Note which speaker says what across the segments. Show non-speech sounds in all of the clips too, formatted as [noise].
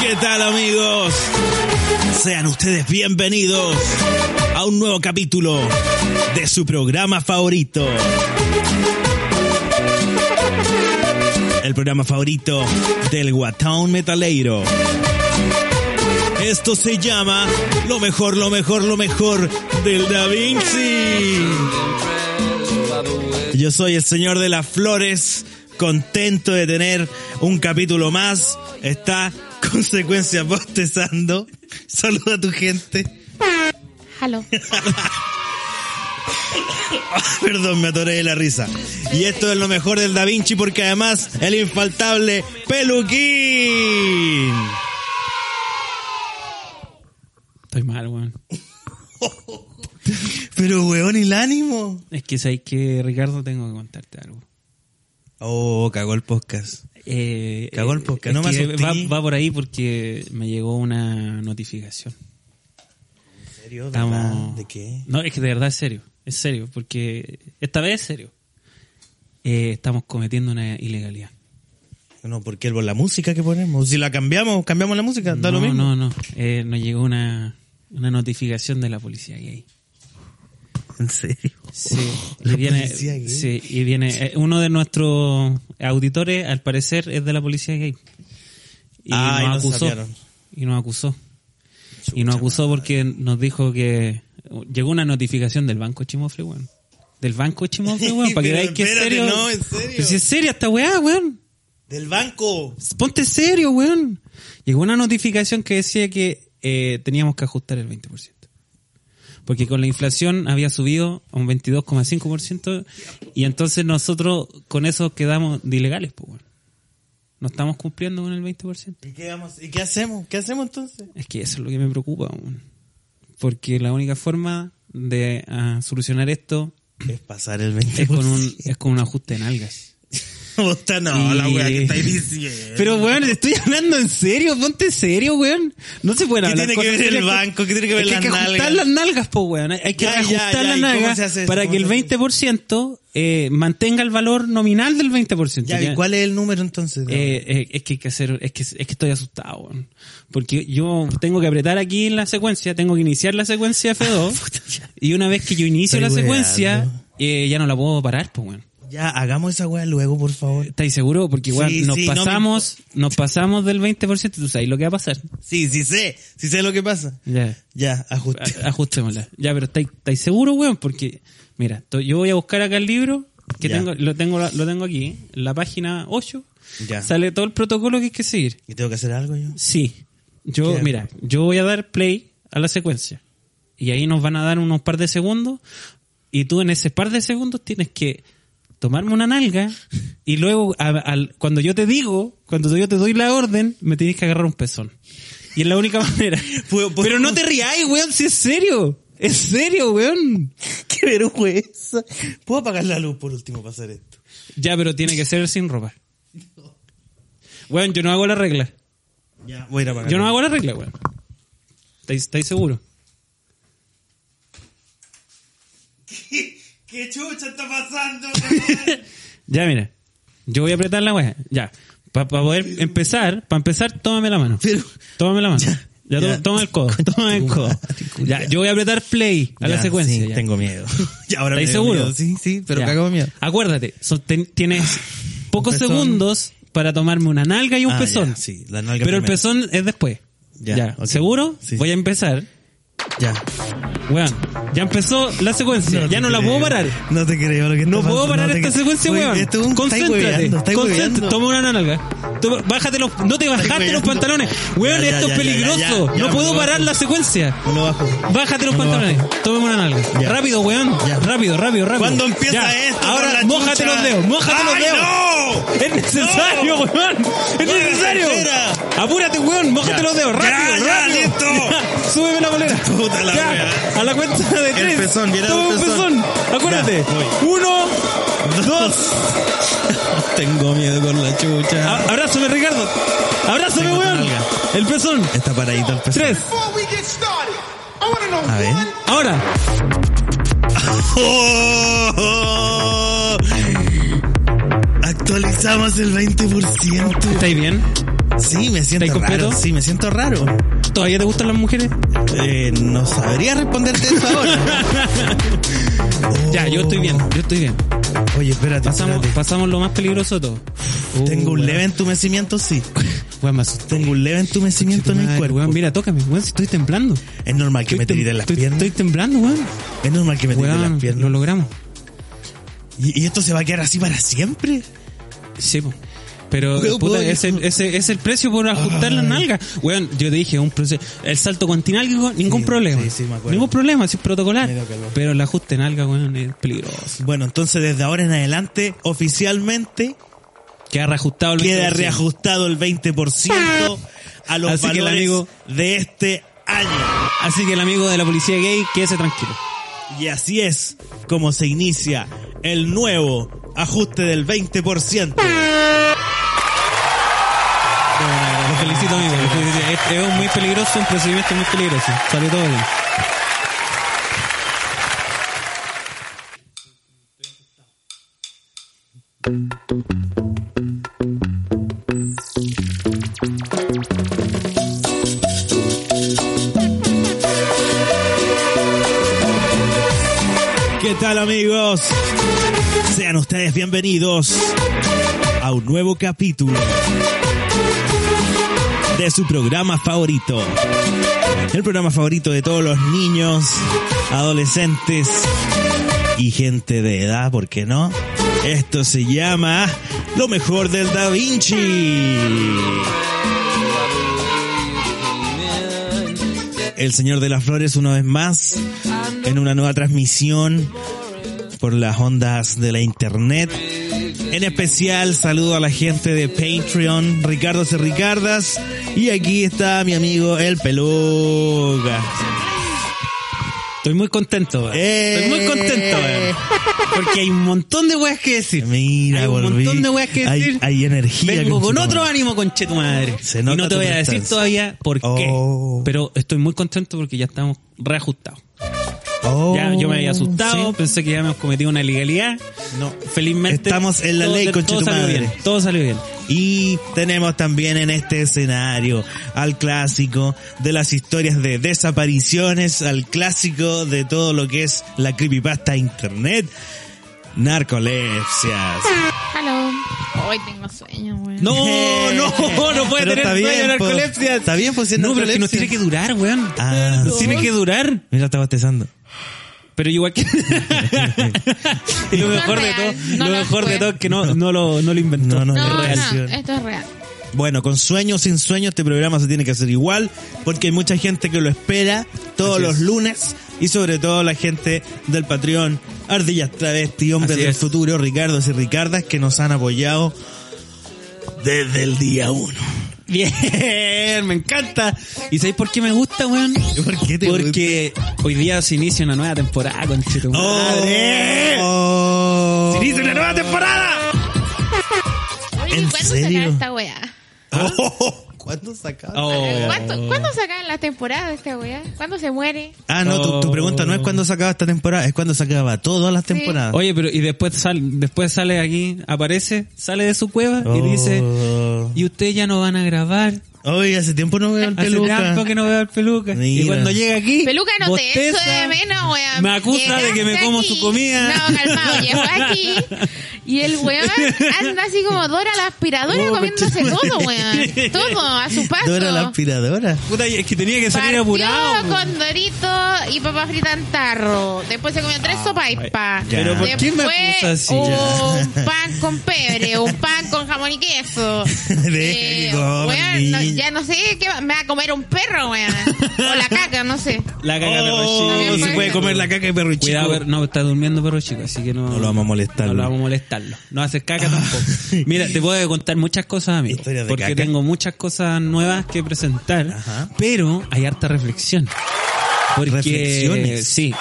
Speaker 1: ¿Qué tal amigos? Sean ustedes bienvenidos a un nuevo capítulo de su programa favorito. El programa favorito del Guatown Metaleiro. Esto se llama Lo mejor, lo mejor, lo mejor del Da Vinci. Yo soy el señor de las flores, contento de tener un capítulo más. Está [laughs] consecuencia bostezando. Saluda a tu gente.
Speaker 2: Halo.
Speaker 1: Perdón, me atoré de la risa. Y esto es lo mejor del Da Vinci porque además el infaltable Peluquín.
Speaker 3: Estoy mal, weón.
Speaker 1: Pero weón, el ánimo.
Speaker 3: Es que sabes que, Ricardo, tengo que contarte algo.
Speaker 1: Oh, cagó el podcast.
Speaker 3: Eh,
Speaker 1: Cagón,
Speaker 3: eh,
Speaker 1: porque
Speaker 3: es
Speaker 1: no me
Speaker 3: que
Speaker 1: asusté.
Speaker 3: va, va por ahí porque me llegó una notificación.
Speaker 1: ¿En serio?
Speaker 3: Estamos- No, es que de verdad es serio. Es serio, porque esta vez es serio. Eh, estamos cometiendo una ilegalidad.
Speaker 1: No, porque el- la música que ponemos. Si la cambiamos, cambiamos la música, da lo
Speaker 3: no,
Speaker 1: mismo.
Speaker 3: no, no. Eh, nos llegó una, una notificación de la policía gay.
Speaker 1: En serio.
Speaker 3: Sí,
Speaker 1: Oh, La
Speaker 3: y viene,
Speaker 1: policía gay.
Speaker 3: sí, y viene eh, uno de nuestros auditores, al parecer, es de la policía gay. Y
Speaker 1: Ah, y nos
Speaker 3: nos acusó.
Speaker 1: sapearon.
Speaker 3: Y nos acusó. y nos acusó porque nos dijo que llegó una notificación del banco Chimofre, weón. Del banco
Speaker 1: [laughs]
Speaker 3: Chimofre, weón, para que
Speaker 1: Pero
Speaker 3: veáis que es
Speaker 1: espérate,
Speaker 3: serio.
Speaker 1: no, en serio.
Speaker 3: Pero si es seria esta weá, weón.
Speaker 1: Del banco.
Speaker 3: Pues Ponte serio, weón. Llegó una notificación que decía que eh, teníamos que ajustar el 20%. Porque con la inflación había subido a un 22,5% y entonces nosotros con eso quedamos de ilegales, pues, weón. No estamos cumpliendo con el 20%.
Speaker 1: ¿Y qué, vamos- y qué hacemos? ¿Qué hacemos entonces?
Speaker 3: Es que eso es lo que me preocupa, weón. Porque la única forma de ah, solucionar esto
Speaker 1: Es pasar el 20%.
Speaker 3: es
Speaker 1: [laughs]
Speaker 3: con un, es con un ajuste en algas.
Speaker 1: Puta, no, la
Speaker 3: Y-
Speaker 1: weá que estáis diciendo.
Speaker 3: Pero, weón, estoy hablando en serio, ponte serio, weón. No se pueden
Speaker 1: ¿Qué
Speaker 3: hablar
Speaker 1: tiene que
Speaker 3: cosas
Speaker 1: ver el
Speaker 3: serias.
Speaker 1: banco? ¿Qué tiene que ver
Speaker 3: Es
Speaker 1: las
Speaker 3: Hay que
Speaker 1: nalgas?
Speaker 3: ajustar las nalgas, po, weón. Hay que
Speaker 1: Ya, ya,
Speaker 3: ajustar
Speaker 1: ya,
Speaker 3: las
Speaker 1: ¿y cómo
Speaker 3: nalgas
Speaker 1: se hace eso?
Speaker 3: para
Speaker 1: ¿Cómo
Speaker 3: que el
Speaker 1: se hace
Speaker 3: 20% eh, mantenga el valor nominal del 20%.
Speaker 1: Ya,
Speaker 3: ya.
Speaker 1: ¿y cuál es el número entonces?
Speaker 3: Eh, eh, es que hay que hacer, es que, es que estoy asustado, weón. porque yo tengo que apretar aquí en la secuencia, tengo que iniciar la
Speaker 1: [laughs]
Speaker 3: secuencia F2 y una vez que yo inicio
Speaker 1: Estoy
Speaker 3: la
Speaker 1: weando.
Speaker 3: secuencia, eh, ya no la puedo parar, pues, weón.
Speaker 1: ya, hagamos esa weá luego, por favor.
Speaker 3: ¿Estáis seguros? Porque igual
Speaker 1: Sí,
Speaker 3: nos
Speaker 1: sí, no me
Speaker 3: pasamos, nos pasamos del 20%, tú sabes lo que va a pasar.
Speaker 1: Sí, sí sé, sí sé lo que pasa.
Speaker 3: Ya.
Speaker 1: Ya, ajuste.
Speaker 3: A- Ajustémosla. Ya, pero ¿estáis estáis seguros, weón? Porque, mira, to- yo voy a buscar acá el libro, que
Speaker 1: Ya.
Speaker 3: tengo, lo tengo, lo tengo aquí, ¿eh? en la página 8.
Speaker 1: Ya.
Speaker 3: Sale todo el protocolo que hay que seguir.
Speaker 1: ¿Y tengo que hacer algo
Speaker 3: [laughs]
Speaker 1: yo?
Speaker 3: Sí. Yo,
Speaker 1: ¿Qué?
Speaker 3: mira, yo voy a dar play a la secuencia. Y ahí nos van a dar unos par de segundos. Y tú en ese par de segundos tienes que tomarme
Speaker 1: [laughs]
Speaker 3: una nalga. Y luego, a- al- cuando yo te digo, cuando yo te doy la orden, me tienes que agarrar un pezón. Y es la única [laughs] manera.
Speaker 1: Puedo- puedo-
Speaker 3: Pero no te riáis, weón, si es serio. Es serio, weón.
Speaker 1: ¡Qué vergüenza! ¿Puedo apagar la luz por último para hacer esto?
Speaker 3: Ya, pero tiene que ser sin ropa. Weón, yo no hago la regla.
Speaker 1: Ya, voy a ir a apagar
Speaker 3: Yo no
Speaker 1: la luz.
Speaker 3: hago la regla, weón. ¿Estáis estáis seguros?
Speaker 1: ¿Qué chucha está pasando? weón?
Speaker 3: Ya, mira. Yo voy a apretar la weá. Ya. Para poder empezar, para empezar, tómame la mano.
Speaker 1: Pero-
Speaker 3: tómame la mano.
Speaker 1: Ya,
Speaker 3: Ya,
Speaker 1: ya.
Speaker 3: to- Toma el codo.
Speaker 1: [laughs] Concha
Speaker 3: Toma el
Speaker 1: tu
Speaker 3: codo.
Speaker 1: madre, culiao.
Speaker 3: Ya, yo voy a apretar play [laughs] a la
Speaker 1: Ya,
Speaker 3: secuencia.
Speaker 1: sí,
Speaker 3: ya.
Speaker 1: tengo miedo. [laughs] Ya, ahora me
Speaker 3: ¿Estáis
Speaker 1: dio
Speaker 3: seguros?
Speaker 1: miedo. Sí, sí, pero
Speaker 3: Ya.
Speaker 1: cago de miedo.
Speaker 3: Acuérdate, son- ten-
Speaker 1: [laughs]
Speaker 3: tienes pocos
Speaker 1: pezón.
Speaker 3: segundos para tomarme una nalga y un
Speaker 1: Ah,
Speaker 3: pezón.
Speaker 1: ya, sí, la nalga
Speaker 3: Pero el
Speaker 1: primero.
Speaker 3: pezón es después.
Speaker 1: Ya,
Speaker 3: Ya.
Speaker 1: ok.
Speaker 3: ¿Seguro?
Speaker 1: Sí,
Speaker 3: Voy
Speaker 1: sí.
Speaker 3: a empezar.
Speaker 1: Ya.
Speaker 3: Weón, ya empezó la secuencia. ya
Speaker 1: te
Speaker 3: no la
Speaker 1: creo.
Speaker 3: puedo parar.
Speaker 1: No te creo lo que
Speaker 3: No
Speaker 1: está
Speaker 3: puedo
Speaker 1: pasando,
Speaker 3: parar
Speaker 1: no te
Speaker 3: esta
Speaker 1: creo.
Speaker 3: secuencia,
Speaker 1: Oye,
Speaker 3: weón.
Speaker 1: esto es un- estáis
Speaker 3: Concéntrate.
Speaker 1: hueveando, estáis
Speaker 3: concéntrate.
Speaker 1: hueveando.
Speaker 3: Toma una nalga. Toma- Bájate los, no te bajaste los
Speaker 1: hueveando.
Speaker 3: pantalones. Weón,
Speaker 1: Ya, ya,
Speaker 3: esto
Speaker 1: ya,
Speaker 3: es peligroso.
Speaker 1: ya, ya, ya,
Speaker 3: no puedo
Speaker 1: me
Speaker 3: parar
Speaker 1: bajo.
Speaker 3: la secuencia.
Speaker 1: Uno bajo.
Speaker 3: Bájate los
Speaker 1: No lo
Speaker 3: pantalones. Toma una nalga.
Speaker 1: Ya.
Speaker 3: Rápido, weón.
Speaker 1: Ya.
Speaker 3: Rápido, rápido, rápido.
Speaker 1: ¿Cuándo empieza
Speaker 3: Ya.
Speaker 1: esto? por
Speaker 3: Ahora,
Speaker 1: la
Speaker 3: mojate
Speaker 1: chucha?
Speaker 3: los dedos. Mojate los
Speaker 1: ¡Ay,
Speaker 3: dedos.
Speaker 1: no!
Speaker 3: Es necesario,
Speaker 1: ¡No!
Speaker 3: weón. Es
Speaker 1: ¡Mueve la
Speaker 3: necesario.
Speaker 1: cera!
Speaker 3: Apúrate, weón. Mójate
Speaker 1: Ya.
Speaker 3: los dedos.
Speaker 1: Ya,
Speaker 3: Rápido,
Speaker 1: ya,
Speaker 3: rápido.
Speaker 1: listo.
Speaker 3: [laughs] Ya. Súbeme la bolera.
Speaker 1: [laughs] Puta la
Speaker 3: Ya.
Speaker 1: wea.
Speaker 3: A la cuenta de
Speaker 1: El
Speaker 3: tres.
Speaker 1: pezón, viene el
Speaker 3: Toma un
Speaker 1: pezón.
Speaker 3: pezón. Acuérdate.
Speaker 1: Ya, voy.
Speaker 3: Uno.
Speaker 1: Dos. [laughs] Tengo miedo con la chucha.
Speaker 3: A- Abrázame, Ricardo. Abrázame,
Speaker 1: Tengo tu
Speaker 3: weón.
Speaker 1: nalga.
Speaker 3: El pezón.
Speaker 1: Está paradito el pezón.
Speaker 3: Tres.
Speaker 4: Before we get started,
Speaker 1: A ver.
Speaker 3: Ahora,
Speaker 1: ¡Oh! Actualizamos el 20%.
Speaker 3: ¿estáis bien?
Speaker 1: Sí, me siento
Speaker 3: ¿Estáis completo?
Speaker 1: raro. Sí, me siento raro.
Speaker 3: ¿Todavía te gustan las mujeres?
Speaker 1: Eh, no sabría responderte eso ahora. Oh.
Speaker 3: [laughs] Ya, yo estoy bien, yo estoy bien.
Speaker 1: Oye, espérate,
Speaker 3: Pasamos,
Speaker 1: espérate.
Speaker 3: pasamos lo más peligroso de todo.
Speaker 1: Tengo un
Speaker 3: Uh,
Speaker 1: leve entumecimiento, sí.
Speaker 3: Weón, me asusté.
Speaker 1: Tengo un leve entumecimiento en el
Speaker 3: Madre,
Speaker 1: cuerpo.
Speaker 3: weón, mira, tócame, weón, si estoy temblando.
Speaker 1: Es normal que me
Speaker 3: Estoy tem-
Speaker 1: tiriten las
Speaker 3: estoy-
Speaker 1: piernas.
Speaker 3: Estoy temblando, weón.
Speaker 1: Es normal que me tiriten
Speaker 3: Weón,
Speaker 1: las
Speaker 3: lo
Speaker 1: piernas.
Speaker 3: logramos.
Speaker 1: ¿Y, y esto se va a quedar así para siempre?
Speaker 3: Sí, po. Pero
Speaker 1: Weón,
Speaker 3: puta,
Speaker 1: weón,
Speaker 3: es, el,
Speaker 1: hijo.
Speaker 3: es, el- es el precio por ajustar las nalgas. Weón, yo te dije, un proceso, el salto continálgico, ningún
Speaker 1: Sí,
Speaker 3: problema.
Speaker 1: sí, sí, me acuerdo.
Speaker 3: ningún problema, si es protocolar.
Speaker 1: Me dio calor.
Speaker 3: Pero el ajuste en nalga, weón, es peligroso.
Speaker 1: Bueno, entonces desde ahora en adelante, oficialmente,
Speaker 3: Queda reajustado el
Speaker 1: queda
Speaker 3: 20%.
Speaker 1: reajustado el 20% a los
Speaker 3: Así que el
Speaker 1: valores
Speaker 3: amigo-
Speaker 1: de este año.
Speaker 3: Así que el amigo de la policía gay, quédese tranquilo.
Speaker 1: Y así es como se inicia el nuevo ajuste del 20%.
Speaker 3: Lo felicito, amigo. lo felicito. Es, es un muy peligroso, un procedimiento muy peligroso. Salió todo bien.
Speaker 1: ¿Qué tal amigos? Sean ustedes bienvenidos a un nuevo capítulo de su programa favorito. El programa favorito de todos los niños, adolescentes y gente de edad, ¿por qué no? Esto se llama Lo mejor del Da Vinci. El Señor de las Flores una vez más en una nueva transmisión por las ondas de la internet. En especial saludo a la gente de Patreon, Ricardo C. Ricardas. Y aquí está mi amigo El Peluga.
Speaker 3: Estoy muy contento, weón.
Speaker 1: ¡Eh!
Speaker 3: Estoy muy contento, weón. Porque hay un montón de weas que decir.
Speaker 1: Mira,
Speaker 3: Hay un
Speaker 1: volví.
Speaker 3: montón de weas que
Speaker 1: Hay-
Speaker 3: decir.
Speaker 1: Hay, energía.
Speaker 3: Vengo con
Speaker 1: conchetumare.
Speaker 3: otro ánimo, conche tu madre.
Speaker 1: Se
Speaker 3: y
Speaker 1: nota
Speaker 3: no te
Speaker 1: tu
Speaker 3: voy a decir
Speaker 1: prestancia.
Speaker 3: todavía por
Speaker 1: Oh.
Speaker 3: qué. Pero estoy muy contento porque ya estamos reajustados.
Speaker 1: Oh,
Speaker 3: Ya yo me había asustado,
Speaker 1: sí.
Speaker 3: pensé que ya habíamos cometido una ilegalidad.
Speaker 1: No.
Speaker 3: Felizmente.
Speaker 1: Estamos en la
Speaker 3: todo-
Speaker 1: ley, conche
Speaker 3: Todo
Speaker 1: tu
Speaker 3: salió
Speaker 1: madre.
Speaker 3: bien. Todo salió bien.
Speaker 1: Y tenemos también en este escenario al clásico de las historias de desapariciones, al clásico de todo lo que es la creepypasta internet,
Speaker 3: [laughs]
Speaker 1: narcolepsias.
Speaker 2: Hello. Hoy tengo sueño, güey.
Speaker 3: No, Oh, no, no puede
Speaker 1: Pero
Speaker 3: tener
Speaker 1: está
Speaker 3: sueño
Speaker 1: bien, po.
Speaker 3: narcolepsia.
Speaker 1: Está bien, pues, si es
Speaker 3: No, pero es que nos
Speaker 1: narcolepsia.
Speaker 3: tiene que durar, weón.
Speaker 1: Ah,
Speaker 3: Nos tiene que durar.
Speaker 1: Mira, está bostezando.
Speaker 3: Pero
Speaker 1: [laughs]
Speaker 3: igual que. [laughs] y lo mejor de
Speaker 2: real,
Speaker 3: todo,
Speaker 2: no
Speaker 3: lo
Speaker 2: lo
Speaker 3: mejor
Speaker 2: fue.
Speaker 3: de todo es que no, no, lo, no lo inventó.
Speaker 1: No, no,
Speaker 2: No, no,
Speaker 1: es real.
Speaker 2: esto es real.
Speaker 1: Bueno, con sueño o sin sueño, este programa se tiene que hacer igual, porque hay mucha gente que lo espera todos
Speaker 3: Así
Speaker 1: los
Speaker 3: es.
Speaker 1: lunes, y sobre todo la gente del Patreon, Ardillas Travesti, Hombres
Speaker 3: Así
Speaker 1: del
Speaker 3: es.
Speaker 1: Futuro, Ricardos y Ricardas, que nos han apoyado desde el día uno.
Speaker 3: Bien, me encanta. ¿Y sabéis por qué me gusta, weón?
Speaker 1: ¿Por qué te
Speaker 3: Porque hoy día se inicia una nueva temporada,
Speaker 1: Oh.
Speaker 3: conchito.
Speaker 1: ¡Madre! ¡Se inicia una nueva temporada!
Speaker 2: Oye,
Speaker 1: ¿En
Speaker 2: ¿cuándo se
Speaker 1: serio?
Speaker 2: acaba esta weá?
Speaker 1: [laughs] Oh, ¿Cuándo sacaba?
Speaker 3: Oh.
Speaker 2: ¿Cuánto- ¿Cuándo se acaba la temporada de esta weá? ¿Cuándo se muere?
Speaker 1: Ah, no, tu, tu pregunta no es cuándo se acaba esta temporada, es cuándo se acaba todas las
Speaker 2: Sí.
Speaker 1: temporadas.
Speaker 3: Oye, pero y después, sal, después sale aquí, aparece, sale de su cueva y dice:
Speaker 1: Oh.
Speaker 3: Y ustedes ya no van a grabar.
Speaker 1: Oye, hace tiempo no veo al
Speaker 3: Hace
Speaker 1: peluca.
Speaker 3: tiempo que no veo al peluca.
Speaker 1: Mira.
Speaker 3: Y cuando llega aquí.
Speaker 2: Peluca, no te echo
Speaker 3: bosteza,
Speaker 2: de menos, weón.
Speaker 3: Me acusa de que me
Speaker 2: Llegaste
Speaker 3: como
Speaker 2: aquí.
Speaker 3: su comida.
Speaker 2: No, calmado,
Speaker 3: [laughs]
Speaker 2: llegó aquí y el weón anda así como Dora la aspiradora
Speaker 1: Oh,
Speaker 2: comiéndose
Speaker 1: conchetumare.
Speaker 2: todo,
Speaker 3: [laughs]
Speaker 2: weón. Todo, a su paso.
Speaker 1: Dora la aspiradora.
Speaker 3: Puta, y es que tenía que salir
Speaker 2: Partió
Speaker 3: apurado. po.
Speaker 2: con dorito y papas fritas en tarro. Después se comió tres sopas y pa.
Speaker 1: Ah, ya. Pero
Speaker 3: ¿por qué me acusa así?
Speaker 2: un pan con pebre, un pan con jamón y queso.
Speaker 1: [laughs]
Speaker 2: Eh,
Speaker 1: Deje que coma,
Speaker 2: weón, no-
Speaker 1: niña.
Speaker 2: ya no sé qué va- me va a comer un perro, weón. O la caca,
Speaker 1: [laughs]
Speaker 2: no sé.
Speaker 3: La caga
Speaker 1: Oh,
Speaker 3: perro chico.
Speaker 1: se puede comer la caca de perro chico.
Speaker 3: Cuidado, perro- no, está durmiendo perro chico, así que no...
Speaker 1: No lo vamos a molestar.
Speaker 3: No lo vamos a molestarlo. No haces caca
Speaker 1: [laughs]
Speaker 3: tampoco. Mira, te puedo contar muchas cosas, amigo.
Speaker 1: Historias de
Speaker 3: porque
Speaker 1: caca.
Speaker 3: tengo muchas cosas nuevas que presentar,
Speaker 1: Ajá.
Speaker 3: pero hay harta reflexión. Porque,
Speaker 1: Reflexiones.
Speaker 3: sí,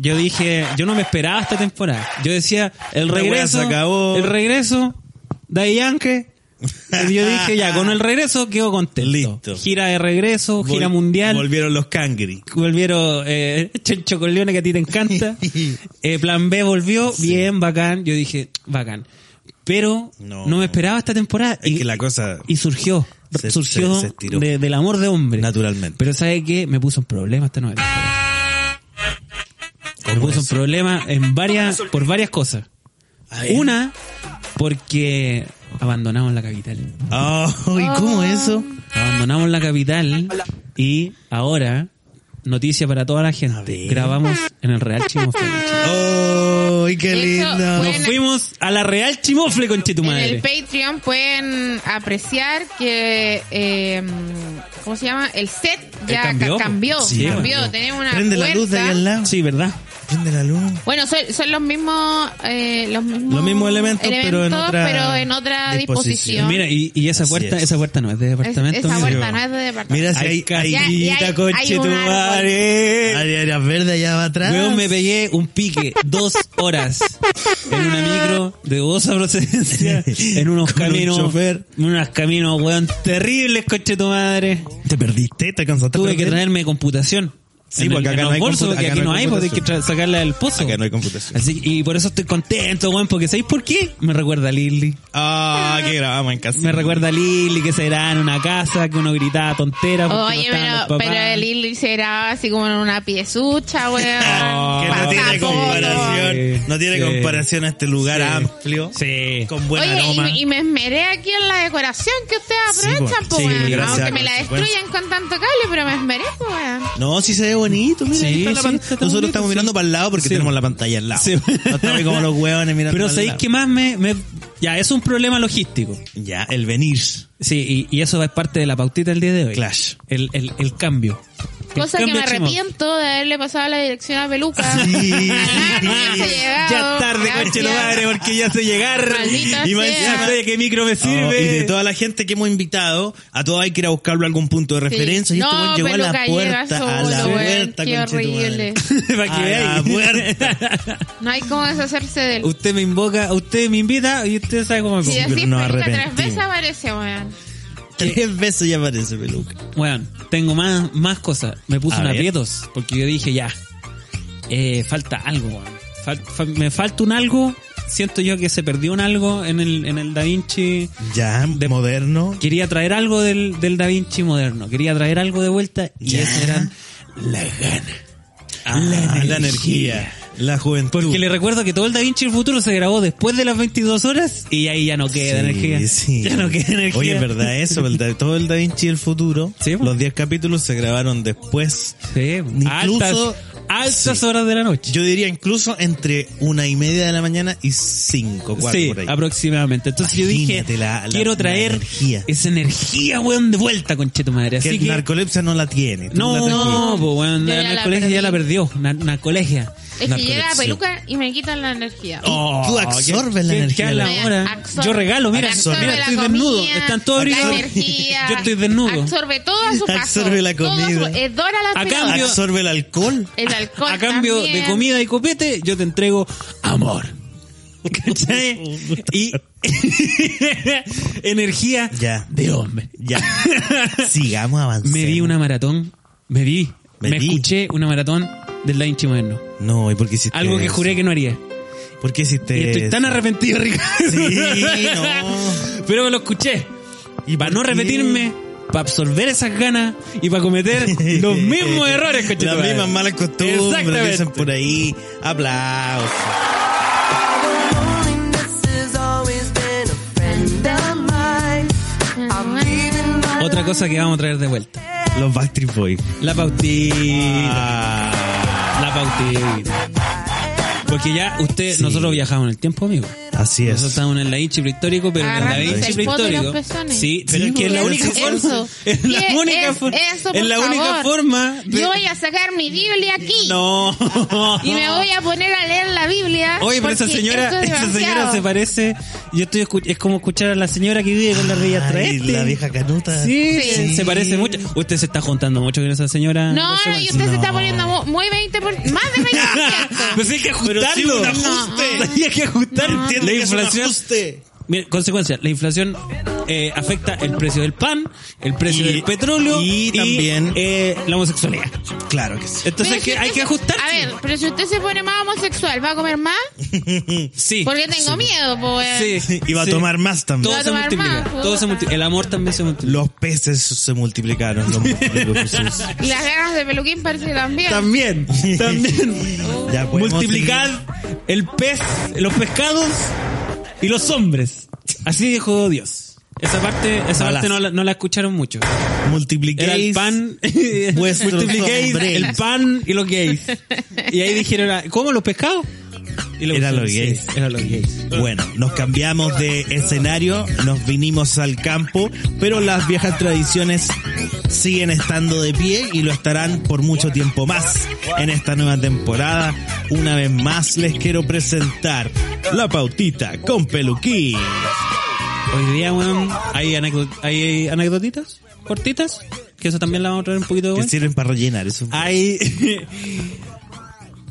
Speaker 3: yo dije, yo no me esperaba esta temporada. Yo decía, el
Speaker 1: La wea
Speaker 3: regreso,
Speaker 1: se acabó.
Speaker 3: el regreso, Daddy Yankee, Y yo dije, ya, con el regreso quedo contento.
Speaker 1: Listo.
Speaker 3: Gira de regreso, gira
Speaker 1: Vol-
Speaker 3: mundial.
Speaker 1: Volvieron los cangri.
Speaker 3: volvieron eh, [laughs] Chencho con Leone, que a ti
Speaker 1: [laughs]
Speaker 3: te encanta. Eh, plan B volvió, bien, bacán. Yo dije, bacán. Pero
Speaker 1: No.
Speaker 3: no, me esperaba esta temporada.
Speaker 1: Es
Speaker 3: y,
Speaker 1: que la cosa-
Speaker 3: Y surgió.
Speaker 1: Se-
Speaker 3: surgió
Speaker 1: se- se estiró.
Speaker 3: de- del amor de hombre.
Speaker 1: Naturalmente.
Speaker 3: Pero ¿sabe qué? Me puso en problema esta novela. Me puso en problema en varias, por varias cosas.
Speaker 1: A ver.
Speaker 3: Una, porque abandonamos la capital.
Speaker 1: Oh, ¿Y cómo eso?
Speaker 3: Abandonamos la capital y ahora, noticia para toda la
Speaker 1: A
Speaker 3: gente,
Speaker 1: ver.
Speaker 3: grabamos en el Real Chimofle. conchetumare.
Speaker 1: ¡Oh, y qué
Speaker 2: Eso
Speaker 1: lindo!
Speaker 2: fue-
Speaker 3: Nos fuimos a la Real Chimofle con tu
Speaker 2: En el
Speaker 3: madre.
Speaker 2: Patreon pueden apreciar que, eh, ¿cómo se llama? El set ya ca-
Speaker 3: cambió,
Speaker 2: cambió.
Speaker 3: pues.
Speaker 2: Cambió,
Speaker 3: Sí, cambió.
Speaker 2: Tenemos una
Speaker 1: Prende la luz de ahí
Speaker 2: puerta.
Speaker 1: al lado.
Speaker 3: Sí, ¿verdad?
Speaker 1: Prende la luz.
Speaker 2: Bueno, son, son los mismos eh, los mismos,
Speaker 1: Los mismos elementos, pero en otra
Speaker 2: pero en otra
Speaker 1: disposición.
Speaker 2: disposición.
Speaker 3: Mira, y, y esa
Speaker 1: Así
Speaker 3: puerta,
Speaker 1: es.
Speaker 3: esa puerta no es de
Speaker 2: Es-
Speaker 3: departamento.
Speaker 2: esa
Speaker 3: amigo.
Speaker 2: puerta no es de departamento.
Speaker 1: Mira si
Speaker 3: Ay,
Speaker 1: hay
Speaker 3: casi.
Speaker 1: caí.
Speaker 2: Ya, ya hay-
Speaker 3: conche
Speaker 2: hay un
Speaker 3: tu
Speaker 2: árbol.
Speaker 3: madre.
Speaker 1: Área verde allá va atrás.
Speaker 3: Eh. Weón, me pegué un pique dos horas en una micro de dudosa procedencia
Speaker 1: [laughs]
Speaker 3: en unos
Speaker 1: Con un
Speaker 3: caminos,
Speaker 1: chofer.
Speaker 3: en unos caminos, weón, terribles, coche tu madre.
Speaker 1: Te perdiste, te cansaste.
Speaker 3: Tuve que traerme computación.
Speaker 1: Sí,
Speaker 3: En
Speaker 1: porque
Speaker 3: en
Speaker 1: acá no
Speaker 3: los
Speaker 1: hay
Speaker 3: bolsos,
Speaker 1: computa-
Speaker 3: porque
Speaker 1: acá
Speaker 3: aquí
Speaker 1: no
Speaker 3: no
Speaker 1: hay
Speaker 3: hay, porque hay que
Speaker 1: computación.
Speaker 3: tra- sacarla del pozo.
Speaker 1: Acá no hay computación.
Speaker 3: Así, y por eso estoy contento, weón, porque ¿sabéis por qué? Me recuerda a Lili.
Speaker 1: Ah, que grabamos en casa.
Speaker 3: Me recuerda a Lili que se era en una casa, que uno gritaba tontera. porque no
Speaker 2: Oye,
Speaker 3: estaban los
Speaker 2: pero,
Speaker 3: papás.
Speaker 2: pero el Lili será así como en una
Speaker 1: [laughs]
Speaker 2: piezucha, weón.
Speaker 1: Oh, Que no
Speaker 3: Ah,
Speaker 1: tiene
Speaker 3: sí.
Speaker 2: Pasapoto.
Speaker 1: comparación. no tiene
Speaker 3: Sí.
Speaker 1: comparación a este lugar
Speaker 3: Sí.
Speaker 1: amplio.
Speaker 3: Sí.
Speaker 1: Con buen aroma.
Speaker 2: Oye, y, y me esmeré aquí en la decoración que ustedes
Speaker 1: Sí,
Speaker 2: aprovechan,
Speaker 1: po.
Speaker 2: po,
Speaker 1: Sí,
Speaker 2: weón.
Speaker 1: gracias a
Speaker 2: Aunque me la
Speaker 1: consecuencia.
Speaker 2: destruyan con tanto cable, pero me esmeré, po, weón.
Speaker 1: No, sí se ve bonito, mira.
Speaker 3: Sí,
Speaker 1: ahí está la
Speaker 3: sí,
Speaker 1: pan-
Speaker 3: está tan
Speaker 1: Nosotros
Speaker 3: bonito,
Speaker 1: estamos
Speaker 3: sí.
Speaker 1: mirando para el lado porque
Speaker 3: Sí.
Speaker 1: tenemos la pantalla al lado.
Speaker 3: Sí.
Speaker 1: No estamos ahí como los hueones mirando
Speaker 3: Pero
Speaker 1: para el
Speaker 3: ¿sabéis
Speaker 1: lado.
Speaker 3: qué más me, me- Ya, eso es un problema logístico.
Speaker 1: Ya, el venir.
Speaker 3: Sí, y, y eso es parte de la pautita del día de hoy.
Speaker 1: Clash.
Speaker 3: El, el, el cambio. El
Speaker 2: Cosa que
Speaker 3: cambio
Speaker 2: me
Speaker 3: chimo.
Speaker 2: arrepiento de haberle pasado la dirección a Peluca.
Speaker 1: [laughs]
Speaker 2: Ah,
Speaker 1: Sí.
Speaker 3: Ya tarde, coche lo madre, porque ya sé llegar.
Speaker 2: Maldita
Speaker 3: y más
Speaker 2: sea.
Speaker 3: encima sé de qué micro me sirve.
Speaker 1: Oh, y de
Speaker 3: [laughs]
Speaker 1: toda la gente que hemos invitado, a todos hay que ir a buscarlo a algún punto de referencia. Y este
Speaker 2: No,
Speaker 1: weón llegó a la
Speaker 2: Peluca
Speaker 1: puerta,
Speaker 2: llega
Speaker 1: a la
Speaker 2: solo, weón.
Speaker 1: puerta,
Speaker 2: Qué
Speaker 1: conchetumadre.
Speaker 2: horrible.
Speaker 3: [laughs] Para que
Speaker 1: A la
Speaker 3: veáis. [laughs]
Speaker 1: puerta.
Speaker 2: No hay cómo deshacerse de él.
Speaker 3: Usted me invoca, usted me invita y usted sabe cómo me
Speaker 2: Si
Speaker 3: pongo.
Speaker 2: decís
Speaker 1: nos
Speaker 2: Peluca tres
Speaker 1: arrepentimos.
Speaker 2: veces aparece, weón.
Speaker 1: Tres veces ya aparece Peluca.
Speaker 3: Bueno, tengo más, más cosas. Me puse
Speaker 1: A
Speaker 3: en
Speaker 1: ver.
Speaker 3: aprietos porque yo dije ya, eh, falta algo. weón. Fal- fa- me falta un algo. Siento yo que se perdió un algo en el, en el Da Vinci.
Speaker 1: Ya, de moderno.
Speaker 3: Quería traer algo del, del Da Vinci moderno. Quería traer algo de vuelta y
Speaker 1: Ya.
Speaker 3: eso eran
Speaker 1: La gana.
Speaker 3: Ah,
Speaker 1: la energía. La juventud.
Speaker 3: Porque le recuerdo que todo el Da Vinci del futuro se grabó después de las 22 horas y ahí ya no queda
Speaker 1: Sí,
Speaker 3: energía.
Speaker 1: sí.
Speaker 3: Ya no queda energía.
Speaker 1: Oye, es verdad eso, el Da- todo el Da Vinci del futuro,
Speaker 3: Sí, pues. po.
Speaker 1: los 10 capítulos se grabaron después.
Speaker 3: Sí,
Speaker 1: Incluso-
Speaker 3: altas, altas
Speaker 1: sí.
Speaker 3: horas de la noche.
Speaker 1: Yo diría incluso entre una y media de la mañana y cinco, cuatro
Speaker 3: sí,
Speaker 1: por ahí.
Speaker 3: aproximadamente. Entonces yo
Speaker 1: Imagínate
Speaker 3: dije,
Speaker 1: la- la-
Speaker 3: quiero
Speaker 1: la
Speaker 3: traer
Speaker 1: energía.
Speaker 3: esa energía, weón, de vuelta, conche tu madre.
Speaker 1: Que
Speaker 3: Así
Speaker 1: el
Speaker 3: que...
Speaker 1: narcolepsia no la tiene. tú la
Speaker 3: no,
Speaker 1: trajiste.
Speaker 3: no, po, weón,
Speaker 2: Yo
Speaker 3: la,
Speaker 2: ya
Speaker 3: la
Speaker 2: la
Speaker 3: colegia ya
Speaker 2: perdí.
Speaker 3: la perdió. La, la colegia.
Speaker 2: Es que llega la
Speaker 1: Narcolepsia.
Speaker 2: peluca y me quitan la energía.
Speaker 1: Oh, Tú absorbes la energía de
Speaker 3: la
Speaker 1: la-
Speaker 3: hora.
Speaker 2: Absorbe-
Speaker 3: Yo regalo, mira,
Speaker 2: absorbe
Speaker 3: mira,
Speaker 2: la
Speaker 3: estoy desnudo.
Speaker 2: comida,
Speaker 3: Están todos
Speaker 2: la
Speaker 3: abrigados.
Speaker 2: energía,
Speaker 3: Yo estoy desnudo.
Speaker 2: Absorbe todo a su paso.
Speaker 1: Absorbe la
Speaker 2: todo a su-
Speaker 1: comida.
Speaker 2: es Dora la
Speaker 3: A
Speaker 2: aspiradora.
Speaker 3: cambio-
Speaker 1: Absorbe el alcohol.
Speaker 2: el alcohol
Speaker 3: a cambio de
Speaker 2: también.
Speaker 3: comida y copete, yo te entrego amor. ¿Cachai? y [laughs] energía
Speaker 1: Ya.
Speaker 3: de hombre. [laughs]
Speaker 1: Ya. Sigamos avanzando.
Speaker 3: Me di una maratón, me di,
Speaker 1: Me
Speaker 3: me,
Speaker 1: di.
Speaker 3: escuché una maratón del Da Vinci Moderno.
Speaker 1: No, ¿y por qué hiciste
Speaker 3: Algo que
Speaker 1: eso?
Speaker 3: juré que no haría.
Speaker 1: ¿Por qué hiciste
Speaker 3: Y estoy tan
Speaker 1: eso?
Speaker 3: arrepentido, Ricardo.
Speaker 1: Sí, no.
Speaker 3: [laughs] Pero me lo escuché. Y para
Speaker 1: por
Speaker 3: no
Speaker 1: qué?
Speaker 3: repetirme, para absorber esas ganas y
Speaker 1: [laughs]
Speaker 3: para cometer [laughs] los mismos errores, coche.
Speaker 1: Las mismas malas costumbres que
Speaker 3: Exactamente.
Speaker 1: dicen por ahí. Aplausos.
Speaker 2: Ah,
Speaker 3: Otra cosa que vamos a traer de vuelta.
Speaker 1: Los Backstreet Boys.
Speaker 3: La pautita.
Speaker 1: Ah,
Speaker 3: La pautita. Porque ya usted,
Speaker 1: Sí.
Speaker 3: nosotros viajamos en el tiempo, amigo.
Speaker 1: así
Speaker 3: Nosotros
Speaker 1: es.
Speaker 3: estamos en el Da Vinci prehistórico, pero en el Da
Speaker 2: Agarrándose
Speaker 3: Vinci
Speaker 2: el poto y los
Speaker 3: prehistórico.
Speaker 2: pezones.
Speaker 3: Sí, pero
Speaker 1: Sí,
Speaker 3: es que es la
Speaker 1: porque
Speaker 3: única
Speaker 1: eso-
Speaker 2: [laughs]
Speaker 3: forma. [laughs] Es la
Speaker 2: ¿Qué
Speaker 3: única
Speaker 2: es
Speaker 3: forma.
Speaker 2: eso, por
Speaker 3: Es la única
Speaker 2: favor?
Speaker 3: forma. de-
Speaker 2: Yo voy a sacar mi Biblia aquí.
Speaker 3: No.
Speaker 2: [laughs] Y me voy a poner a leer la Biblia.
Speaker 3: Oye, pero esa
Speaker 2: porque esto
Speaker 3: señora,
Speaker 2: es
Speaker 3: esa señora
Speaker 2: demasiado.
Speaker 3: se parece. Yo estoy escu- es como escuchar a la señora que vive con la Reyes
Speaker 1: Ay,
Speaker 3: Traeste.
Speaker 1: la vieja canuta.
Speaker 3: Sí,
Speaker 1: Sí.
Speaker 3: se parece mucho. Usted se está juntando mucho con esa señora.
Speaker 2: No, no, y usted se
Speaker 3: [laughs]
Speaker 2: está poniendo mu- muy 20%, más de 20%.
Speaker 3: Pues hay que ajustarlo.
Speaker 1: sí, un ajuste.
Speaker 3: [laughs] Hay que ajustar.
Speaker 1: Entiende
Speaker 3: La
Speaker 1: que es un
Speaker 3: inflación.
Speaker 1: ajuste.
Speaker 3: Mira, consecuencia, la inflación eh, afecta el precio del pan, el precio
Speaker 1: Y-
Speaker 3: del petróleo
Speaker 1: y también-
Speaker 3: eh, la homosexualidad.
Speaker 1: Claro que sí.
Speaker 3: Entonces
Speaker 2: Pero
Speaker 3: hay
Speaker 2: si usted
Speaker 3: que, hay que
Speaker 2: se-
Speaker 3: ajustar.
Speaker 2: A ver, pero si usted se pone más homosexual, ¿va a comer más?
Speaker 3: sí.
Speaker 2: Porque tengo miedo, pues.
Speaker 3: Sí,
Speaker 1: Iba a
Speaker 3: sí.
Speaker 1: tomar más también.
Speaker 3: Todo
Speaker 2: Va a
Speaker 3: se
Speaker 2: tomar
Speaker 3: multiplica.
Speaker 2: más,
Speaker 3: todo
Speaker 2: puta.
Speaker 3: se multi- El amor también se
Speaker 1: [laughs]
Speaker 3: multiplica.
Speaker 1: Los peces se multiplicaron. los peces.
Speaker 2: Y las ganas de peluquín parece que también.
Speaker 3: También, [laughs] también.
Speaker 1: ya podemos
Speaker 3: Multiplicad
Speaker 1: seguir.
Speaker 3: el pez, los pescados y los hombres. Así dijo Dios. Esa parte, esa
Speaker 1: Balazo.
Speaker 3: parte no, la, no la escucharon mucho.
Speaker 1: Multipliquéis.
Speaker 3: Era el pan, [laughs]
Speaker 1: vuestros
Speaker 3: multipliquéis
Speaker 1: hombres.
Speaker 3: el pan y los gays. Y ahí dijeron, ah, ¿cómo los pescados? Y lo
Speaker 1: Era
Speaker 3: pusieron,
Speaker 1: los
Speaker 3: sí,
Speaker 1: gays.
Speaker 3: era los gays.
Speaker 1: Bueno, nos cambiamos de escenario, nos vinimos al campo, pero las viejas tradiciones siguen estando de pie y lo estarán por mucho tiempo más. En esta nueva temporada, una vez más les quiero presentar La Pautita con Peluquín.
Speaker 3: Hoy día, weón, hay, anecdo- hay anecdotitas cortitas, que eso también la vamos a traer un poquito de
Speaker 1: Que
Speaker 3: vuelta.
Speaker 1: sirven para rellenar eso.
Speaker 3: hay [laughs]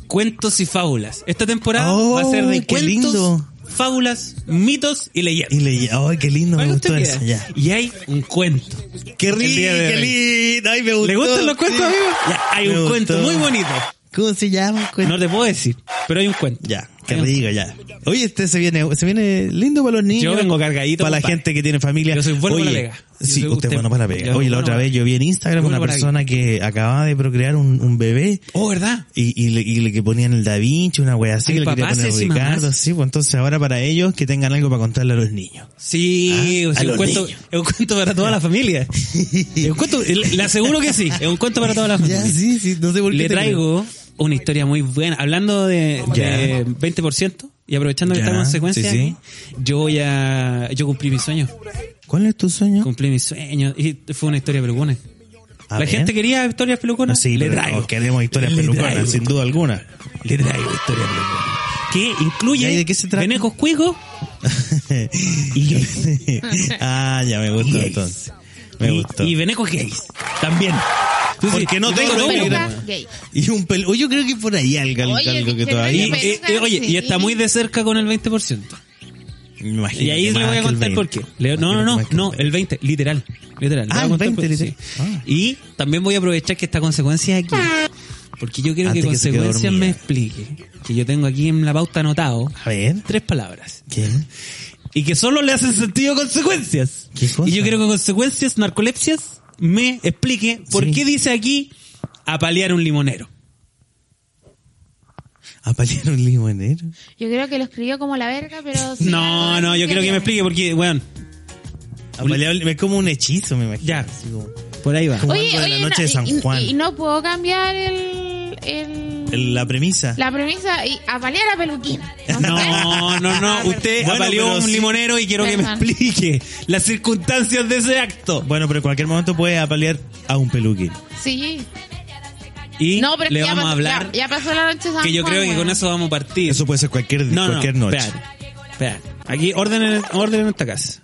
Speaker 3: cuentos y fábulas. Esta temporada
Speaker 1: Oh,
Speaker 3: va a ser de
Speaker 1: qué
Speaker 3: cuentos,
Speaker 1: lindo.
Speaker 3: fábulas, mitos y
Speaker 1: Y
Speaker 3: leyendas.
Speaker 1: le ¡ay, qué lindo! Me
Speaker 3: Haga usted
Speaker 1: gustó
Speaker 3: idea.
Speaker 1: eso, ya.
Speaker 3: Y hay un cuento.
Speaker 1: ¡Qué
Speaker 3: El
Speaker 1: rico,
Speaker 3: día de
Speaker 1: qué
Speaker 3: hoy.
Speaker 1: lindo! ¡Ay, me gustó!
Speaker 3: ¿Le gustan los cuentos,
Speaker 1: Sí.
Speaker 3: amigo? Ya, hay
Speaker 1: Me
Speaker 3: un cuento
Speaker 1: gustó.
Speaker 3: muy bonito.
Speaker 1: ¿Cómo se llama el cuento?
Speaker 3: No te puedo decir, pero hay un cuento.
Speaker 1: Ya, qué
Speaker 3: Hay un-
Speaker 1: rico, ya. Oye, este se viene, se viene lindo para los niños.
Speaker 3: Yo vengo cargadito,
Speaker 1: Para la
Speaker 3: compadre.
Speaker 1: gente que tiene familia.
Speaker 3: Yo soy bueno
Speaker 1: Oye,
Speaker 3: para la pega. Yo
Speaker 1: Sí,
Speaker 3: soy
Speaker 1: usted
Speaker 3: usted-
Speaker 1: es bueno para la
Speaker 3: yo
Speaker 1: pega.
Speaker 3: soy
Speaker 1: Oye, la
Speaker 3: bueno
Speaker 1: otra
Speaker 3: para-
Speaker 1: vez yo vi en Instagram
Speaker 3: Yo
Speaker 1: una
Speaker 3: bueno para la
Speaker 1: persona que acababa de procrear un, un bebé
Speaker 3: Oh, ¿verdad?
Speaker 1: y, y, le, y le que ponían el Da Vinci, una wea así,
Speaker 3: Hay
Speaker 1: que le quería
Speaker 3: papás
Speaker 1: poner
Speaker 3: y así mamás.
Speaker 1: Ricardo. Sí, pues entonces ahora para ellos que tengan algo para contarle a los
Speaker 3: [laughs]
Speaker 1: niños.
Speaker 3: Sí,
Speaker 1: Ah,
Speaker 3: es
Speaker 1: a los
Speaker 3: un cuento,
Speaker 1: niños.
Speaker 3: es un cuento para toda
Speaker 1: [laughs]
Speaker 3: la familia. Es un cuento, le le aseguro que sí, es un cuento para toda la familia.
Speaker 1: Ya, sí, sí, no sé por qué.
Speaker 3: Le
Speaker 1: te creo.
Speaker 3: traigo una historia muy buena. Hablando de,
Speaker 1: Ya.
Speaker 3: de 20% y aprovechando que
Speaker 1: Ya,
Speaker 3: está en consecuencia,
Speaker 1: sí, sí.
Speaker 3: yo voy a. Yo cumplí mi sueño.
Speaker 1: ¿Cuál es tu sueño?
Speaker 3: Cumplí mi sueño. Y fue una historia pelucona.
Speaker 1: A
Speaker 3: La
Speaker 1: ver.
Speaker 3: gente quería historias
Speaker 1: No,
Speaker 3: peluconas.
Speaker 1: sí,
Speaker 3: le
Speaker 1: pero
Speaker 3: traigo.
Speaker 1: no, queremos historias
Speaker 3: Le
Speaker 1: peluconas,
Speaker 3: traigo.
Speaker 1: sin duda alguna.
Speaker 3: Le traigo historia pelucona. Que
Speaker 1: ¿Ya, y
Speaker 3: incluye
Speaker 1: de qué se trata?
Speaker 3: venecos cuicos y gays.
Speaker 1: [laughs] ah, ya me gustó
Speaker 3: Gays.
Speaker 1: entonces. Me
Speaker 3: y,
Speaker 1: gustó.
Speaker 3: y venecos gays. También. Entonces,
Speaker 1: Porque no
Speaker 3: yo
Speaker 1: tengo
Speaker 3: creo que-
Speaker 1: peluca.
Speaker 2: Pelucas gay.
Speaker 1: Y un pelo. Yo creo que por ahí hay algo,
Speaker 2: Oye,
Speaker 1: algo que
Speaker 2: Vicente,
Speaker 1: todavía.
Speaker 3: Y,
Speaker 2: Pero
Speaker 3: eh, eh, oye, y
Speaker 2: sí.
Speaker 3: está muy de cerca con el 20%.
Speaker 1: Me imagino
Speaker 3: Y ahí
Speaker 1: que
Speaker 3: le
Speaker 1: más
Speaker 3: voy
Speaker 1: que
Speaker 3: a
Speaker 1: el
Speaker 3: contar
Speaker 1: 20.
Speaker 3: por qué. Le- no, no,
Speaker 1: Imagino que
Speaker 3: no,
Speaker 1: más que
Speaker 3: no,
Speaker 1: el
Speaker 3: el 20, literal. Literal. Le
Speaker 1: Ah,
Speaker 3: voy a
Speaker 1: el
Speaker 3: contar
Speaker 1: 20,
Speaker 3: por-
Speaker 1: literal.
Speaker 3: sí.
Speaker 1: Ah.
Speaker 3: Y también voy a aprovechar que esta consecuencia aquí. Porque yo quiero
Speaker 1: Antes
Speaker 3: que
Speaker 1: que se quede
Speaker 3: consecuencias
Speaker 1: dormida.
Speaker 3: me explique. Que yo tengo aquí en la pauta anotado
Speaker 1: A ver.
Speaker 3: tres palabras.
Speaker 1: ¿Qué?
Speaker 3: Y que solo le hacen sentido a consecuencias.
Speaker 1: ¿Qué cosa?
Speaker 3: Y yo quiero que consecuencias, narcolepsias, me explique por
Speaker 1: Sí.
Speaker 3: qué dice aquí apalear un limonero.
Speaker 1: ¿Apalear un limonero?
Speaker 2: Yo creo que lo escribió como la verga, pero... sí,
Speaker 3: No, no, yo quiero que me explique porque, bueno,
Speaker 1: Apalear un- es como un hechizo, me imagino.
Speaker 3: Ya.
Speaker 1: Así como-
Speaker 3: por ahí va.
Speaker 1: Como
Speaker 2: Oye,
Speaker 1: algo de
Speaker 2: oye,
Speaker 1: la noche
Speaker 2: no,
Speaker 1: de San
Speaker 2: y- y-
Speaker 1: Juan.
Speaker 2: Y, no puedo cambiar el... el,
Speaker 1: El- La premisa.
Speaker 2: La premisa y apalear a peluquín.
Speaker 3: [laughs] No, no, no. Usted
Speaker 1: Bueno,
Speaker 3: avalió
Speaker 1: pero
Speaker 3: un
Speaker 1: sí.
Speaker 3: limonero y quiero que me
Speaker 2: Perdón.
Speaker 3: explique las circunstancias de ese acto.
Speaker 1: Bueno, pero en cualquier momento puede apalear a un peluquín.
Speaker 2: Sí.
Speaker 3: Y
Speaker 2: No, pero es que
Speaker 3: le
Speaker 2: ya
Speaker 3: vamos a
Speaker 2: pasó-
Speaker 3: hablar
Speaker 2: Ya, ya pasó la noche de San
Speaker 3: que yo
Speaker 2: Juan,
Speaker 3: creo que
Speaker 2: weón.
Speaker 3: con eso vamos a partir.
Speaker 1: Eso puede ser cualquier,
Speaker 3: no, no,
Speaker 1: cualquier
Speaker 3: no,
Speaker 1: noche.
Speaker 3: espérate, espérate. Aquí orden en, orden en esta casa.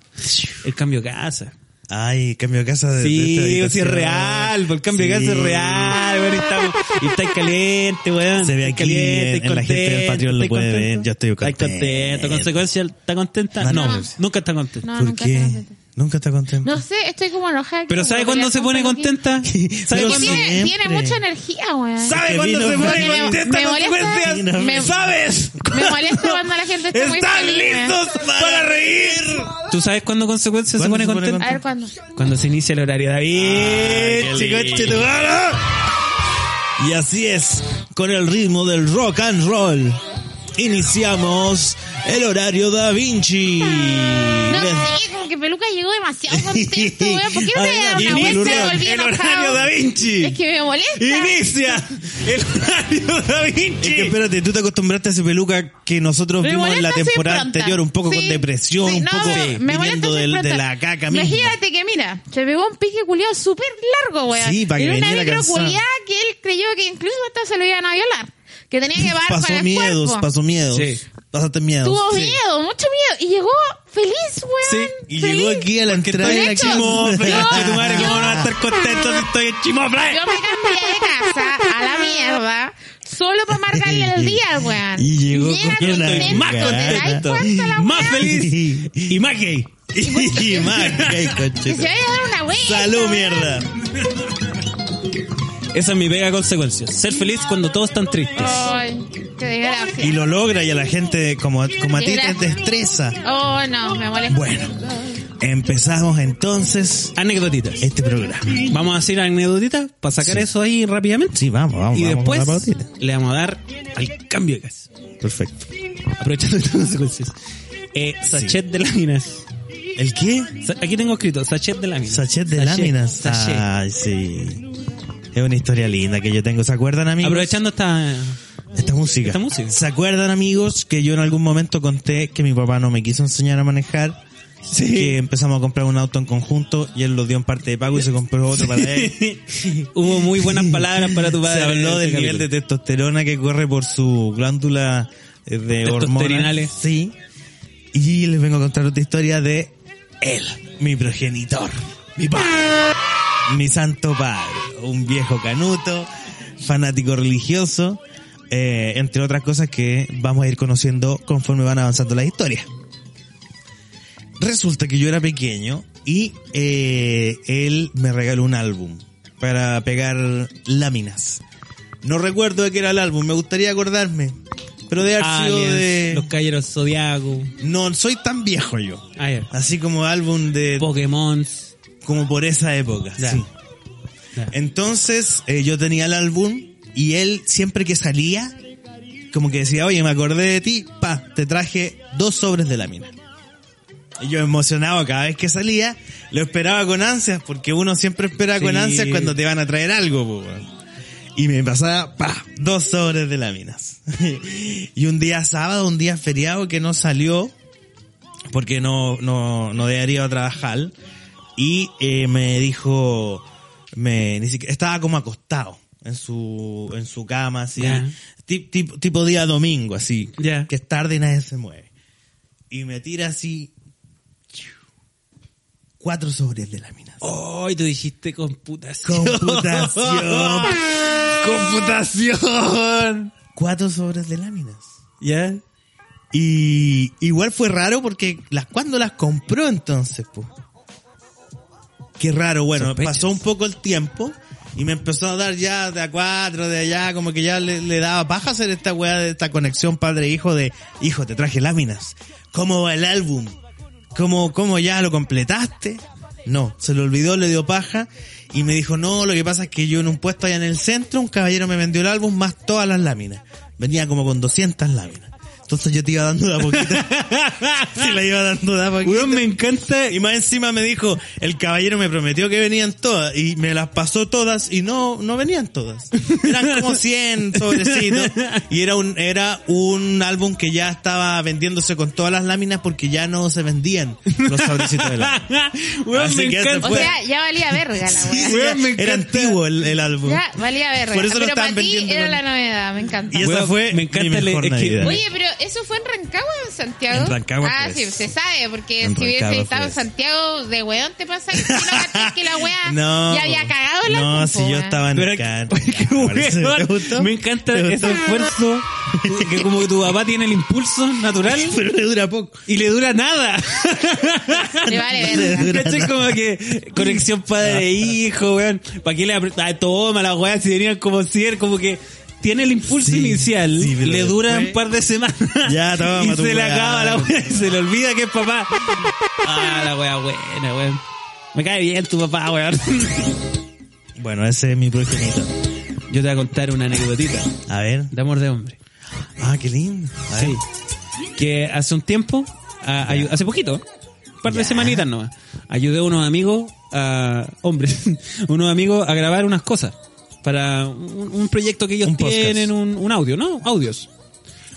Speaker 3: El cambio de casa.
Speaker 1: Ay, cambio de casa de. de
Speaker 3: Sí,
Speaker 1: esta
Speaker 3: sí es
Speaker 1: habitación.
Speaker 3: real, por el cambio de casa es
Speaker 1: Sí.
Speaker 3: real, weón, y estamos- y estáis caliente, weón.
Speaker 1: Se ve
Speaker 3: estáis
Speaker 1: aquí en- en la gente del
Speaker 3: contento,
Speaker 1: Patreon lo
Speaker 3: estáis
Speaker 1: puede
Speaker 3: contento.
Speaker 1: ver, yo estoy
Speaker 3: Estáis
Speaker 1: contento.
Speaker 3: contento, consecuencia, ¿está contenta?
Speaker 1: No,
Speaker 3: No,
Speaker 1: no.
Speaker 3: nunca está contenta.
Speaker 2: No,
Speaker 1: ¿Por
Speaker 2: nunca
Speaker 1: qué?
Speaker 2: está contenta.
Speaker 1: Nunca está contento.
Speaker 2: No sé, estoy como enojada.
Speaker 3: Pero ¿sabe cuándo se pone contenta?
Speaker 1: Pero
Speaker 3: ¿Sabe
Speaker 2: Porque
Speaker 1: sí.
Speaker 3: cuándo?
Speaker 2: tiene, tiene
Speaker 1: Siempre.
Speaker 2: mucha energía, weón.
Speaker 1: Que
Speaker 3: ¿Sabe cuándo
Speaker 1: vino
Speaker 3: se pone
Speaker 1: Fran-
Speaker 3: contenta
Speaker 2: Me molesta-
Speaker 3: consecuencias?
Speaker 1: me-
Speaker 2: [laughs]
Speaker 3: ¿Sabes?
Speaker 2: Me molesta cuando la gente está muy
Speaker 3: ¡Están
Speaker 2: feliz, weón.
Speaker 3: listos para reír! ¿Tú sabes cuándo consecuencias se
Speaker 1: ¿Cuándo
Speaker 3: pone
Speaker 1: se pone
Speaker 3: contenta? Ah,
Speaker 2: A ver cuándo.
Speaker 3: Cuando se inicia el horario David.
Speaker 1: Ay, qué
Speaker 3: Eh, Chicos,
Speaker 1: lindo.
Speaker 3: chetumano.
Speaker 1: Y así es, con el ritmo del rock and roll, iniciamos el horario Da Vinci.
Speaker 2: No
Speaker 1: Les-
Speaker 2: sé, como que Peluca llegó
Speaker 1: [laughs]
Speaker 2: demasiado contento, weón. ¿Por qué no te voy a dar
Speaker 1: Adelante,
Speaker 2: una vuelta y
Speaker 1: Peluca.
Speaker 2: volví
Speaker 3: el horario
Speaker 2: enojado?
Speaker 3: Da Vinci.
Speaker 2: Es que me molesta.
Speaker 3: Inicia el horario Da
Speaker 1: Es que
Speaker 3: Vinci.
Speaker 1: espérate, tú te acostumbraste a ese peluca que nosotros
Speaker 2: Me
Speaker 1: vimos en la
Speaker 2: molesta, soy
Speaker 1: temporada
Speaker 2: pronta.
Speaker 1: anterior, un poco
Speaker 2: Sí,
Speaker 1: con depresión,
Speaker 2: sí,
Speaker 1: un
Speaker 2: no,
Speaker 1: poco
Speaker 2: me- me molesta
Speaker 1: viniendo
Speaker 2: soy
Speaker 1: del- de,
Speaker 2: pronta.
Speaker 1: la caca misma.
Speaker 2: Imagínate que, mira, se pegó un pique culiado súper largo, weón.
Speaker 1: Sí, para que
Speaker 2: Era una
Speaker 1: viniera
Speaker 2: micro
Speaker 1: cansado.
Speaker 2: culiada que él creyó que incluso hasta se lo iban a violar. Que
Speaker 1: [laughs]
Speaker 2: tenía que pagar con
Speaker 1: Pasó
Speaker 2: el
Speaker 1: miedos,
Speaker 2: cuerpo.
Speaker 1: pasó miedos.
Speaker 3: Sí.
Speaker 1: Pasaste miedos.
Speaker 2: Tuvo
Speaker 1: Sí.
Speaker 2: miedo, mucho miedo. Y llegó feliz, weón.
Speaker 3: Sí,
Speaker 1: Y
Speaker 2: feliz.
Speaker 1: llegó aquí a la
Speaker 3: Porque
Speaker 1: entrada
Speaker 3: estoy
Speaker 1: de
Speaker 2: en
Speaker 1: la
Speaker 2: hecho.
Speaker 1: casa.
Speaker 3: Chimofle.
Speaker 2: Yo-
Speaker 3: Che, tu madre, ¿cómo no va a estar contento si estoy en Chimofle?
Speaker 2: Yo me cambié de casa a la mierda solo para marcarle
Speaker 1: [laughs]
Speaker 2: el día, weón.
Speaker 1: Y llegó
Speaker 2: Llega
Speaker 1: con una
Speaker 2: contento,
Speaker 1: gana.
Speaker 2: ¿te das cuenta la
Speaker 3: Más
Speaker 2: weá?
Speaker 3: feliz y más gay.
Speaker 1: [laughs] y más, qué
Speaker 2: Que se
Speaker 1: conchita.
Speaker 2: vaya a dar una vuelta.
Speaker 1: Salud, mierda.
Speaker 3: Esa es mi pega consecuencia. Ser feliz cuando todos están tristes.
Speaker 2: Ay, qué desgracia.
Speaker 1: Y lo logra y a la gente como, como a ti te destreza.
Speaker 2: Oh, no, me molesta.
Speaker 1: Bueno, empezamos entonces
Speaker 3: Anecdotitas.
Speaker 1: este programa.
Speaker 3: Vamos a hacer anecdotitas para sacar
Speaker 1: Sí.
Speaker 3: eso ahí rápidamente.
Speaker 1: Sí, vamos, vamos.
Speaker 3: y
Speaker 1: vamos con la
Speaker 3: después
Speaker 1: pautita.
Speaker 3: le vamos a dar al cambio de gas.
Speaker 1: Perfecto.
Speaker 3: Aprovechando estas consecuencias. Eh, sachet de láminas.
Speaker 1: ¿El qué?
Speaker 3: Sa- Aquí tengo escrito sachet de láminas.
Speaker 1: Sachet de láminas. Ah,
Speaker 3: sachet.
Speaker 1: Ay, sí. Es una historia linda que yo tengo. ¿Se acuerdan, amigos?
Speaker 3: Aprovechando esta...
Speaker 1: Esta música.
Speaker 3: Esta música.
Speaker 1: ¿Se acuerdan, amigos, que yo en algún momento conté que mi papá no me quiso enseñar a manejar? Sí. Que empezamos a comprar un auto en conjunto y él lo dio en parte de pago y se compró otro para [laughs] él.
Speaker 3: Hubo muy buenas palabras para tu
Speaker 1: [laughs]
Speaker 3: padre.
Speaker 1: Se habló del nivel de testosterona que corre por su glándula eh, de hormonas.
Speaker 3: Testosterinales.
Speaker 1: Sí. Y les vengo a contar otra historia de él, mi progenitor, mi padre, mi santo padre, un viejo canuto, fanático religioso, eh, entre otras cosas que vamos a ir conociendo conforme van avanzando las historias. Resulta que yo era pequeño y eh, él me regaló un álbum para pegar láminas. No recuerdo de qué era el álbum, me gustaría acordarme. Pero de haber sido
Speaker 3: Aliens,
Speaker 1: de...
Speaker 3: Ah, Los Caballeros Zodiaco.
Speaker 1: No soy tan viejo yo.
Speaker 3: Ah, ya.
Speaker 1: Así como álbum de...
Speaker 3: Pokémon.
Speaker 1: Como por esa época.
Speaker 3: Ya.
Speaker 1: sí.
Speaker 3: Ya.
Speaker 1: Entonces eh, yo tenía el álbum y él siempre que salía, como que decía, oye, me acordé de ti, pa, te traje dos sobres de lámina. Y yo emocionado cada vez que salía, lo esperaba con ansias, porque uno siempre espera con
Speaker 3: Sí.
Speaker 1: ansias cuando te van a traer algo, po, weón. Y me pasaba, pa, dos sobres de láminas. [laughs] y un día sábado, un día feriado que no salió, porque no, no, no dejaría a trabajar. Y eh, me dijo, me, ni siquiera, estaba como acostado en su, en su cama, así,
Speaker 3: Ya.
Speaker 1: ti- tipo, tipo día domingo, así,
Speaker 3: Ya.
Speaker 1: que es tarde y nadie se mueve. Y me tira así, cuatro sobres de láminas.
Speaker 3: Oh, y tú dijiste computación.
Speaker 1: [laughs] Computación. Computación. Cuatro sobres de láminas.
Speaker 3: [laughs] ¿Ya?
Speaker 1: Y igual fue raro porque las cuando las compró entonces, pues. Qué raro, bueno,
Speaker 3: Sospechas.
Speaker 1: pasó un poco el tiempo y me empezó a dar ya de a cuatro, de allá, como que ya le, le daba paja hacer esta weá de esta conexión padre-hijo de, hijo, te traje láminas. ¿Cómo va el álbum? ¿Cómo, cómo ya lo completaste? No, se lo olvidó, le dio paja y me dijo, no, lo que pasa es que yo en un puesto allá en el centro, un caballero me vendió el álbum más todas las láminas. Venía como con 200 láminas. Entonces yo te iba dando de a
Speaker 3: [laughs]
Speaker 1: poquito. [laughs] Se la iba dando de a poquito.
Speaker 3: Weón, me encanta.
Speaker 1: Y más encima me dijo, el caballero me prometió que venían todas y me las pasó todas y no, no venían todas. Eran como
Speaker 3: [laughs]
Speaker 1: 100 sobrecitos y era un, era un álbum que ya estaba vendiéndose con todas las láminas porque ya no se vendían los sobrecitos de láminas.
Speaker 3: [laughs] Weón,
Speaker 1: Así
Speaker 3: me
Speaker 1: que ese
Speaker 3: encanta.
Speaker 2: O
Speaker 1: fue-
Speaker 2: sea, ya valía verga la weá.
Speaker 1: Sí,
Speaker 3: [laughs] Weón, me
Speaker 1: era
Speaker 3: encanta.
Speaker 1: antiguo el, el álbum.
Speaker 2: Ya valía verga.
Speaker 1: Por eso lo
Speaker 2: pero
Speaker 1: estaban
Speaker 2: para ti
Speaker 1: vendiendo
Speaker 2: era
Speaker 1: con-
Speaker 2: la novedad, me encanta.
Speaker 1: Y esa
Speaker 3: Weón,
Speaker 1: fue
Speaker 3: me encanta
Speaker 1: mi
Speaker 3: el-
Speaker 1: mejor
Speaker 3: es que-
Speaker 1: Navidad.
Speaker 3: [laughs]
Speaker 2: Oye, pero ¿eso fue en Rancagua o en Santiago?
Speaker 1: En Rancagua,
Speaker 2: Ah,
Speaker 1: pues.
Speaker 2: sí, se sabe, porque
Speaker 1: En
Speaker 2: si hubiese
Speaker 1: Rancagua,
Speaker 2: estado en
Speaker 1: pues.
Speaker 2: Santiago, de weón te pasa que no cachas
Speaker 1: [laughs]
Speaker 2: que la weá
Speaker 1: no, pues.
Speaker 2: ya había cagado la
Speaker 1: Ah, No,
Speaker 2: compu,
Speaker 1: si yo
Speaker 2: weón.
Speaker 1: estaba en
Speaker 3: Pero-
Speaker 1: el can-
Speaker 3: [laughs] Qué
Speaker 1: Por eso, ¿te
Speaker 3: weón.
Speaker 1: gustó?
Speaker 3: Me encanta
Speaker 1: ¿Te
Speaker 3: ese
Speaker 1: gustó?
Speaker 3: esfuerzo que como que tu papá tiene el impulso natural
Speaker 1: [laughs] Pero le dura poco.
Speaker 3: y le dura nada.
Speaker 2: Le vale
Speaker 1: No [laughs] le
Speaker 2: verga.
Speaker 1: dura
Speaker 3: ¿Cachai?
Speaker 1: nada. Ah.
Speaker 3: Como que conexión padre e hijo, weón. ¿Para qué le apretaba? Toma la weá, si venían como si como que tiene el impulso
Speaker 1: Sí,
Speaker 3: inicial,
Speaker 1: sí, pero
Speaker 3: le dura
Speaker 1: después-
Speaker 3: un par de semanas
Speaker 1: Ya, toma
Speaker 3: [laughs] y
Speaker 1: tu
Speaker 3: se le
Speaker 1: weá.
Speaker 3: acaba la weá y se le olvida que es papá. Ah, la weá buena, weón. Me cae bien tu papá,
Speaker 1: [laughs]
Speaker 3: weón.
Speaker 1: Bueno, ese es mi progenitor.
Speaker 3: Yo te voy a contar una anécdotita
Speaker 1: A ver.
Speaker 3: de amor de hombre.
Speaker 1: Ah, qué lindo. A ver.
Speaker 3: Sí. Que hace un tiempo, a- ayu- hace poquito, un par de semanitas nomás, ayudé a unos amigos, a, hombres, [laughs] unos amigos a grabar unas cosas para un, un proyecto que ellos
Speaker 1: Un podcast.
Speaker 3: tienen, un, un audio, ¿no? Audios.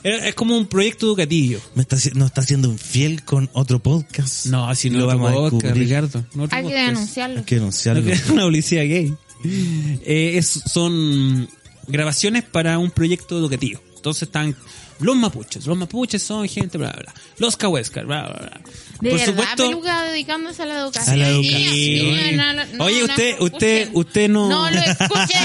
Speaker 3: Es, es como un proyecto educativo.
Speaker 1: Me está, haci- no está siendo infiel con otro podcast.
Speaker 3: No, así no
Speaker 1: lo vamos a
Speaker 3: podcast,
Speaker 1: descubrir.
Speaker 3: Ricardo. no otro
Speaker 2: Hay que
Speaker 3: podcast.
Speaker 1: Hay
Speaker 2: denunciarlo.
Speaker 1: que
Speaker 3: No,
Speaker 1: denunciarlo.
Speaker 3: que es una policía gay. Eh, es- son grabaciones para un proyecto educativo. Entonces están los mapuches. Los mapuches son gente, bla, bla. bla. Los cahuescas, bla, bla, bla.
Speaker 2: De
Speaker 3: Por
Speaker 2: verdad,
Speaker 3: supuesto.
Speaker 2: Peluca dedicándose a la educación.
Speaker 1: A la
Speaker 2: Sí,
Speaker 1: educación.
Speaker 2: sí, no, no, no,
Speaker 3: Oye,
Speaker 2: no
Speaker 3: usted-
Speaker 2: escuchen.
Speaker 3: usted- usted no-
Speaker 2: No lo escuchen.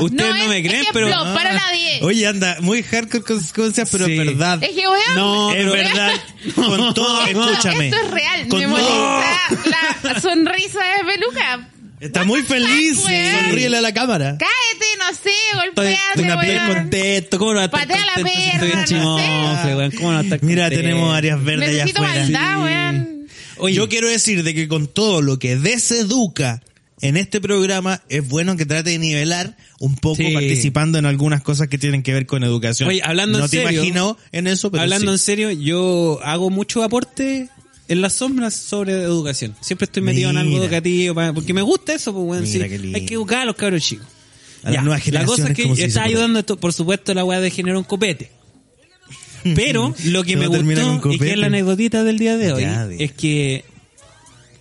Speaker 3: Ustedes no
Speaker 2: es
Speaker 3: me creen,
Speaker 2: ejemplo
Speaker 3: pero-
Speaker 2: para nadie.
Speaker 1: Oye, anda, muy hardcore con sus cosas, pero
Speaker 3: Sí.
Speaker 1: es verdad.
Speaker 2: es que, weón.
Speaker 3: No,
Speaker 1: Es
Speaker 3: pero-
Speaker 1: verdad.
Speaker 2: [laughs]
Speaker 3: [laughs]
Speaker 1: Con todo,
Speaker 2: esto,
Speaker 1: escúchame.
Speaker 2: Esto es real.
Speaker 1: Con
Speaker 2: me
Speaker 1: todo.
Speaker 2: molesta la sonrisa de Peluca.
Speaker 1: Está muy feliz.
Speaker 2: fuck, weón?
Speaker 1: Sonríele a la cámara.
Speaker 2: Cállate, no sé,
Speaker 1: Estoy,
Speaker 2: golpeate,
Speaker 1: estoy
Speaker 2: weón.
Speaker 1: bien contento. ¿Cómo no va a estar
Speaker 2: Patea la
Speaker 1: contento si estoy
Speaker 2: perra,
Speaker 1: en
Speaker 2: no
Speaker 1: Chimón?
Speaker 3: Chimofle, weón, ¿cómo no está
Speaker 1: Mira,
Speaker 3: contento?
Speaker 1: tenemos áreas verdes allá
Speaker 2: Necesito
Speaker 1: afuera.
Speaker 2: maldad,
Speaker 3: Sí.
Speaker 2: weón.
Speaker 1: Oye, yo quiero decir de que con todo lo que deseduca en este programa, es bueno que trate de nivelar un poco
Speaker 3: Sí.
Speaker 1: participando en algunas cosas que tienen que ver con educación.
Speaker 3: Oye, hablando
Speaker 1: no
Speaker 3: en
Speaker 1: te
Speaker 3: serio-
Speaker 1: imagino en eso, pero
Speaker 3: Hablando en
Speaker 1: sí.
Speaker 3: serio, yo hago mucho aporte en las sombras sobre educación. Siempre estoy metido en algo
Speaker 1: Mira.
Speaker 3: educativo, pa- porque me gusta eso, pues, weón.
Speaker 1: Mira
Speaker 3: sí.
Speaker 1: qué lindo.
Speaker 3: hay que educar a los cabros chicos.
Speaker 1: A las nuevas
Speaker 3: la cosa
Speaker 1: generaciones,
Speaker 3: es que
Speaker 1: como se dice
Speaker 3: está
Speaker 1: por ahí.
Speaker 3: ayudando, esto, por supuesto, la weá de generar
Speaker 1: [laughs]
Speaker 3: un copete. Pero lo que
Speaker 1: Todo
Speaker 3: me
Speaker 1: termina
Speaker 3: gustó
Speaker 1: con
Speaker 3: y que es
Speaker 1: copete.
Speaker 3: la anécdotita del día de hoy
Speaker 1: Ya, de-
Speaker 3: es que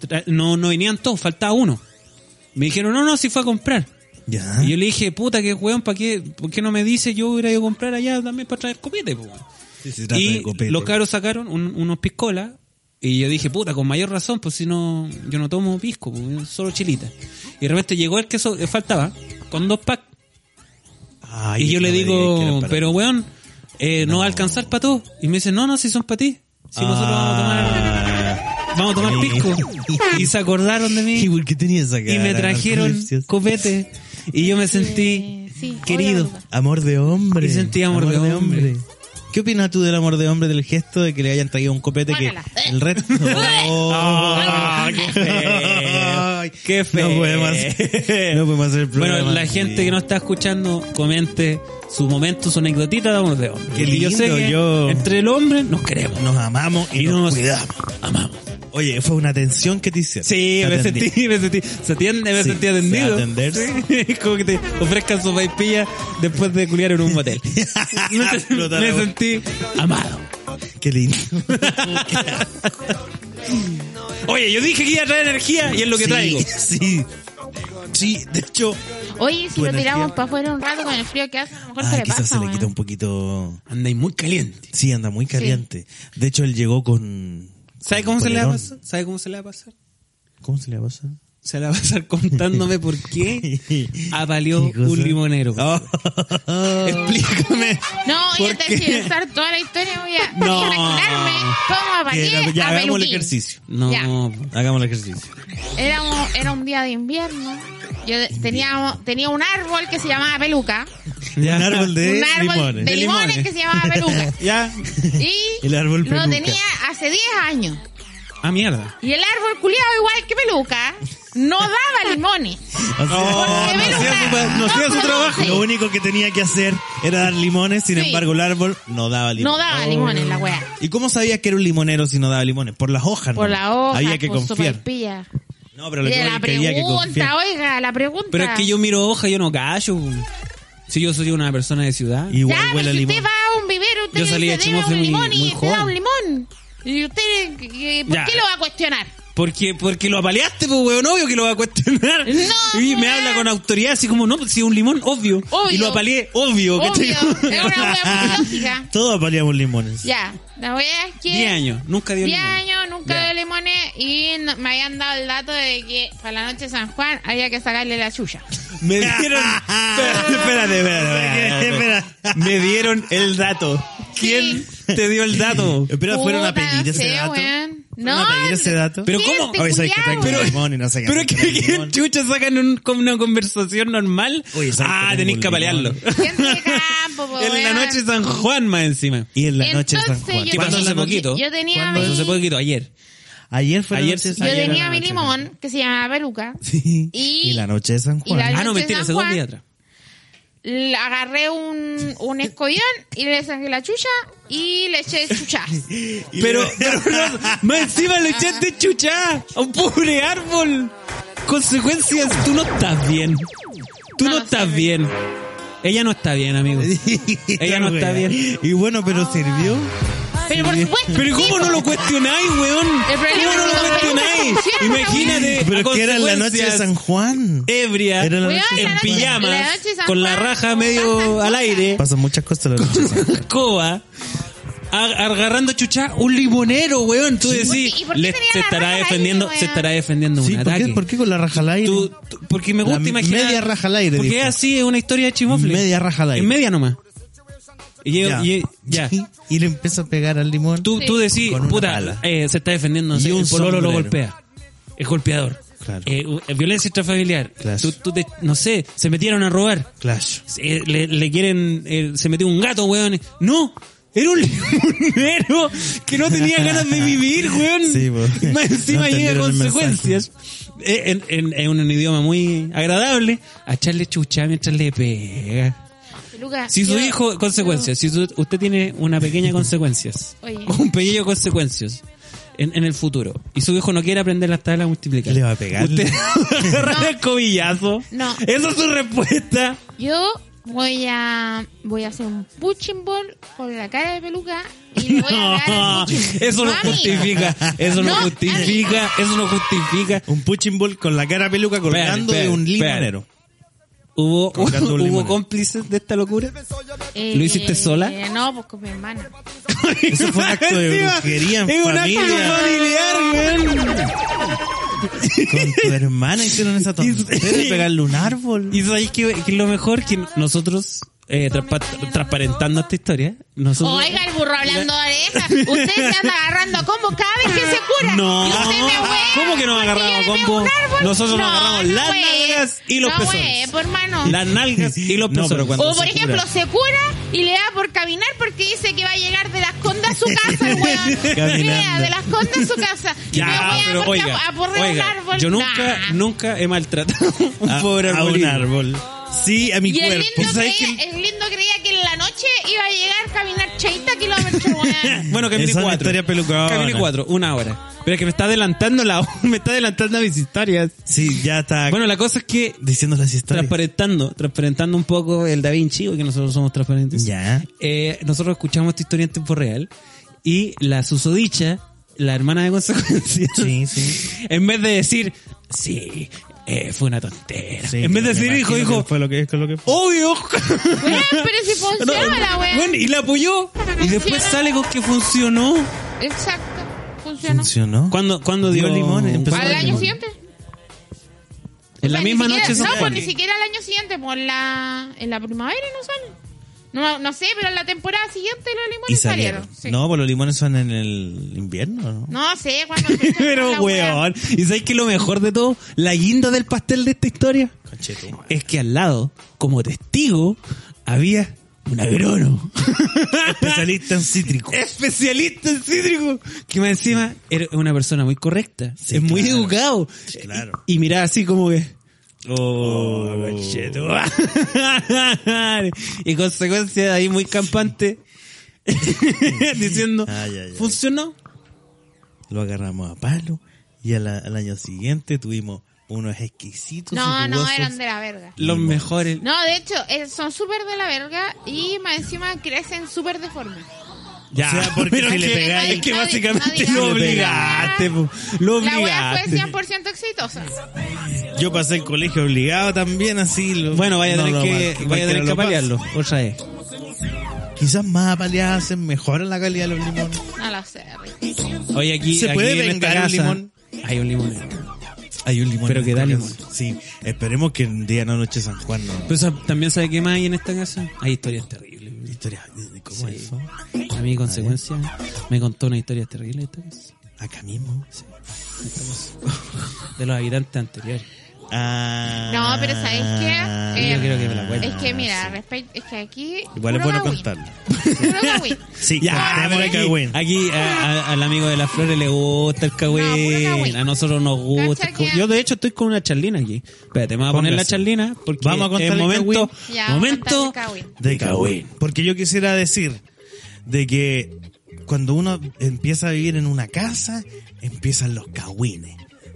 Speaker 3: tra- no, no venían todos, faltaba uno. Me dijeron, no, no, si fue a comprar.
Speaker 1: Ya.
Speaker 3: Y yo le dije, puta, qué weón, ¿para qué? ¿Por qué no me dice yo hubiera ido a comprar allá también para traer copete, pues, weón?
Speaker 1: Se trata de
Speaker 3: Y
Speaker 1: copete.
Speaker 3: los cabros sacaron un- unos piscolas. Y yo dije, puta, con mayor razón, pues si no, yo no tomo pisco, pues, solo chilita. Y de repente llegó el que so- eh, faltaba, con dos packs.
Speaker 1: Ay,
Speaker 3: Y yo
Speaker 1: no
Speaker 3: le
Speaker 1: me digas que
Speaker 3: digo,
Speaker 1: era para-
Speaker 3: pero weón, eh, no. va a alcanzar para todos. Y me dice, no, no, si son para ti. Si nosotros vamos a tomar,
Speaker 1: Ah.
Speaker 3: vamos a tomar
Speaker 1: Sí.
Speaker 3: pisco.
Speaker 1: [laughs]
Speaker 3: Y se acordaron de
Speaker 1: ¿Y
Speaker 3: mí.
Speaker 1: por qué tenía esa cara?
Speaker 3: Y me trajeron
Speaker 1: Narcolepsia.
Speaker 3: copete. Y yo me sentí
Speaker 2: sí,
Speaker 3: querido.
Speaker 2: obvio.
Speaker 1: Amor de hombre.
Speaker 3: Y sentí amor de hombre.
Speaker 1: ¿Qué opinas tú del amor de hombre, del gesto de que le hayan traído un copete
Speaker 2: Guácala.
Speaker 1: que el resto...
Speaker 3: Ah, qué
Speaker 1: Ay,
Speaker 3: feo. Qué feo.
Speaker 1: No podemos hacer, no podemos hacer el programa.
Speaker 3: Bueno, la gente que nos está escuchando, comente su momento, su anecdotita de amor de hombre.
Speaker 1: Qué
Speaker 3: Y yo
Speaker 1: lindo,
Speaker 3: sé que
Speaker 1: yo-
Speaker 3: entre el hombre nos queremos.
Speaker 1: Nos amamos y,
Speaker 3: Y
Speaker 1: nos,
Speaker 3: nos
Speaker 1: cuidamos.
Speaker 3: amamos.
Speaker 1: Oye, fue una atención que te hicieron.
Speaker 3: Sí,
Speaker 1: Te
Speaker 3: me
Speaker 1: atendí.
Speaker 3: sentí, [laughs] me sentí, se atiende, me
Speaker 1: Sí,
Speaker 3: sentí atendido.
Speaker 1: se atenderse.
Speaker 3: Sí, [laughs] es como que te ofrezcan su vaipilla después de culiar en
Speaker 1: [laughs]
Speaker 3: un motel. me,
Speaker 1: Explotar la boca.
Speaker 3: sentí amado.
Speaker 1: Qué
Speaker 3: [laughs]
Speaker 1: lindo.
Speaker 3: Oye, yo dije que iba a traer energía y es lo que
Speaker 1: Sí,
Speaker 3: traigo.
Speaker 1: Sí. Sí, de hecho...
Speaker 2: Oye, si
Speaker 1: Tu
Speaker 2: lo
Speaker 1: energía.
Speaker 2: tiramos para afuera un rato con el frío que hace, a lo mejor se
Speaker 1: Ah,
Speaker 2: le
Speaker 1: quizás
Speaker 2: pasa.
Speaker 1: se le
Speaker 2: weón.
Speaker 1: quita un poquito...
Speaker 3: Andáis muy caliente.
Speaker 1: Sí, anda muy caliente. De hecho, él llegó con...
Speaker 3: ¿Sabe
Speaker 1: con
Speaker 3: cómo se le va a
Speaker 1: polerón.
Speaker 3: pasar? ¿Sabe cómo se le va a pasar?
Speaker 1: ¿Cómo se le va a pasar?
Speaker 3: Se la va a pasar contándome por qué
Speaker 1: [laughs]
Speaker 3: avalió
Speaker 1: Qué cosa. Oh.
Speaker 3: un [laughs] limonero.
Speaker 1: Explícame.
Speaker 2: No, voy a
Speaker 3: ¿Por
Speaker 2: tener que
Speaker 3: qué?
Speaker 2: pensar toda la historia.
Speaker 1: [laughs]
Speaker 2: Voy a
Speaker 3: No.
Speaker 2: imaginarme cómo
Speaker 1: Ya,
Speaker 2: apagué
Speaker 1: ya,
Speaker 2: a
Speaker 1: hagamos el
Speaker 2: Peluquín.
Speaker 1: ejercicio.
Speaker 3: No,
Speaker 2: Ya.
Speaker 1: Hagamos el ejercicio.
Speaker 2: Era un, era un día de invierno. Yo tenía, tenía un árbol que se llamaba Peluca.
Speaker 3: ya.
Speaker 1: Un árbol de
Speaker 2: un árbol
Speaker 1: limones.
Speaker 2: de
Speaker 3: De
Speaker 2: limones,
Speaker 3: limones.
Speaker 2: que se llamaba Peluca.
Speaker 1: [laughs]
Speaker 3: Ya.
Speaker 2: Y
Speaker 1: El árbol
Speaker 2: lo
Speaker 1: Peluca.
Speaker 2: tenía hace 10 años.
Speaker 3: Ah, mierda.
Speaker 2: Y el árbol culiado, igual que Peluca, no daba limones.
Speaker 1: O sea,
Speaker 2: [laughs] Porque
Speaker 3: no Oh, hacía
Speaker 2: Peluca
Speaker 3: su pa- no hacía su
Speaker 2: produce.
Speaker 3: trabajo.
Speaker 1: Lo único que tenía que hacer era dar limones, sin
Speaker 2: Sí.
Speaker 1: embargo el árbol no daba limones.
Speaker 2: No daba limones la wea.
Speaker 1: ¿Y cómo sabías que era un limonero si no daba limones? Por las hojas.
Speaker 2: Por
Speaker 1: ¿no?
Speaker 2: la hoja,
Speaker 1: Había que
Speaker 2: por su
Speaker 1: confiar.
Speaker 2: palpilla.
Speaker 1: No, pero
Speaker 2: Y
Speaker 1: lo que
Speaker 2: de
Speaker 1: voy
Speaker 2: la
Speaker 1: es que había que
Speaker 2: pregunta,
Speaker 1: confiar.
Speaker 2: oiga, la pregunta.
Speaker 3: Pero es que yo miro hoja, yo no callo. Si yo soy una persona de ciudad.
Speaker 2: Ya,
Speaker 1: Igual
Speaker 2: pero
Speaker 1: huele a
Speaker 2: si
Speaker 1: limón.
Speaker 2: usted va a un vivero, usted
Speaker 3: Yo salí
Speaker 2: le
Speaker 3: de
Speaker 2: dice, "Deme
Speaker 3: Chimofle
Speaker 2: un
Speaker 3: muy-
Speaker 2: limón
Speaker 3: muy
Speaker 2: y te da
Speaker 3: joven.
Speaker 2: un limón. Y usted, eh, ¿por
Speaker 3: Ya.
Speaker 2: qué lo va a cuestionar?
Speaker 3: Porque, porque lo apaleaste, pues, weón, obvio que lo va a cuestionar.
Speaker 2: [laughs] No,
Speaker 3: y me
Speaker 2: weón.
Speaker 3: habla con autoridad, así como, no, si es un limón, obvio.
Speaker 2: Obvio.
Speaker 3: Y lo apaleé, obvio. ¿cachai?
Speaker 2: Obvio, es una wea
Speaker 1: [laughs]
Speaker 2: muy lógica.
Speaker 1: Todos apaleamos limones.
Speaker 2: Ya, la wea es que...
Speaker 3: [laughs] Diez años, nunca dio
Speaker 2: 10
Speaker 3: limón.
Speaker 2: años, nunca
Speaker 3: Ya.
Speaker 2: dio limones y no- me habían dado el dato de que para la noche de San Juan había que sacarle la chucha.
Speaker 1: [laughs]
Speaker 3: Me dieron. espérate, espérate, espérate, espérate. Me dieron el dato. ¿Quién te dio el
Speaker 1: [laughs]
Speaker 3: dato?
Speaker 1: Pero fueron a
Speaker 2: Puta,
Speaker 1: pedir
Speaker 2: no
Speaker 1: ese
Speaker 2: sé,
Speaker 1: dato.
Speaker 2: weón.
Speaker 1: ¿Fueron
Speaker 2: No,
Speaker 1: a pedir ese dato.
Speaker 3: Pero ¿cómo?
Speaker 2: gente,
Speaker 1: Oye, ¿sabes Ah, que
Speaker 2: culiao,
Speaker 1: tengo
Speaker 2: weón.
Speaker 1: limón y no sé qué
Speaker 3: Pero
Speaker 1: hacer con
Speaker 3: que,
Speaker 1: el
Speaker 3: que
Speaker 1: limón?
Speaker 3: chucha sacan un- como una conversación normal.
Speaker 1: Oye, ¿sabes que
Speaker 3: ah,
Speaker 1: tengo
Speaker 3: tenéis
Speaker 1: un
Speaker 3: que apalearlo.
Speaker 1: limón?
Speaker 2: Gente de campo, po,
Speaker 3: [laughs] en la
Speaker 2: weón.
Speaker 3: noche de San Juan más encima.
Speaker 1: Y en la noche de
Speaker 2: Entonces,
Speaker 1: San Juan.
Speaker 2: yo
Speaker 3: ¿Qué pasó
Speaker 2: tenía-
Speaker 3: hace poquito?
Speaker 2: Yo tenía
Speaker 1: ¿Cuándo?
Speaker 2: mi-
Speaker 3: Eso se puede quitar ayer.
Speaker 1: Ayer fue la
Speaker 3: Ayer-
Speaker 1: noche de San Juan.
Speaker 2: Yo
Speaker 3: Ayer
Speaker 2: tenía
Speaker 3: en la
Speaker 2: mi
Speaker 3: noche.
Speaker 2: limón que se llamaba Peluca.
Speaker 1: [laughs] Sí.
Speaker 2: Y-
Speaker 1: Y, la noche de San
Speaker 2: y
Speaker 1: Juan. [laughs]
Speaker 2: la
Speaker 3: Ah, no,
Speaker 2: noche de
Speaker 3: mentira,
Speaker 2: San
Speaker 3: hace dos
Speaker 2: Juan.
Speaker 3: días atrás.
Speaker 2: Le agarré un, un escollón y le saqué la chucha y le eché chuchas.
Speaker 1: [laughs]
Speaker 3: Pero, [laughs] pero no, más encima le echaste chucha a un pobre árbol. Consecuencias, tú no estás bien. Tú
Speaker 2: No,
Speaker 3: no,
Speaker 2: no
Speaker 3: estás
Speaker 2: sé.
Speaker 3: bien.
Speaker 1: [laughs]
Speaker 3: Ella no está bien, amigo. Ella no está bien.
Speaker 2: Ah.
Speaker 1: Y bueno, pero sirvió.
Speaker 2: Pero por supuesto.
Speaker 3: Pero ¿cómo no lo cuestionáis, weón?
Speaker 2: El problema
Speaker 3: ¿Cómo no
Speaker 2: es que
Speaker 3: lo
Speaker 2: no
Speaker 3: cuestionáis?
Speaker 2: pusieron la
Speaker 3: Imagínate.
Speaker 1: Pero
Speaker 3: a
Speaker 1: que era la noche de
Speaker 3: consecuencias
Speaker 1: San Juan.
Speaker 3: Ebria,
Speaker 1: Era la
Speaker 2: Weón,
Speaker 1: noche de
Speaker 2: la
Speaker 1: San
Speaker 3: en
Speaker 2: noche-
Speaker 1: Juan.
Speaker 3: pijamas,
Speaker 2: la noche de San
Speaker 3: con la
Speaker 2: Juan,
Speaker 3: raja
Speaker 2: pasan
Speaker 3: medio
Speaker 2: cosas.
Speaker 3: al aire,
Speaker 1: Pasan muchas cosas la noche de San Juan.
Speaker 3: escoba, ag- agarrando chucha, un limonero, weón. Tú decís,
Speaker 2: ¿Y por qué
Speaker 3: le-
Speaker 2: tenía
Speaker 3: se
Speaker 2: la
Speaker 3: estará
Speaker 2: raja al
Speaker 3: defendiendo,
Speaker 2: aire,
Speaker 3: se
Speaker 2: weón?
Speaker 3: estará defendiendo un
Speaker 1: Sí, ¿por
Speaker 3: ataque.
Speaker 1: qué, por qué con la raja al aire?
Speaker 3: Tú- tú- porque me
Speaker 1: La
Speaker 3: gusta imaginar.
Speaker 1: media raja al aire,
Speaker 3: Porque
Speaker 1: dijo.
Speaker 3: así es una historia de chimofle.
Speaker 1: Media raja al aire.
Speaker 3: En media nomás. Y yo-
Speaker 1: ya.
Speaker 3: y- ya.
Speaker 1: Y le empieza a pegar al limón.
Speaker 3: Tú,
Speaker 2: Sí.
Speaker 3: tú decís,
Speaker 1: Con una
Speaker 3: puta,
Speaker 1: pala.
Speaker 3: eh, se está defendiendo, no sé,
Speaker 1: Y un
Speaker 3: el pololo lo
Speaker 1: sombrero.
Speaker 3: golpea. Es golpeador.
Speaker 1: Claro.
Speaker 3: Eh, u- eh, violencia intrafamiliar.
Speaker 1: Claro.
Speaker 3: Tú, tú te- no sé, se metieron a robar.
Speaker 1: Clash.
Speaker 3: Eh, le, le quieren, eh, se metió un gato, weón. No, era un [laughs] limonero que no tenía ganas de vivir, weón.
Speaker 1: Sí, po.
Speaker 3: Y Más encima
Speaker 1: No
Speaker 3: llega
Speaker 1: entendieron el
Speaker 3: consecuencias. Eh, En, en- en un idioma muy agradable, a echarle chucha mientras le pega.
Speaker 2: Lucas,
Speaker 3: Si su
Speaker 2: yo-
Speaker 3: hijo, consecuencias. Si su- usted tiene una
Speaker 1: [laughs]
Speaker 3: pequeña consecuencias.
Speaker 2: Oye.
Speaker 3: o [laughs] Un pequeño consecuencias. En, en el futuro. Y su hijo no quiere aprender las tablas multiplicadas.
Speaker 1: Le va a pegar.
Speaker 3: Usted [laughs] agarra el cobillazo.
Speaker 2: No.
Speaker 3: Esa es su respuesta.
Speaker 2: Yo voy a voy a hacer un punching ball con la cara de peluca y le
Speaker 3: [laughs]
Speaker 2: voy a dar
Speaker 3: No,
Speaker 2: el punching ball.
Speaker 3: eso no
Speaker 2: a mí.
Speaker 3: justifica. Eso no,
Speaker 2: No, a mí.
Speaker 3: justifica. Eso no justifica.
Speaker 1: Un punching ball con la cara peluca colgando
Speaker 3: espérate,
Speaker 1: de un
Speaker 3: espérate.
Speaker 1: limonero.
Speaker 3: [laughs] ¿Hubo,
Speaker 1: Colgando un
Speaker 3: ¿hubo
Speaker 1: limonero.
Speaker 3: cómplices de esta locura?
Speaker 2: Eh,
Speaker 3: ¿Lo hiciste sola?
Speaker 2: eh, no, pues con mi hermana.
Speaker 1: Eso fue un acto de
Speaker 3: [laughs] Encima,
Speaker 1: brujería en
Speaker 3: es un
Speaker 1: familia.
Speaker 3: acto familiar, weón.
Speaker 1: Con tu hermana hicieron [laughs] esa tontera de pegarle un árbol.
Speaker 3: Y sabéis que, que lo mejor que nosotros, eh, traspa- transparentando esta historia, nosotros.
Speaker 2: Oiga, el burro hablando de orejas. Usted se anda agarrando a combo cada vez que se cura.
Speaker 3: No,
Speaker 2: Y usted me huea
Speaker 3: ¿cómo que nos
Speaker 2: porque
Speaker 3: agarramos a
Speaker 2: yo le pego
Speaker 3: combo?
Speaker 2: un árbol.
Speaker 3: Nosotros nos
Speaker 2: No,
Speaker 3: agarramos las
Speaker 2: no huee.
Speaker 3: nalgas y los
Speaker 2: no
Speaker 3: pezones.
Speaker 2: huee, pues, hermano.
Speaker 3: Las nalgas y los
Speaker 1: [laughs] No,
Speaker 3: pezones.
Speaker 1: pero cuando-
Speaker 2: O por
Speaker 1: se
Speaker 2: ejemplo,
Speaker 1: cura.
Speaker 2: se cura y le da por caminar porque dice que va a llegar de las condas a su
Speaker 3: [laughs]
Speaker 2: casa, el weón.
Speaker 1: Caminando.
Speaker 2: Lea, de las condas a su casa.
Speaker 3: Ya,
Speaker 2: Me voy a
Speaker 3: pero
Speaker 2: cortar-
Speaker 3: oiga,
Speaker 2: a borrar un
Speaker 3: oiga,
Speaker 2: árbol.
Speaker 3: yo nunca,
Speaker 2: Nah.
Speaker 3: nunca he maltratado a un
Speaker 1: A-
Speaker 3: pobre
Speaker 1: a un
Speaker 3: arbolino.
Speaker 1: árbol. Sí, a mi
Speaker 2: Y el
Speaker 1: cuerpo.
Speaker 2: lindo,
Speaker 1: ¿Sabes
Speaker 2: creía,
Speaker 1: qué?
Speaker 2: el lindo creía que en la noche iba a llegar a caminar 30 kilómetros,
Speaker 3: [laughs]
Speaker 2: weón.
Speaker 3: Bueno,
Speaker 1: Esa
Speaker 3: Camille
Speaker 1: es mi
Speaker 3: 4.
Speaker 1: historia pelucona.
Speaker 3: Camille 4, una hora. Pero es que me está adelantando la [laughs] me está adelantando a mis historias.
Speaker 1: Sí, ya está
Speaker 3: Bueno, la cosa es que
Speaker 1: diciendo las historias.
Speaker 3: transparentando, transparentando un poco el Da Vinci, porque nosotros somos transparentes.
Speaker 1: Ya.
Speaker 3: Eh, nosotros escuchamos esta historia en tiempo real y la susodicha, la hermana de consecuencias,
Speaker 1: Sí, sí.
Speaker 3: [laughs] en vez de decir, sí, eh, fue una tontera.
Speaker 1: Sí,
Speaker 3: en vez de
Speaker 1: me
Speaker 3: decir, hijo,
Speaker 1: imagino
Speaker 3: hijo,
Speaker 1: que Fue lo que es lo que fue.
Speaker 3: obvio.
Speaker 2: Weón, pero si
Speaker 3: [laughs] No,
Speaker 2: funciona la weón.
Speaker 3: bueno, y la apoyó. Y después
Speaker 2: Funciona.
Speaker 3: sale con que funcionó.
Speaker 2: Exacto, funcionó.
Speaker 1: Funcionó.
Speaker 3: Cuando, cuando
Speaker 1: Dio
Speaker 3: dio,
Speaker 1: limón, empezó
Speaker 2: Al
Speaker 1: Funcionó.
Speaker 2: año siguiente.
Speaker 3: En la
Speaker 2: O sea, ni
Speaker 3: misma
Speaker 2: siquiera-
Speaker 3: noche. se
Speaker 2: No, pues
Speaker 3: supone.
Speaker 2: ni
Speaker 3: [laughs]
Speaker 2: siquiera al año siguiente, pues la, en la primavera no salen. No, no sé, pero en la temporada siguiente los limones
Speaker 1: Y
Speaker 2: salieron.
Speaker 1: salieron.
Speaker 2: sí.
Speaker 1: No, pues los limones son en el invierno, ¿no?
Speaker 2: No sé
Speaker 3: [laughs]
Speaker 2: cuándo.
Speaker 3: Pero, weón. ¿Y sabes que lo mejor de todo? La guinda del pastel de esta historia
Speaker 1: Conchetumare.
Speaker 3: es que al lado, como testigo, había
Speaker 1: [laughs]
Speaker 3: un agrónomo.
Speaker 1: Especialista en cítrico.
Speaker 3: Especialista en cítrico. Que más encima era una persona muy correcta.
Speaker 1: Sí,
Speaker 3: es muy
Speaker 1: claro.
Speaker 3: educado.
Speaker 1: Sí, claro.
Speaker 3: Y, y miraba así como que.
Speaker 1: Oh,
Speaker 3: conchetumare. [laughs] y consecuencia de ahí muy campante. [laughs] diciendo,
Speaker 1: Ay, ay, ay.
Speaker 3: funcionó.
Speaker 1: Lo agarramos a palo y a la- al año siguiente tuvimos unos exquisitos.
Speaker 2: No,
Speaker 1: y
Speaker 2: no,
Speaker 1: jugosos-
Speaker 2: eran de la verga.
Speaker 3: Los
Speaker 1: Limón.
Speaker 3: mejores.
Speaker 2: No, de hecho, eh, son súper de la verga y más encima crecen súper deformes.
Speaker 1: Ya, porque
Speaker 3: pero
Speaker 1: si
Speaker 3: es
Speaker 1: le
Speaker 3: que-
Speaker 1: pegáis-
Speaker 3: Es que
Speaker 2: No di-
Speaker 3: básicamente
Speaker 2: no
Speaker 3: lo
Speaker 2: digas.
Speaker 3: obligaste, po. Lo
Speaker 2: La weá fue
Speaker 3: obligaste.
Speaker 2: 100% exitosa.
Speaker 1: Yo pasé el colegio obligado también, así. lo-
Speaker 3: Bueno, vaya a
Speaker 1: no
Speaker 3: tener
Speaker 1: lo
Speaker 3: que,
Speaker 1: mal-
Speaker 3: vaya a tener
Speaker 1: cualquiera
Speaker 3: que
Speaker 1: lo pasa.
Speaker 3: apalearlo. Otra vez.
Speaker 1: Quizás más apaleadas hacen mejor la calidad de los limones.
Speaker 2: No lo sé. Rick.
Speaker 3: Oye, aquí.
Speaker 1: ¿Se
Speaker 3: aquí
Speaker 1: puede
Speaker 3: en esta
Speaker 1: vengar un
Speaker 3: casa
Speaker 1: limón?
Speaker 3: Hay un limón.
Speaker 1: Hay un limón.
Speaker 3: Pero
Speaker 1: en
Speaker 3: que da
Speaker 1: esta
Speaker 3: limón.
Speaker 1: casa. Sí, esperemos que en día no noche San Juan no.
Speaker 3: Pero sa- también sabe qué más hay en esta casa. Hay historias terribles. bro.
Speaker 1: Historia, ¿cómo es
Speaker 3: Sí.
Speaker 1: eso?
Speaker 3: A mí, consecuencia, me contó una historia terrible de esta casa.
Speaker 1: Acá mismo. sí.
Speaker 3: De los habitantes anteriores.
Speaker 1: Ah,
Speaker 2: No, pero ¿sabéis qué? Eh,
Speaker 3: yo creo que me la cuento.
Speaker 2: Es que mira, respect- es que aquí...
Speaker 1: Igual es
Speaker 2: puro
Speaker 1: bueno
Speaker 2: cagüín.
Speaker 1: contarlo.
Speaker 2: Puro
Speaker 3: [laughs]
Speaker 2: cagüín.
Speaker 1: Sí,
Speaker 3: pero
Speaker 1: contémosle,
Speaker 3: aquí,
Speaker 1: Cagüín.
Speaker 3: aquí a- a- al amigo de las flores le gusta el
Speaker 2: No, puro
Speaker 3: cagüín.
Speaker 2: cagüín.
Speaker 3: A nosotros nos gusta.
Speaker 2: Cacha
Speaker 3: el cagüín.
Speaker 2: que-
Speaker 3: Yo, de hecho, estoy con una charlina aquí. Espérate, me voy a poner
Speaker 1: Póngase.
Speaker 3: la charlina porque
Speaker 1: Vamos a contar
Speaker 3: es
Speaker 1: el
Speaker 3: momento.
Speaker 1: cagüín.
Speaker 2: Ya,
Speaker 3: momento.
Speaker 2: vamos a contar el cagüín.
Speaker 1: de Cahuín. Porque yo quisiera decir de que cuando uno empieza a vivir en una casa, empiezan los cagüines.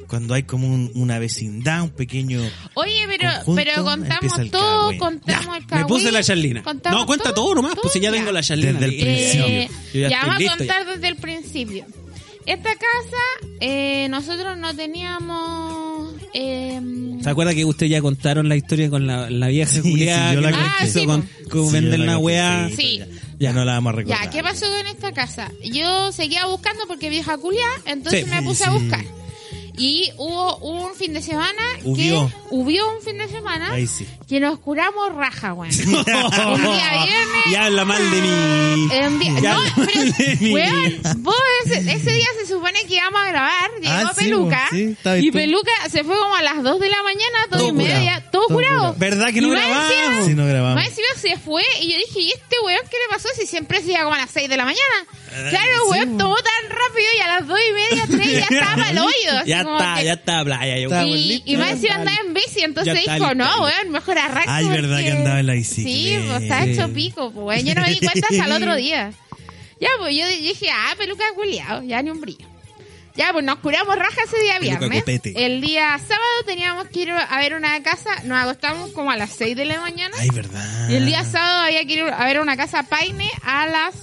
Speaker 1: cuando hay como un- una vecindad, un pequeño.
Speaker 2: Oye, pero,
Speaker 1: Conjunto,
Speaker 2: pero contamos
Speaker 1: empieza el
Speaker 2: todo,
Speaker 1: cagüín.
Speaker 2: contamos el
Speaker 3: Me
Speaker 2: cagüín.
Speaker 3: puse la charlina.
Speaker 2: contamos
Speaker 3: No, cuenta todo, nomás, pues si ya tengo la charlina.
Speaker 1: Desde el
Speaker 3: Eh,
Speaker 2: Eh,
Speaker 1: principio.
Speaker 3: Yo ya
Speaker 2: ya,
Speaker 3: estoy
Speaker 2: vamos a
Speaker 3: listo ya.
Speaker 2: contar desde el principio. Esta casa, eh, nosotros no teníamos... eh,
Speaker 3: ¿Se acuerda que ustedes ya contaron la historia con la, la vieja
Speaker 1: Sí,
Speaker 3: culiada
Speaker 1: sí, yo
Speaker 3: que
Speaker 1: la
Speaker 3: nos
Speaker 2: conté.
Speaker 3: quiso
Speaker 2: Ah, sí,
Speaker 3: con, con
Speaker 1: Sí,
Speaker 3: vender
Speaker 1: yo la
Speaker 3: una
Speaker 1: conté,
Speaker 3: weá?
Speaker 2: Sí.
Speaker 1: Ya, ya no la vamos a recordar. [laughs]
Speaker 2: ya, ¿qué pasó con esta casa? Yo seguía buscando porque vieja culia, entonces
Speaker 3: Sí,
Speaker 2: me puse a
Speaker 1: sí.
Speaker 2: buscar. Y hubo un fin de semana
Speaker 1: Hubió.
Speaker 2: que... Hubo un fin de semana
Speaker 1: Ahí sí.
Speaker 2: que nos curamos raja,
Speaker 3: [laughs]
Speaker 2: weón. [laughs] Un día viernes,
Speaker 3: Y habla mal de mí.
Speaker 2: En vi-
Speaker 3: Ya
Speaker 2: no,
Speaker 3: habla
Speaker 2: pero,
Speaker 3: mal de mí.
Speaker 2: weón, vos ese, ese día se supone que íbamos a grabar, llegó
Speaker 1: Ah, sí,
Speaker 2: Peluca,
Speaker 1: vos, sí, estabas
Speaker 2: y
Speaker 1: tú.
Speaker 2: Peluca se fue como a las 2 de la mañana, 2
Speaker 1: Todo
Speaker 2: y media,
Speaker 1: curado,
Speaker 2: todo,
Speaker 1: todo
Speaker 2: curado.
Speaker 1: curado.
Speaker 3: ¿Verdad que no
Speaker 2: Y más
Speaker 3: grabamos?
Speaker 2: encima-
Speaker 1: Sí, no grabamos.
Speaker 2: Más encima se fue, y yo dije, ¿y este weón qué le pasó si siempre se iba como a las 6 de la
Speaker 3: Ah,
Speaker 2: mañana? Claro, el weón tomó tan rápido y a las 2 y media, 3 ya estaba
Speaker 3: [laughs]
Speaker 2: para el hoyo. así
Speaker 3: Ya
Speaker 2: como
Speaker 3: está,
Speaker 2: que-
Speaker 3: ya está, playa. Yo,
Speaker 1: Está.
Speaker 2: y,
Speaker 1: listos,
Speaker 2: y más
Speaker 1: ya
Speaker 2: encima
Speaker 1: está
Speaker 2: andaba en bici, entonces
Speaker 3: Ya está
Speaker 2: dijo,
Speaker 3: listo,
Speaker 2: no,
Speaker 3: ya.
Speaker 2: weón, mejor arranco.
Speaker 1: Ay, verdad que andaba en la bicicleta.
Speaker 2: Sí, pues está hecho pico, pues weón. Yo no me di cuenta hasta el
Speaker 1: [laughs]
Speaker 2: otro día. Ya, pues yo dije, ah, peluca culiao, ya ni un brillo. Ya, pues nos curamos raja ese día
Speaker 1: Peluca
Speaker 2: viernes.
Speaker 1: copete.
Speaker 2: El día sábado teníamos que ir a ver una casa, nos acostamos como a las 6 de la mañana.
Speaker 1: Ay, ah. verdad.
Speaker 2: Y el día sábado había que ir a ver una casa paine a las...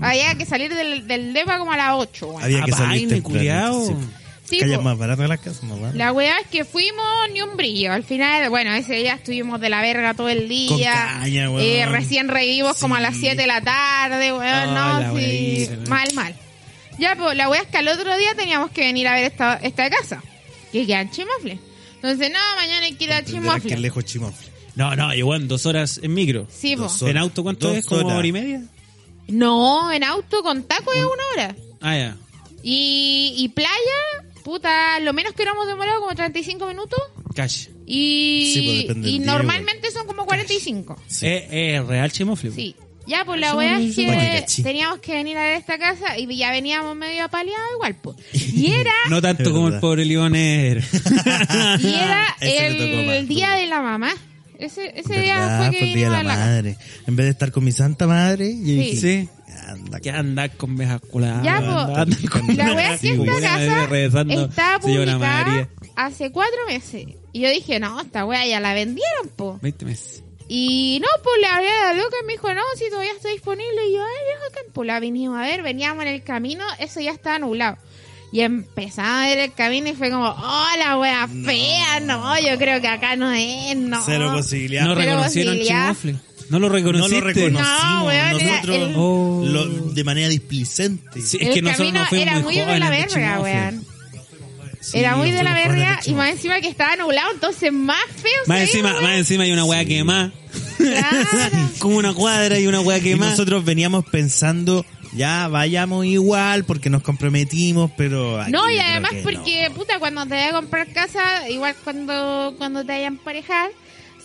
Speaker 2: Había que salir del, del DEPA como a las 8, weón.
Speaker 1: Había que
Speaker 3: Ah,
Speaker 1: salir
Speaker 3: vaina,
Speaker 1: temprano,
Speaker 3: culiao.
Speaker 1: sí.
Speaker 2: Sí, pues,
Speaker 1: Calles
Speaker 2: po.
Speaker 1: más baratas las casas, más baratas.
Speaker 2: La weá es que fuimos ni un brillo. Al final, bueno, ese día estuvimos de la verga todo el día.
Speaker 1: Con caña, weón.
Speaker 2: Eh, recién revivimos como a las
Speaker 1: Sí.
Speaker 2: 7 de la tarde, weón.
Speaker 3: Ah, la
Speaker 2: no, sí.
Speaker 3: weá, weón.
Speaker 2: Mal, mal. Ya, pues la weá es que al otro día teníamos que venir a ver esta, esta casa. Que queda en Chimofle. Entonces, no, mañana hay que ir a
Speaker 1: Comprenderás que
Speaker 2: Chimofle.
Speaker 1: lejos Chimofle.
Speaker 3: No, no, igual dos horas en micro.
Speaker 2: Sí, po.
Speaker 1: Dos horas.
Speaker 3: ¿En auto cuánto
Speaker 1: Dos
Speaker 3: es? ¿Como
Speaker 1: horas.
Speaker 3: hora y media?
Speaker 2: No, en auto con taco es una hora.
Speaker 3: Ah, ya.
Speaker 2: Y, y playa, puta, lo menos que nos hemos demorado como 35 minutos.
Speaker 3: Cash.
Speaker 2: Y,
Speaker 1: Sí, pues, depende
Speaker 2: y
Speaker 1: del día, weón.
Speaker 2: normalmente son como 45.
Speaker 1: Sí.
Speaker 3: Es es Eh, real chimofle. po.
Speaker 2: Sí. Ya, pues la
Speaker 3: Eso
Speaker 2: weá
Speaker 3: no
Speaker 2: es
Speaker 3: hizo nada.
Speaker 2: que teníamos que venir a ver esta casa y ya veníamos medio apaleados igual, pues.
Speaker 3: [laughs]
Speaker 2: Y era,
Speaker 3: No tanto
Speaker 1: Es
Speaker 3: como el
Speaker 1: verdad. [laughs]
Speaker 3: pobre Lionel.
Speaker 2: y era
Speaker 1: Ese le tocó
Speaker 2: el,
Speaker 1: más,
Speaker 2: día
Speaker 1: tú.
Speaker 2: de la mamá. Ese, ese día
Speaker 1: ¿Verdad?
Speaker 2: fue
Speaker 1: Fue
Speaker 2: que
Speaker 1: el día de
Speaker 2: vinimos
Speaker 1: la
Speaker 2: a la casa.
Speaker 1: madre. En vez de estar con mi santa madre, yo dije,
Speaker 3: Sí.
Speaker 1: Anda,
Speaker 3: que andar con viejas culadas.
Speaker 2: Ya, po.
Speaker 3: andan
Speaker 2: [laughs]
Speaker 3: con
Speaker 2: La wea
Speaker 3: viejas
Speaker 2: es que esta
Speaker 3: culadas,
Speaker 2: casa
Speaker 3: rezando,
Speaker 2: está
Speaker 3: Señora
Speaker 2: publicada
Speaker 3: María.
Speaker 2: hace cuatro meses. Y yo dije, no, esta weá ya la vendieron, po.
Speaker 3: 20 meses.
Speaker 2: Y no, pues le hablé a la loca y me dijo, no, si todavía está disponible. Y yo, ay, viejo, que pues la vinimos a ver, veníamos en el camino, eso ya estaba nublado. Y empezaba a ver el camino y fue como, oh, la wea fea, no, yo creo que acá no es, no.
Speaker 1: Cero posibilidad.
Speaker 3: no
Speaker 2: pero
Speaker 3: reconocieron
Speaker 2: Silvia-
Speaker 3: chimofle. No lo
Speaker 1: No lo
Speaker 3: reconociste.
Speaker 1: reconocimos.
Speaker 2: No, weón, era
Speaker 1: Nosotros,
Speaker 2: el-
Speaker 3: Oh.
Speaker 1: lo- de manera displicente.
Speaker 3: Sí,
Speaker 2: El camino era muy de la
Speaker 3: jóvenes
Speaker 2: verga,
Speaker 3: chimofle.
Speaker 2: weón.
Speaker 1: Sí,
Speaker 2: Era muy de la
Speaker 1: fuimos jóvenes
Speaker 2: verga y
Speaker 1: Chimofle.
Speaker 2: más encima que estaba nublado, entonces más feo
Speaker 3: Más
Speaker 2: se
Speaker 3: encima,
Speaker 2: veía,
Speaker 3: más encima hay una weá quemada. [laughs]
Speaker 2: Claro.
Speaker 3: Como una cuadra y una weá
Speaker 1: Y
Speaker 3: quemada.
Speaker 1: nosotros veníamos pensando, ya vayamos igual porque nos comprometimos, pero. aquí
Speaker 2: No,
Speaker 1: yo
Speaker 2: y
Speaker 1: creo
Speaker 2: además
Speaker 1: que
Speaker 2: porque, puta, cuando te vayas a comprar casa, igual cuando, cuando te vayan a emparejar,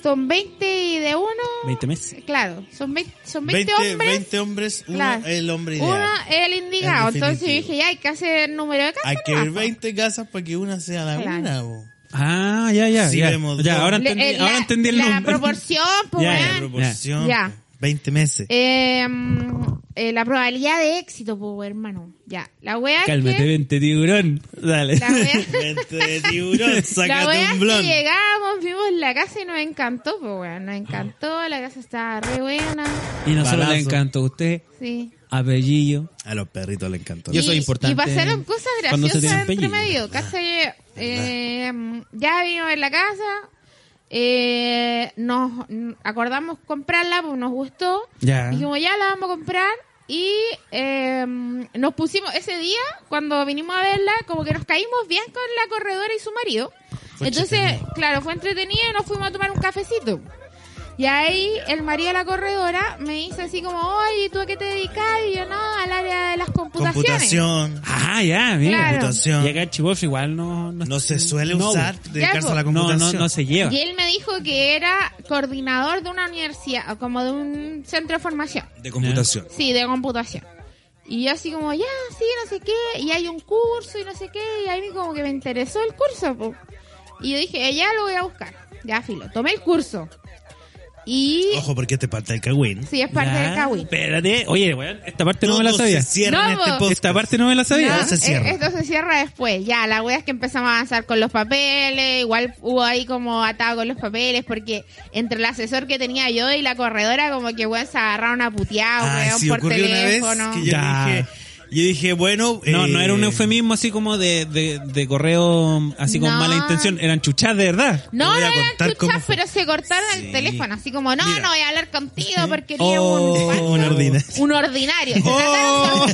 Speaker 2: son 20 y de uno.
Speaker 3: 20 meses.
Speaker 2: Claro, son 20, son
Speaker 1: no.
Speaker 2: 20,
Speaker 1: 20,
Speaker 2: hombres.
Speaker 1: 20 hombres, uno
Speaker 2: claro,
Speaker 1: el hombre ideal.
Speaker 2: Uno es el indicado.
Speaker 1: El
Speaker 2: Entonces yo
Speaker 1: definitivo.
Speaker 2: dije, ya hay que hacer el número de casa.
Speaker 1: Hay que ver
Speaker 2: nomás,
Speaker 1: 20 casas para que una sea la
Speaker 2: Claro.
Speaker 1: una, bo.
Speaker 3: Ah, ya, ya.
Speaker 1: Sí,
Speaker 3: ya.
Speaker 1: vemos
Speaker 3: Ya,
Speaker 1: dos.
Speaker 3: ahora
Speaker 2: po. Le-
Speaker 3: entendí,
Speaker 2: eh,
Speaker 3: ahora
Speaker 2: la-
Speaker 3: entendí el
Speaker 2: La
Speaker 3: nombre.
Speaker 2: proporción,
Speaker 1: [laughs]
Speaker 2: pues,
Speaker 3: Ya,
Speaker 2: weón.
Speaker 3: la propor-
Speaker 1: Proporción.
Speaker 2: Ya.
Speaker 1: 20 meses.
Speaker 2: Eh, mm, eh, la probabilidad de éxito, pues, hermano. Ya, la wea es
Speaker 3: [laughs] Cálmate,
Speaker 2: que...
Speaker 3: vente, tiburón. Dale.
Speaker 2: La wea...
Speaker 1: 20 de tiburón,
Speaker 2: la
Speaker 1: [laughs] sácate
Speaker 2: wea
Speaker 1: un
Speaker 2: es
Speaker 1: blon.
Speaker 2: que llegamos, vimos la casa y nos encantó, pues weón, nos encantó, la casa estaba re buena,
Speaker 3: Y nosotros le
Speaker 1: Balazo.
Speaker 3: encantó a usted,
Speaker 2: sí.
Speaker 3: apellido.
Speaker 1: A los perritos les encantó.
Speaker 3: Y eso es importante
Speaker 2: Y pasaron cosas
Speaker 3: cuando se
Speaker 2: graciosas
Speaker 3: tiene
Speaker 2: entre
Speaker 3: apellido.
Speaker 2: medio. ¿cachai? Eh, ya vino en la casa, eh, nos n- acordamos comprarla, pues nos gustó.
Speaker 3: Ya.
Speaker 2: Dijimos, ya la vamos a comprar. Y eh, nos pusimos, ese día, cuando vinimos a verla, como que nos caímos bien con la corredora y su marido.
Speaker 1: Fue
Speaker 2: Entonces,
Speaker 1: entretenido.
Speaker 2: claro, fue entretenido y nos fuimos a tomar un cafecito. Y ahí el marido de la corredora me hizo así como, oye, ¿tú a qué te dedicas? Y yo, no, al área de las computaciones.
Speaker 1: Computación.
Speaker 3: Ah, ya, mira.
Speaker 2: Claro.
Speaker 1: Computación.
Speaker 3: Y acá en Chibofle pues, igual no... No,
Speaker 1: No se suele
Speaker 3: no,
Speaker 1: usar dedicarse
Speaker 2: po.
Speaker 1: a la
Speaker 3: No,
Speaker 1: computación.
Speaker 3: no, no se lleva.
Speaker 2: Y él me dijo que era coordinador de una universidad, o como de un centro de formación.
Speaker 1: De computación.
Speaker 2: Sí, de computación. Y yo así como, ya, sí, no sé qué, y hay un curso y no sé qué, y a mí como que me interesó el curso. po. Y yo dije, eh, ya lo voy a buscar. Ya, filo, tomé el curso. Y
Speaker 1: Ojo, porque te parte el cagüín.
Speaker 2: si es parte
Speaker 3: Ya,
Speaker 2: del Kawi.
Speaker 3: Espérate. Oye, weón, esta parte no, me la
Speaker 1: Todo
Speaker 3: sabía.
Speaker 1: se cierra en
Speaker 2: No,
Speaker 1: este
Speaker 2: po.
Speaker 1: podcast.
Speaker 3: Esta parte no me la sabía.
Speaker 1: Ya. se cierra.
Speaker 2: e, Esto se cierra después, ya. La wea es que empezamos a avanzar con los papeles. Igual hubo ahí como atado con los papeles, porque entre el asesor que tenía yo y la corredora, como que weón se agarraron a putear,
Speaker 1: Ah,
Speaker 2: weón,
Speaker 1: sí,
Speaker 2: por
Speaker 1: ocurrió una vez
Speaker 2: teléfono.
Speaker 1: que yo
Speaker 3: Ya.
Speaker 1: dije, yo dije, bueno...
Speaker 3: No,
Speaker 1: eh,
Speaker 3: no era un eufemismo así como de, de, de correo, así con
Speaker 2: No.
Speaker 3: mala intención. Eran chuchas de verdad.
Speaker 1: Te voy
Speaker 2: No, no
Speaker 1: a
Speaker 2: eran
Speaker 1: contar
Speaker 2: chuchas,
Speaker 1: cómo fue.
Speaker 2: pero se cortaron
Speaker 1: Sí.
Speaker 2: el teléfono. Así como, no,
Speaker 1: Mira.
Speaker 2: no voy a hablar contigo porque eres
Speaker 3: Oh,
Speaker 2: un,
Speaker 1: una ordina.
Speaker 2: un ordinario. Se
Speaker 3: Oh.
Speaker 2: [laughs] trataron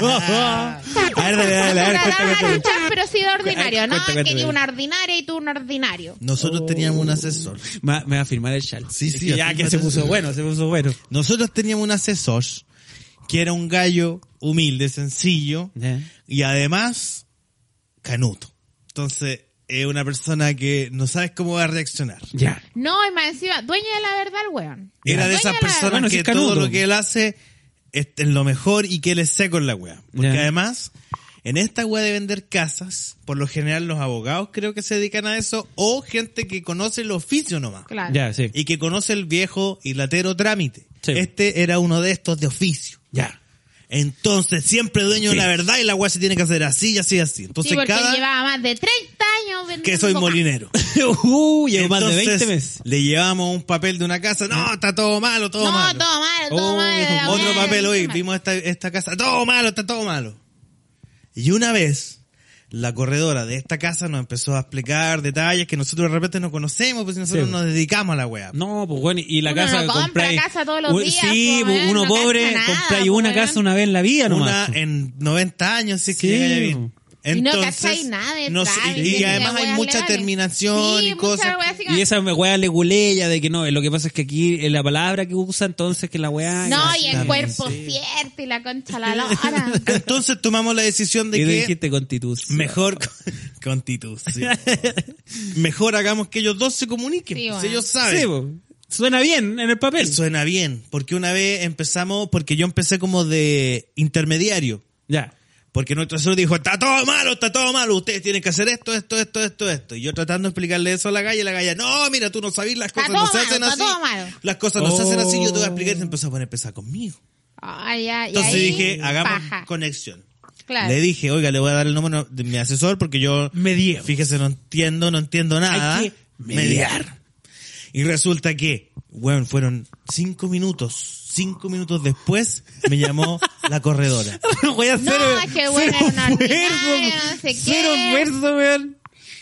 Speaker 2: de ordinario.
Speaker 3: A ver, dale, dale, a ver,
Speaker 2: Se trataron
Speaker 3: cuéntame,
Speaker 2: de
Speaker 3: cuéntame.
Speaker 2: chuchas, pero sí de ordinario. No,
Speaker 3: cuenta,
Speaker 2: es que
Speaker 3: cuenta.
Speaker 2: yo una ordinaria y tú un ordinario.
Speaker 3: Oh.
Speaker 1: Nosotros teníamos un asesor.
Speaker 3: Ma- Me va a firmar el chal.
Speaker 1: Sí,
Speaker 3: Es
Speaker 1: sí,
Speaker 3: que ya
Speaker 1: afirma
Speaker 3: que se
Speaker 1: todo.
Speaker 3: puso bueno, se puso bueno.
Speaker 1: Nosotros teníamos un asesor que era un gallo humilde, sencillo
Speaker 3: Ya.
Speaker 1: y además canuto. Entonces, es una persona que no sabes cómo va a reaccionar.
Speaker 3: Ya.
Speaker 2: No, y más encima, dueño de la verdad, el weón.
Speaker 1: Era de
Speaker 2: Dueño
Speaker 1: esas
Speaker 2: la
Speaker 1: personas
Speaker 3: Bueno, sí,
Speaker 1: que
Speaker 3: es canuto.
Speaker 1: todo lo que él hace es, es lo mejor y que él es seco en la wea. Porque
Speaker 3: Ya.
Speaker 1: además, en esta wea de vender casas, por lo general los abogados creo que se dedican a eso o gente que conoce el oficio nomás.
Speaker 2: Claro.
Speaker 3: Ya, sí.
Speaker 1: Y que conoce el viejo y latero trámite.
Speaker 3: Sí.
Speaker 1: Este era uno de estos de oficio.
Speaker 3: Ya.
Speaker 1: Entonces, siempre dueño de la verdad y la weá se tiene que hacer así y así y así. Entonces,
Speaker 2: sí, porque
Speaker 1: cada
Speaker 2: llevaba más de 30 años vendiendo
Speaker 1: que soy
Speaker 2: coca.
Speaker 1: molinero.
Speaker 3: uh, [laughs] llevo más de
Speaker 1: Entonces,
Speaker 3: 20 meses.
Speaker 1: Le llevamos un papel de una casa. No, está todo malo, todo
Speaker 2: No,
Speaker 1: malo.
Speaker 2: todo malo, todo
Speaker 3: Oh,
Speaker 2: malo.
Speaker 3: viejo,
Speaker 2: la
Speaker 1: Otro
Speaker 2: weá,
Speaker 1: papel hoy.
Speaker 2: encima.
Speaker 1: Vimos esta, esta casa. Todo malo, está todo malo. Y una vez, la corredora de esta casa nos empezó a explicar detalles que nosotros de repente no conocemos, pues si nosotros
Speaker 3: Sí.
Speaker 1: nos dedicamos a la wea.
Speaker 3: No, pues bueno, y la
Speaker 2: Uno
Speaker 3: casa
Speaker 2: no compra
Speaker 3: compráis-
Speaker 2: casa todos los
Speaker 3: un-
Speaker 2: días,
Speaker 3: Sí, pues,
Speaker 2: po, weón,
Speaker 3: uno
Speaker 2: no
Speaker 3: pobre,
Speaker 2: gasta nada,
Speaker 3: compráis
Speaker 2: po,
Speaker 3: una
Speaker 2: weón.
Speaker 3: casa una vez en la vida
Speaker 1: una
Speaker 3: nomás. pues. po.
Speaker 1: en 90 años, si es que
Speaker 3: Sí.
Speaker 1: llega ya bien.
Speaker 2: Y no
Speaker 1: Entonces,
Speaker 2: cacháis nada de
Speaker 1: no sé,
Speaker 2: trámite,
Speaker 1: y,
Speaker 2: ni de
Speaker 1: además hay
Speaker 2: weas
Speaker 1: mucha
Speaker 2: legales.
Speaker 1: terminación
Speaker 2: Sí,
Speaker 1: y
Speaker 2: mucha
Speaker 1: cosas.
Speaker 2: weá así como-
Speaker 3: Y esa weá leguleya de que no, eh, lo que pasa es que aquí eh, la palabra que usa entonces que la weá...
Speaker 2: No, y el
Speaker 1: Exactamente,
Speaker 2: cuerpo
Speaker 1: sí.
Speaker 2: cierto y la concha la lora.
Speaker 1: [laughs] Entonces tomamos la decisión de
Speaker 3: Y tú
Speaker 1: que
Speaker 3: dijiste constitución.
Speaker 1: mejor
Speaker 3: [laughs]
Speaker 1: constitución. mejor hagamos que ellos dos se comuniquen.
Speaker 2: Sí,
Speaker 1: pues,
Speaker 2: bueno.
Speaker 1: Ellos saben.
Speaker 3: Sí, po. Suena bien en el papel.
Speaker 1: Suena bien, porque una vez empezamos, porque yo empecé como de intermediario.
Speaker 3: Ya.
Speaker 1: Porque nuestro asesor dijo, está todo malo, está todo malo, ustedes tienen que hacer esto, esto, esto, esto, esto. Y yo tratando de explicarle eso a la galla, y la galla, no, mira, tú no sabes, las
Speaker 2: Está
Speaker 1: cosas no
Speaker 2: todo
Speaker 1: se
Speaker 2: malo,
Speaker 1: hacen
Speaker 2: está
Speaker 1: así.
Speaker 2: todo malo.
Speaker 1: Las cosas no se hacen así, yo te voy a
Speaker 3: Oh.
Speaker 1: explicar, y se empezó a poner pesada conmigo.
Speaker 2: Ah, ya, y
Speaker 1: Entonces
Speaker 2: ahí,
Speaker 1: dije, hagamos
Speaker 2: paja.
Speaker 1: conexión.
Speaker 2: Claro.
Speaker 1: Le dije, oiga, le voy a dar el número de mi asesor porque yo,
Speaker 3: [laughs] Medievo.
Speaker 1: fíjese, no entiendo, no entiendo nada.
Speaker 3: Hay que mediar.
Speaker 1: Y resulta que, bueno, fueron cinco minutos, cinco minutos después me
Speaker 3: [laughs]
Speaker 1: llamó la corredora.
Speaker 3: Weá,
Speaker 2: No,
Speaker 3: cero,
Speaker 2: es que bueno,
Speaker 3: cero
Speaker 2: era una ordinaria,
Speaker 3: esfuerzo,
Speaker 2: no sé qué.
Speaker 3: Cero esfuerzo, weón.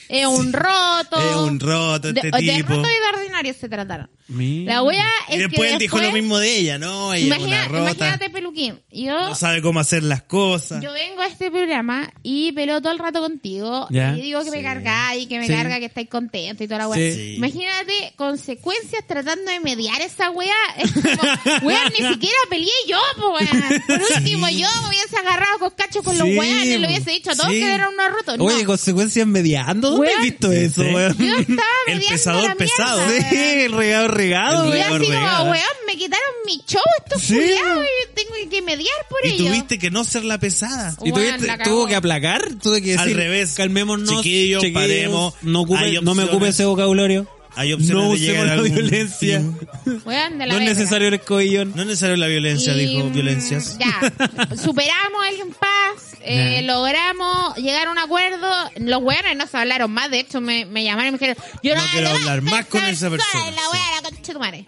Speaker 2: Es Eh, un roto.
Speaker 1: Es Eh, un roto este
Speaker 2: de, De
Speaker 1: tipo.
Speaker 2: roto y de ordinario se trataron.
Speaker 3: Mira.
Speaker 2: La wea es
Speaker 1: y después
Speaker 2: que
Speaker 1: él dijo
Speaker 2: después-
Speaker 1: lo mismo de ella, ¿no? Ella es
Speaker 2: Imagina-
Speaker 1: una rota,
Speaker 2: Imagínate, Peluquín. Yo,
Speaker 1: no sabe cómo hacer las cosas.
Speaker 2: Yo vengo a este programa y peleo todo el rato contigo
Speaker 3: Ya.
Speaker 2: y digo que me
Speaker 1: Sí.
Speaker 2: cargáis, que me
Speaker 3: Sí.
Speaker 2: carga, que estáis contento y toda la weá.
Speaker 3: Sí.
Speaker 1: Sí.
Speaker 2: Imagínate consecuencias tratando de mediar esa weá. Es como, [laughs] weón, ni siquiera peleé yo, po, weón. Por último, yo me hubiese agarrado con cacho con los
Speaker 3: Sí,
Speaker 2: weones y le
Speaker 3: po.
Speaker 2: hubiese dicho a todos
Speaker 3: Sí.
Speaker 2: que eran unos rotos. No.
Speaker 3: Oye, consecuencias mediando. ¿Dónde
Speaker 2: Weón.
Speaker 3: has visto eso,
Speaker 1: Sí.
Speaker 3: weón?
Speaker 2: yo estaba
Speaker 1: El
Speaker 2: mediando
Speaker 1: pesador
Speaker 2: la mierda,
Speaker 1: pesado.
Speaker 2: weón.
Speaker 3: Sí, el regado regado,
Speaker 1: El
Speaker 2: Y yo
Speaker 1: regado.
Speaker 3: weón.
Speaker 2: así
Speaker 1: regada.
Speaker 2: como, weón, me quitaron mi show estos
Speaker 3: Sí.
Speaker 2: culiados y tengo que mediar por
Speaker 1: Y
Speaker 2: ellos.
Speaker 1: tuviste que no ser la pesada.
Speaker 3: Y
Speaker 2: Weón,
Speaker 3: tuviste-
Speaker 2: la cagó.
Speaker 3: tuvo que aplacar, tuvo que decir,
Speaker 1: Al revés.
Speaker 3: calmémonos,
Speaker 1: Chiquillos, paremos,
Speaker 3: no, ocupe-
Speaker 1: hay
Speaker 3: no me
Speaker 1: opciones.
Speaker 3: ocupe ese vocabulario,
Speaker 1: Hay opciones
Speaker 3: no
Speaker 1: de llegar
Speaker 3: usemos
Speaker 1: a
Speaker 3: la
Speaker 1: algún- [laughs]
Speaker 3: violencia,
Speaker 2: Weón, de la
Speaker 3: no
Speaker 2: verga.
Speaker 3: es necesario el escobillón.
Speaker 1: No es necesario la violencia,
Speaker 2: Y,
Speaker 1: dijo
Speaker 2: mm,
Speaker 1: violencias. [laughs]
Speaker 2: Ya, superamos el paz, eh,
Speaker 3: Ya.
Speaker 2: logramos llegar a un acuerdo. Los weones no se hablaron más, de hecho me, me llamaron y me dijeron, yo no,
Speaker 1: No quiero hablar más con esa persona,
Speaker 2: La wea, la concha de tu madre.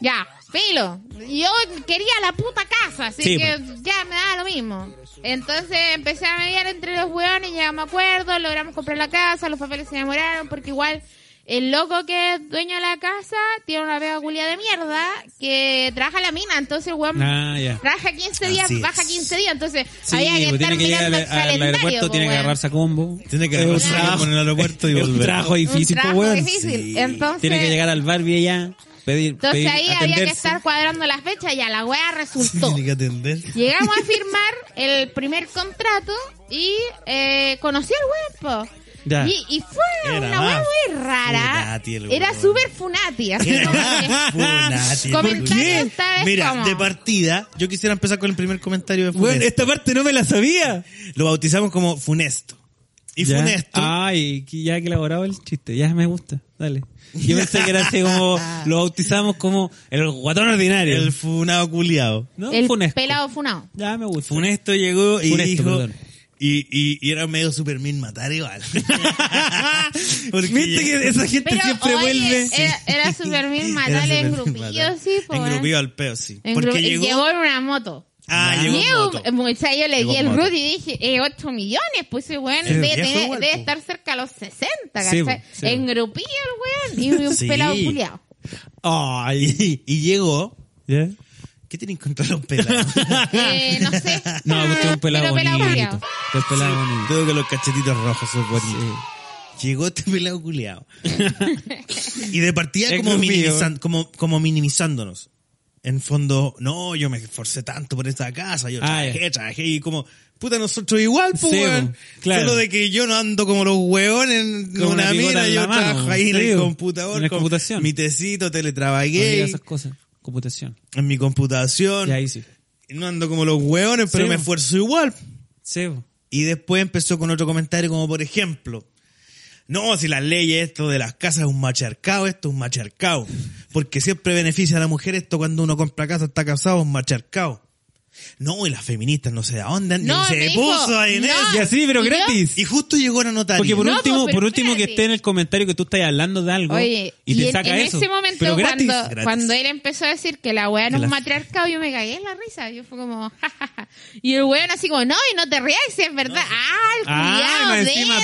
Speaker 2: Ya, filo. Yo quería la puta casa, así
Speaker 3: Sí,
Speaker 1: pues.
Speaker 2: que ya me daba lo mismo. Entonces empecé a mediar entre los weones, llegamos a acuerdo, logramos comprar la casa, los papeles se enamoraron, porque igual el loco que es dueño de la casa tiene una pega culia de mierda que trabaja en la mina, entonces el weón
Speaker 3: Ah, ya.
Speaker 2: Trabaja 15 días,
Speaker 1: Así es.
Speaker 2: baja 15 días, entonces
Speaker 3: Sí,
Speaker 2: había que
Speaker 3: pues,
Speaker 2: estar
Speaker 3: tiene que llegar
Speaker 2: mirando
Speaker 3: al,
Speaker 2: el
Speaker 3: al
Speaker 2: calendario. pues,
Speaker 3: aeropuerto,
Speaker 2: po,
Speaker 3: tiene que
Speaker 2: weón.
Speaker 3: agarrarse a combo.
Speaker 1: Tiene que
Speaker 3: Es un
Speaker 1: agarrarse a
Speaker 3: trabajo-
Speaker 1: combo en el aeropuerto y
Speaker 3: es un
Speaker 1: volver.
Speaker 3: trabajo difícil,
Speaker 2: Un
Speaker 3: pues,
Speaker 2: trabajo
Speaker 3: weón.
Speaker 2: difícil.
Speaker 1: Sí.
Speaker 2: Entonces,
Speaker 3: Tiene que llegar al Barbie allá, pedir,
Speaker 2: entonces
Speaker 3: pedir-
Speaker 2: ahí había que
Speaker 3: atenderse.
Speaker 2: estar cuadrando las fechas y a la wea
Speaker 3: [laughs]
Speaker 2: resultó.
Speaker 1: [laughs] Tiene que atender.
Speaker 2: Llegamos a firmar el primer contrato y eh, conocí al weón, po.
Speaker 3: Ya.
Speaker 2: Y, y fue
Speaker 1: Era más
Speaker 2: una wea muy rara.
Speaker 1: funati el
Speaker 2: Era
Speaker 1: weón.
Speaker 2: súper funati. Así
Speaker 1: [laughs]
Speaker 2: como que-
Speaker 1: Funati,
Speaker 2: Comentario
Speaker 1: funati.
Speaker 2: ¿eh? esta vez
Speaker 1: Mira,
Speaker 2: como-
Speaker 1: de partida, yo quisiera empezar con el primer comentario de
Speaker 3: Weón,
Speaker 1: Funesto.
Speaker 3: esta parte no me la sabía.
Speaker 1: Lo bautizamos como Funesto. Y
Speaker 3: Ya. Ah,
Speaker 1: Funesto
Speaker 3: Ay, que- ya que elaborado el chiste, ya me gusta. Dale. Yo pensé que era
Speaker 1: [laughs]
Speaker 3: así como, lo bautizamos como el guatón ordinario.
Speaker 1: El funado culiado.
Speaker 3: no,
Speaker 2: el
Speaker 3: funesto.
Speaker 2: pelado funado.
Speaker 3: Ya me gusta.
Speaker 1: Funesto llegó y
Speaker 3: Funesto,
Speaker 1: dijo. [laughs]
Speaker 3: perdón.
Speaker 1: Y, y, y era medio Superman matar
Speaker 2: [laughs]
Speaker 1: igual. Porque
Speaker 3: Viste que esa
Speaker 1: Este
Speaker 3: gente
Speaker 2: Pero
Speaker 3: siempre
Speaker 2: oye,
Speaker 3: vuelve.
Speaker 2: era, era Superman matarle en grupillo, sí, po,
Speaker 1: En
Speaker 2: ¿eh?
Speaker 1: grupillo al peo, sí.
Speaker 2: En
Speaker 1: Porque
Speaker 2: gru-
Speaker 1: llegó.
Speaker 2: llegó en una moto.
Speaker 1: Ah,
Speaker 2: Y
Speaker 1: llegó. en
Speaker 2: yo,
Speaker 1: moto.
Speaker 2: o sea, yo le
Speaker 1: Llegó
Speaker 2: di el
Speaker 1: en moto.
Speaker 2: root y dije, eh, 8 millones, pues ese weón
Speaker 1: Sí,
Speaker 2: debe,
Speaker 1: viejo
Speaker 2: tener-
Speaker 1: igual,
Speaker 2: debe
Speaker 1: po.
Speaker 2: estar cerca a los 60,
Speaker 3: Sí,
Speaker 2: ¿cachai?
Speaker 3: po, sí, po.
Speaker 2: en grupillo el weón y un
Speaker 1: Sí.
Speaker 2: pelado culiado.
Speaker 1: Ay, y llegó.
Speaker 3: ¿Ya?
Speaker 1: ¿Qué tienen contra los
Speaker 3: [laughs]
Speaker 1: pelados?
Speaker 2: Eh, no sé.
Speaker 3: No, porque es
Speaker 2: Pero
Speaker 3: un pelado bonito.
Speaker 2: pelado
Speaker 3: Pelado
Speaker 2: culiao.
Speaker 3: es pelado bonito. eh,
Speaker 1: Tengo que los cachetitos rojos son bonitos. Llegó este pelado
Speaker 3: [laughs]
Speaker 1: culiado. y de partida
Speaker 3: Es
Speaker 1: como,
Speaker 3: grupillo.
Speaker 1: minimizan- como, como minimizándonos. En fondo, no, yo me esforcé tanto por esta casa, yo
Speaker 3: Ah,
Speaker 1: trabajé, trabajé y como, puta, nosotros igual, pues,
Speaker 3: Sí,
Speaker 1: weón.
Speaker 3: po, claro.
Speaker 1: Solo de que yo no ando como los hueones en
Speaker 3: Con
Speaker 1: una,
Speaker 3: una picota
Speaker 1: mina,
Speaker 3: en
Speaker 1: yo
Speaker 3: la mano,
Speaker 1: trabajo ahí en
Speaker 3: sí,
Speaker 1: el
Speaker 3: po.
Speaker 1: computador,
Speaker 3: En la
Speaker 1: con
Speaker 3: computación.
Speaker 1: mi tecito,
Speaker 3: No diga
Speaker 1: teletrabajé,
Speaker 3: esas cosas. Computación.
Speaker 1: en mi computación.
Speaker 3: Ya ahí sí.
Speaker 1: No ando como los hueones, pero
Speaker 3: Sí,
Speaker 1: me
Speaker 3: po.
Speaker 1: esfuerzo igual.
Speaker 3: Sí, po.
Speaker 1: Y después empezó con otro comentario como por ejemplo, no, si las leyes, esto de las casas es un macharcado, esto es un macharcado. Porque siempre beneficia a la mujer esto cuando uno compra casa, está casado, es un macharcado. No, y las feministas no se da onda,
Speaker 2: No,
Speaker 1: se
Speaker 2: me dijo,
Speaker 1: puso ahí en
Speaker 2: no.
Speaker 1: eso.
Speaker 3: Y así,
Speaker 2: ¿Y
Speaker 3: pero
Speaker 2: yo?
Speaker 3: gratis.
Speaker 1: Y justo llegó la notaria.
Speaker 3: Porque por
Speaker 2: No,
Speaker 3: último,
Speaker 2: pues, pero
Speaker 3: por último que
Speaker 2: espérate.
Speaker 3: esté en el comentario que tú estás hablando de algo
Speaker 2: Oye,
Speaker 3: y te
Speaker 2: en,
Speaker 3: saca
Speaker 2: en
Speaker 3: eso.
Speaker 2: ese momento
Speaker 3: pero gratis.
Speaker 2: cuando,
Speaker 1: gratis.
Speaker 2: cuando él empezó a decir que la weá no es
Speaker 1: Que
Speaker 2: un
Speaker 1: la-
Speaker 2: matriarcado, yo me cagué en la risa. Yo fue como, [laughs] jajaja. Y el weón así como, no, y no te rías, si es verdad. Ah, el
Speaker 3: Ah,
Speaker 2: culiao
Speaker 3: más encima
Speaker 2: denso,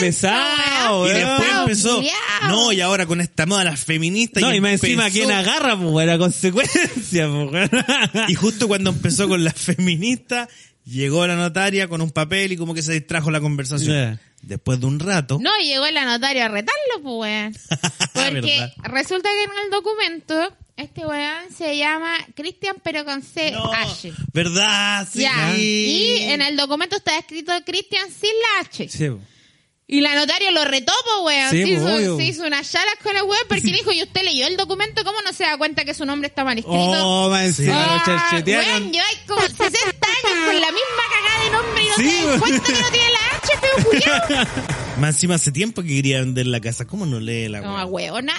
Speaker 1: y
Speaker 3: pesado,
Speaker 2: weón.
Speaker 3: weón.
Speaker 1: después
Speaker 2: Pesado,
Speaker 1: empezó,
Speaker 2: culiao.
Speaker 1: no, y ahora con esta moda las feministas.
Speaker 3: No, y más encima,
Speaker 1: empezó-
Speaker 3: ¿quién agarra? Pues la consecuencia, pues.
Speaker 1: [laughs]
Speaker 3: weón.
Speaker 1: Y justo cuando empezó con las feministas, llegó la notaria con un papel y como que se distrajo la conversación.
Speaker 3: Ya.
Speaker 1: Después de un rato,
Speaker 2: No, y llegó la notaria a retarlo, pues, weón.
Speaker 1: [laughs]
Speaker 2: Porque
Speaker 1: Ah, Verdad.
Speaker 2: resulta que en el documento, este weón se llama Cristian, pero con C,
Speaker 1: No,
Speaker 2: H.
Speaker 1: ¿Verdad? Sí.
Speaker 2: eh,
Speaker 1: Ah.
Speaker 2: Ya. Y en el documento está escrito Cristian sin la H.
Speaker 3: Sí, po.
Speaker 2: Y la notaria lo retó, po, weón.
Speaker 3: Sí,
Speaker 2: se,
Speaker 3: po, obvio.
Speaker 2: hizo, se hizo unas chalas con el weón porque dijo, y usted leyó el documento, ¿cómo no se da cuenta que su nombre está mal escrito?
Speaker 3: Oh, más encima
Speaker 2: Ah,
Speaker 3: lo
Speaker 2: weón,
Speaker 3: charchetearon.
Speaker 2: yo hay como 60 años con la misma cagada de nombre y no
Speaker 3: Sí,
Speaker 2: se
Speaker 3: weón.
Speaker 2: dan cuenta que no tiene la H, feo culiao.
Speaker 1: [laughs] Más encima hace tiempo que quería vender la casa. ¿Cómo no lee la
Speaker 2: No,
Speaker 1: weá?
Speaker 2: weón, no.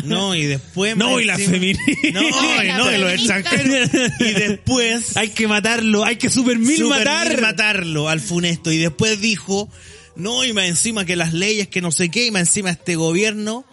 Speaker 1: [laughs] No, y después.
Speaker 3: No,
Speaker 1: más
Speaker 3: y las
Speaker 1: encima-
Speaker 3: feministas. [laughs]
Speaker 1: No, y
Speaker 2: La
Speaker 1: no, y los
Speaker 2: feminista.
Speaker 1: extranjeros. Y después.
Speaker 3: Hay que matarlo, hay que super mil
Speaker 1: super
Speaker 3: matar.
Speaker 1: mil matarlo al funesto. Y después dijo. No, y más encima que las leyes, que no sé qué, y más encima este gobierno,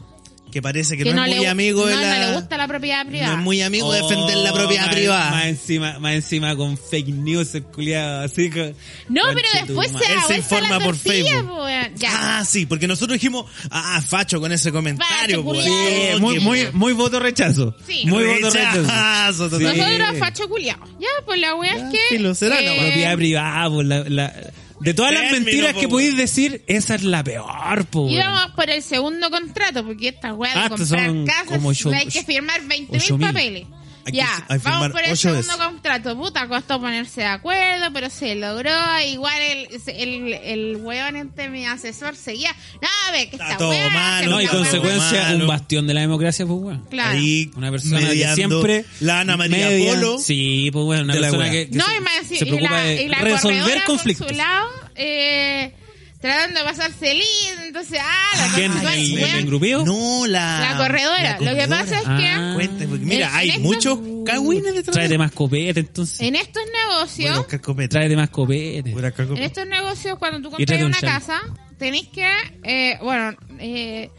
Speaker 1: que parece que, no, es
Speaker 2: le
Speaker 1: muy
Speaker 2: gu-
Speaker 1: amigo de
Speaker 2: no,
Speaker 1: la.
Speaker 2: no le gusta la propiedad
Speaker 1: no
Speaker 2: privada.
Speaker 1: es muy amigo de defender la propiedad
Speaker 3: Oh, más-
Speaker 1: privada.
Speaker 3: Más encima, más encima con fake news, el culiado, así que...
Speaker 2: No, pero
Speaker 3: Conche tu
Speaker 2: después
Speaker 3: madre.
Speaker 2: se
Speaker 1: Él
Speaker 2: da
Speaker 1: se
Speaker 2: vuelta
Speaker 1: informa
Speaker 2: la
Speaker 1: por
Speaker 2: tortilla,
Speaker 1: Facebook.
Speaker 2: po, weón. Ya.
Speaker 1: Ah, sí, porque nosotros dijimos, ah, facho con ese comentario.
Speaker 2: Facho,
Speaker 1: pues.
Speaker 2: culiao.
Speaker 1: Sí,
Speaker 3: Eh, muy,
Speaker 1: que-
Speaker 3: muy, muy voto rechazo.
Speaker 2: Sí.
Speaker 3: Muy
Speaker 1: [laughs]
Speaker 3: voto
Speaker 1: Rechazo, Ah,
Speaker 3: rechazo.
Speaker 1: total.
Speaker 2: Nosotros era facho culiado. Ya, pues la weá
Speaker 1: Ya,
Speaker 2: es que.
Speaker 1: sí, lo será,
Speaker 2: eh,
Speaker 1: no,
Speaker 3: Propiedad privada, po, la- la- de todas las
Speaker 1: Término,
Speaker 3: mentiras
Speaker 1: po,
Speaker 3: que
Speaker 1: weón.
Speaker 3: podéis decir, esa es la peor, po.
Speaker 2: Y
Speaker 3: weón.
Speaker 2: vamos por el segundo contrato, porque esta weá de
Speaker 3: Ah, estos
Speaker 2: comprar
Speaker 3: son
Speaker 2: casas
Speaker 3: como ocho-
Speaker 2: hay que firmar 20.000
Speaker 3: 8000.
Speaker 2: papeles.
Speaker 1: Hay que
Speaker 2: Ya,
Speaker 1: fi- hay que
Speaker 2: vamos
Speaker 1: firmar
Speaker 2: por el
Speaker 1: ocho
Speaker 2: segundo
Speaker 1: veces.
Speaker 2: contrato. Puta, costó ponerse de acuerdo, pero se logró. Igual el, se- el, el weón este, mi asesor, seguía. No, a ver, que
Speaker 1: Está
Speaker 2: esta
Speaker 1: todo
Speaker 2: weá,
Speaker 1: mal,
Speaker 2: que
Speaker 3: No, y
Speaker 2: esta weá".
Speaker 3: consecuencia,
Speaker 1: Malo.
Speaker 3: un bastión de la democracia, pues, weón.
Speaker 2: Claro.
Speaker 1: Ahí,
Speaker 3: Una persona
Speaker 1: mediando
Speaker 3: que siempre.
Speaker 1: La Ana María
Speaker 3: media-
Speaker 1: Polo.
Speaker 3: Sí, pues, weón, una
Speaker 1: de la
Speaker 3: persona
Speaker 1: weá.
Speaker 3: que, que
Speaker 2: No,
Speaker 3: se,
Speaker 2: y más
Speaker 3: se
Speaker 2: y
Speaker 3: preocupa
Speaker 2: la, y
Speaker 3: de
Speaker 2: la
Speaker 3: resolver
Speaker 2: corredora
Speaker 3: conflictos.
Speaker 2: Por su lado, eh, tratando de pasarse lindo, entonces, ah, la
Speaker 3: ¿Quién?
Speaker 2: cosa
Speaker 1: Ay,
Speaker 3: ¿El-
Speaker 2: weón.
Speaker 3: el engrupío?
Speaker 1: No, la.
Speaker 2: La corredora. Lo que pasa es que
Speaker 3: Ah.
Speaker 1: Cuente, porque mira,
Speaker 2: El
Speaker 1: hay
Speaker 2: Silencio-
Speaker 1: muchos cagüines detrás.
Speaker 3: Tráete más copete, entonces.
Speaker 2: en estos negocios,
Speaker 1: Bueno, carcometa.
Speaker 3: Tráete más copete.
Speaker 1: Bueno,
Speaker 2: en
Speaker 1: carcometa.
Speaker 2: estos negocios cuando tú
Speaker 3: tráete
Speaker 2: compras
Speaker 3: un
Speaker 2: una
Speaker 3: chal.
Speaker 2: casa, tenéis que, eh, bueno, eh,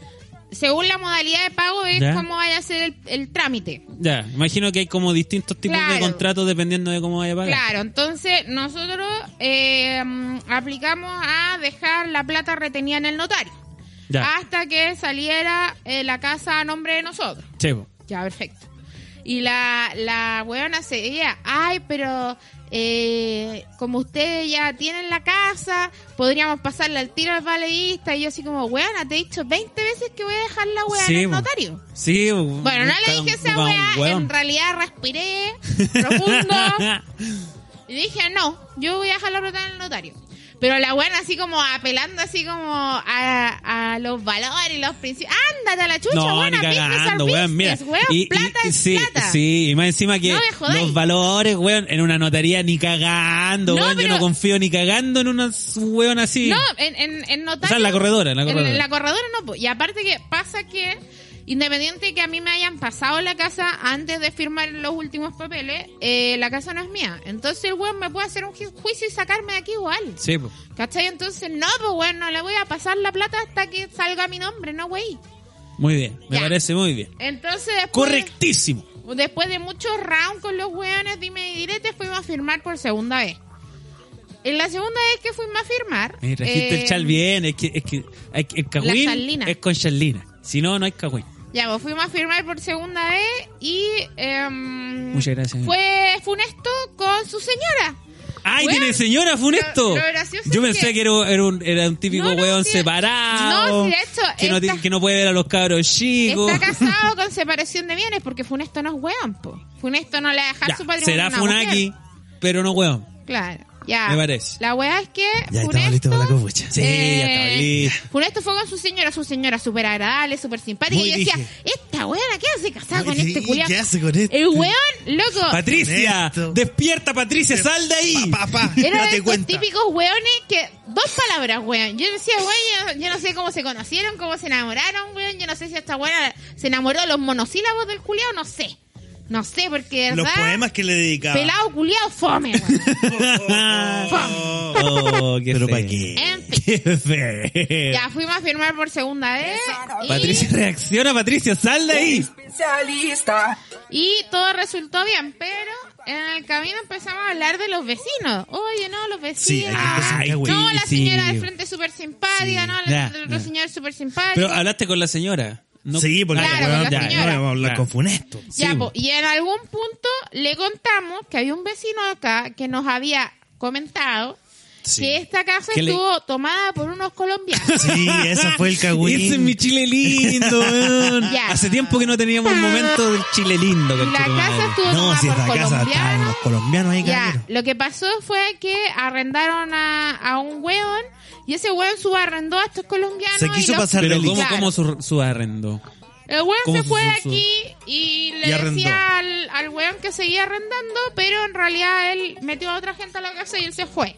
Speaker 2: según la modalidad de pago es
Speaker 3: ¿Ya?
Speaker 2: cómo vaya a ser el, el trámite.
Speaker 3: Ya, imagino que hay como distintos tipos de
Speaker 2: Claro.
Speaker 3: contratos dependiendo de cómo vaya a pagar.
Speaker 2: Claro, entonces nosotros eh, aplicamos a dejar la plata retenida en el notario
Speaker 3: Ya.
Speaker 2: hasta que saliera eh, la casa a nombre de nosotros.
Speaker 3: Che, po.
Speaker 2: Ya, perfecto. Y la, la weona seguía, ay, pero eh, como ustedes ya tienen la casa, podríamos pasarle al tiro al valeísta. Y yo así como, weona, te he dicho 20 veces que voy a dejar la weá en
Speaker 3: Sí,
Speaker 2: el
Speaker 3: po.
Speaker 2: notario.
Speaker 3: Sí, po.
Speaker 2: Bueno, no le dije esa
Speaker 3: Busca un
Speaker 2: weá,
Speaker 3: weón.
Speaker 2: en realidad respiré profundo
Speaker 3: [laughs]
Speaker 2: y dije, no, yo voy a dejar la plata en el notario. Pero la weona así como apelando así como a, a los valores y los principios. Ándate a la chucha,
Speaker 3: No, ni
Speaker 2: weona, business are
Speaker 3: cagando, weón, mira.
Speaker 2: business, weón, plata es
Speaker 3: sí,
Speaker 2: plata.
Speaker 3: sí, y más encima que
Speaker 2: No me jodáis.
Speaker 3: los valores, weón, en una notaría ni cagando,
Speaker 2: No,
Speaker 3: weón. Yo no
Speaker 2: pero-
Speaker 3: confío ni cagando en una weón así.
Speaker 2: No, en, en, en notario.
Speaker 3: O sea, en la corredora, en la
Speaker 2: en-
Speaker 3: corredora.
Speaker 2: en la corredora no, po. y aparte que pasa que Independiente que a mí me hayan pasado la casa antes de firmar los últimos papeles, eh, la casa no es mía. Entonces el weón me puede hacer un ju- juicio y sacarme de aquí igual.
Speaker 3: Sí, po.
Speaker 2: ¿Cachai? Entonces, no, pues weón, no le voy a pasar la plata hasta que salga mi nombre, no, güey.
Speaker 3: Muy bien, me
Speaker 2: Ya.
Speaker 3: parece muy bien.
Speaker 2: Entonces, después,
Speaker 3: Correctísimo.
Speaker 2: después de muchos rounds con los weones, dime y direte, fuimos a firmar por segunda vez. En la segunda vez que fuimos a firmar.
Speaker 3: Me trajiste
Speaker 2: eh,
Speaker 3: el chal bien, es que, es que, hay que- el cagüín
Speaker 2: charlina.
Speaker 3: es con charlina. Si no, no hay cagüín.
Speaker 2: Ya, pues fuimos a firmar por segunda vez y. em,
Speaker 3: Muchas gracias.
Speaker 2: Fue funesto con su señora.
Speaker 3: ¡Ay,
Speaker 2: Weón,
Speaker 3: tiene señora Funesto!
Speaker 2: lo- lo gracioso
Speaker 3: Yo
Speaker 2: es
Speaker 3: pensé que,
Speaker 2: que-
Speaker 3: era, era un, era un típico
Speaker 2: No, no,
Speaker 3: weón
Speaker 2: sí- no,
Speaker 3: separado.
Speaker 2: sí, de hecho,
Speaker 3: que, no,
Speaker 2: esta-
Speaker 3: ti- que no puede ver a los cabros chicos.
Speaker 2: Está
Speaker 3: [laughs]
Speaker 2: casado con separación de bienes porque funesto no es weón, po. Funesto no le va a dejar
Speaker 3: Ya,
Speaker 2: su patrimonio. a
Speaker 3: será
Speaker 2: una
Speaker 3: Funaki,
Speaker 2: mujer.
Speaker 3: pero no weón.
Speaker 2: Claro, ya.
Speaker 3: Me parece.
Speaker 2: La weá es que.
Speaker 1: Ya estamos
Speaker 2: Funesto- eh,
Speaker 1: listos para la copucha.
Speaker 3: Sí, ya estaba listo.
Speaker 2: Funesto fue con su señora, su señora súper agradable, súper simpática.
Speaker 1: Muy
Speaker 2: y yo decía,
Speaker 1: dije.
Speaker 2: esta weona, ¿qué hace casada con
Speaker 1: Oye,
Speaker 2: este
Speaker 1: ¿y
Speaker 2: culiao?
Speaker 1: ¿Qué hace con esto?
Speaker 2: El weón, loco.
Speaker 3: Patricia,
Speaker 1: Funesto.
Speaker 3: despierta Patricia, sal de ahí.
Speaker 1: Papá,
Speaker 2: Era de
Speaker 1: date
Speaker 2: esos
Speaker 1: cuenta.
Speaker 2: típicos weones que. Dos palabras, weón. Yo decía, weón, yo, yo no sé cómo se conocieron, cómo se enamoraron, weón. Yo no sé si esta weona se enamoró de los monosílabos del culiao, no sé. No sé, porque de
Speaker 4: Los
Speaker 2: verdad.
Speaker 4: poemas que le dedicaba.
Speaker 2: Pelado culiao fome,
Speaker 1: [laughs]
Speaker 2: weón.
Speaker 3: [laughs]
Speaker 4: Oh,
Speaker 3: Oh, qué
Speaker 1: Pero
Speaker 3: feo.
Speaker 1: para qué.
Speaker 2: En fin.
Speaker 1: Qué feo.
Speaker 2: Ya fuimos a firmar por segunda vez. y-
Speaker 3: Patricia, reacciona Patricia, sal de ahí.
Speaker 5: especialista.
Speaker 2: Y todo resultó bien, pero en el camino empezamos a hablar de los vecinos. Oye, no, los
Speaker 1: Sí, hay
Speaker 2: vecinos.
Speaker 1: que
Speaker 3: Ay,
Speaker 1: ser cagüey.
Speaker 2: no, la
Speaker 3: sí.
Speaker 2: señora del frente es súper simpática, no, la,
Speaker 3: Ya,
Speaker 2: el
Speaker 3: ya.
Speaker 2: otro señor es súper simpática.
Speaker 3: Pero ah, hablaste con la señora. No-
Speaker 1: Sí, porque
Speaker 2: Claro,
Speaker 1: weón,
Speaker 2: con la
Speaker 1: ya,
Speaker 2: señora.
Speaker 1: no vamos a hablar
Speaker 3: Claro.
Speaker 1: con Funesto.
Speaker 2: Ya,
Speaker 3: Sí,
Speaker 2: po, y en algún punto le contamos que había un vecino acá que nos había comentado
Speaker 1: Sí.
Speaker 2: que esta casa
Speaker 3: Que le-
Speaker 2: estuvo tomada por unos
Speaker 3: [laughs]
Speaker 2: colombianos.
Speaker 1: Sí, ese fue el cagüín.
Speaker 3: Ese es mi chile lindo, weón.
Speaker 2: [laughs] Ya.
Speaker 3: Hace tiempo que no teníamos el momento del chile lindo,
Speaker 2: Y la
Speaker 3: conchetumadre.
Speaker 2: casa estuvo
Speaker 1: No,
Speaker 2: tomada
Speaker 1: si
Speaker 2: por
Speaker 1: esta casa estaban
Speaker 2: colombianos.
Speaker 1: los colombianos ahí,
Speaker 2: Ya,
Speaker 1: caballero.
Speaker 2: lo que pasó fue que arrendaron a, a un hueón y ese hueón subarrendó a estos colombianos.
Speaker 1: Se quiso
Speaker 2: y los-
Speaker 1: pasar
Speaker 3: Pero
Speaker 1: de
Speaker 3: ¿cómo,
Speaker 1: listo.
Speaker 2: Claro.
Speaker 3: cómo su, su arrendó?
Speaker 2: El hueón
Speaker 3: ¿Cómo
Speaker 2: se
Speaker 3: se
Speaker 2: fue de
Speaker 3: hizo?
Speaker 2: aquí y le
Speaker 1: Y arrendó.
Speaker 2: decía al, al hueón que seguía arrendando, pero en realidad él metió a otra gente a la casa y él se fue.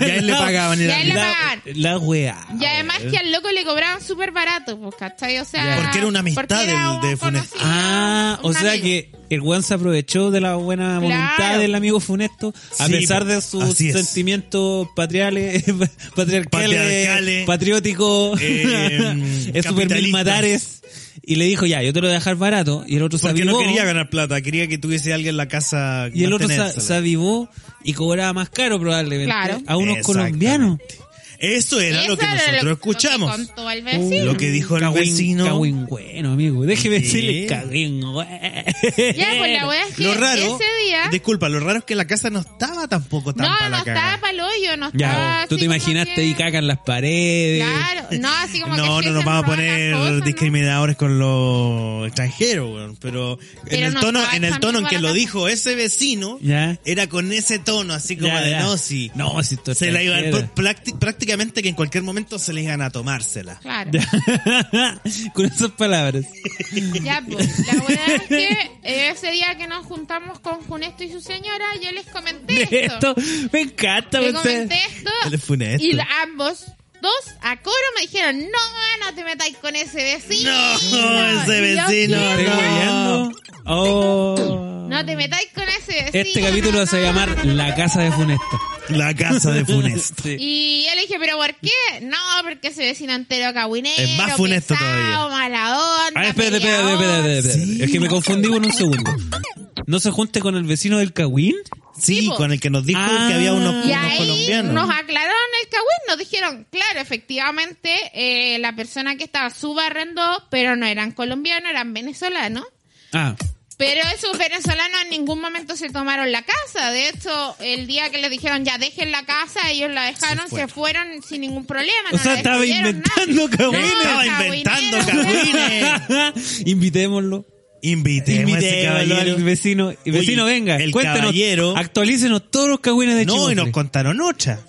Speaker 1: Y a él le pagaban. el
Speaker 2: Ya él le
Speaker 1: alquiler.
Speaker 2: pagaban.
Speaker 3: La weá.
Speaker 2: Y además que al loco le cobraban súper barato, pues, ¿cachai? O sea...
Speaker 1: Porque era una amistad
Speaker 2: porque era
Speaker 1: del- de
Speaker 2: un
Speaker 1: Funes.
Speaker 2: conocido,
Speaker 3: Ah,
Speaker 2: un
Speaker 3: o sea
Speaker 2: amigo.
Speaker 3: que el weón se aprovechó de la
Speaker 2: Claro.
Speaker 3: buena voluntad del amigo Funesto, a
Speaker 1: Sí,
Speaker 3: pesar
Speaker 1: po,
Speaker 3: de sus
Speaker 1: así es.
Speaker 3: sentimientos patriales, [laughs] patriarcales,
Speaker 4: Patriarcales.
Speaker 3: patrióticos, [laughs]
Speaker 4: Eh,
Speaker 3: es super mil
Speaker 4: capitalistas.
Speaker 3: matares, y le dijo, ya, yo te lo voy a dejar barato, y el otro se
Speaker 4: Porque no
Speaker 3: avivó,
Speaker 4: quería ganar plata, quería que tuviese alguien en la casa.
Speaker 3: y el otro se,
Speaker 4: mantenérsela.
Speaker 3: se avivó y cobraba más caro probablemente
Speaker 2: Claro.
Speaker 3: a unos colombianos.
Speaker 4: Eso era lo que
Speaker 2: Eso era
Speaker 4: nosotros
Speaker 2: lo-
Speaker 4: escuchamos.
Speaker 2: Lo que contó el
Speaker 3: Uh,
Speaker 2: vecino.
Speaker 4: Lo que dijo el
Speaker 3: Cagüín-
Speaker 4: vecino.
Speaker 3: cagüín bueno, amigo. Déjeme
Speaker 4: Sí.
Speaker 3: decirle cagüín bueno.
Speaker 2: Ya, pues la wea es que
Speaker 4: Lo raro,
Speaker 2: ese día...
Speaker 4: disculpa, lo raro es que la casa no estaba tampoco tan
Speaker 2: No, no
Speaker 4: para la
Speaker 2: estaba
Speaker 4: cagada.
Speaker 2: para el hoyo, no
Speaker 3: Ya,
Speaker 2: estaba...
Speaker 3: tú
Speaker 2: así
Speaker 3: te
Speaker 2: Ah, como
Speaker 3: imaginaste
Speaker 2: que-
Speaker 3: y cagan las paredes.
Speaker 2: Claro, no,
Speaker 1: [laughs]
Speaker 2: así como que...
Speaker 4: No, no
Speaker 2: Jason
Speaker 4: nos vamos a
Speaker 2: roba las
Speaker 4: poner
Speaker 2: cosas, ¿no?
Speaker 4: discriminadores con los extranjeros, weón, pero, en
Speaker 2: Pero
Speaker 4: el
Speaker 2: no
Speaker 4: tono,
Speaker 2: estaba
Speaker 4: en el
Speaker 2: tan
Speaker 4: tono en
Speaker 2: para
Speaker 4: que
Speaker 2: la
Speaker 4: lo
Speaker 2: casa.
Speaker 4: dijo ese vecino,
Speaker 3: Ya.
Speaker 4: era con ese tono, así como
Speaker 3: Ya,
Speaker 4: de
Speaker 3: ya.
Speaker 4: no, sí.
Speaker 3: No, si tú
Speaker 4: se la iba
Speaker 3: extranjero.
Speaker 4: pr- prácti- prácticamente que en cualquier momento se le iban a tomársela.
Speaker 2: Claro.
Speaker 3: [laughs] Con esas
Speaker 2: [laughs]
Speaker 3: palabras. [laughs]
Speaker 2: Ya, pues, la verdad es que eh, ese día que nos juntamos con Junesto y su señora, yo les comenté
Speaker 3: De
Speaker 2: esto.
Speaker 3: [laughs] esto me encanta.
Speaker 2: Les
Speaker 3: me
Speaker 2: comenté
Speaker 3: encanta.
Speaker 2: esto.
Speaker 4: Le funé esto.
Speaker 2: Y la- ambos, dos, a coro me dijeron, no, no te metáis con ese vecino.
Speaker 4: No, ese
Speaker 2: Y yo,
Speaker 4: vecino,
Speaker 2: "¿Qué?
Speaker 3: Estoy
Speaker 4: No.
Speaker 3: guayando. Oh.
Speaker 2: No te metáis con ese vecino.
Speaker 3: Este capítulo
Speaker 2: no,
Speaker 3: se va a
Speaker 2: no,
Speaker 3: llamar
Speaker 2: no, no".
Speaker 3: La Casa de Funesto.
Speaker 4: La casa de Funes.
Speaker 3: Sí.
Speaker 2: Y yo le dije, ¿pero por qué? No, porque ese vecino entero caguinero,
Speaker 4: Es más funesto
Speaker 2: pesado,
Speaker 4: todavía.
Speaker 2: mala onda,
Speaker 3: Ay, espérate, espérate,
Speaker 2: peleador.
Speaker 3: espérate, espérate, espérate. Es que me confundí por un segundo. ¿No se junte con el vecino del Cagüín?
Speaker 4: [laughs] Sí,
Speaker 2: po.
Speaker 4: con el que nos dijo
Speaker 3: Ah.
Speaker 4: que había unos,
Speaker 2: Y
Speaker 4: unos
Speaker 2: ahí
Speaker 4: colombianos.
Speaker 2: nos aclararon el cagüín, nos dijeron, claro, efectivamente, eh, la persona que estaba subarrendó, pero no eran colombianos, eran venezolanos.
Speaker 3: Ah,
Speaker 2: Pero esos venezolanos en ningún momento se tomaron la casa. De hecho, el día que les dijeron, ya dejen la casa, ellos la dejaron, se fueron, sin ningún problema.
Speaker 3: o
Speaker 2: no
Speaker 3: sea,
Speaker 2: la
Speaker 3: estaba
Speaker 2: destruyeron,
Speaker 3: inventando
Speaker 2: nada.
Speaker 3: Cagüín.
Speaker 2: No,
Speaker 4: Estaba
Speaker 2: cagüinero,
Speaker 4: inventando
Speaker 2: weón.
Speaker 4: cagüines.
Speaker 3: [laughs] Invitémoslo.
Speaker 4: Invitemos a ese
Speaker 3: Invitémoslo
Speaker 4: caballero.
Speaker 3: al vecino. Y vecino,
Speaker 4: Oye,
Speaker 3: venga,
Speaker 4: el
Speaker 3: cuéntenos,
Speaker 4: caballero-
Speaker 3: actualícenos todos los cagüines de
Speaker 4: No, y nos
Speaker 3: Chimofle. [laughs]
Speaker 4: contaron otra.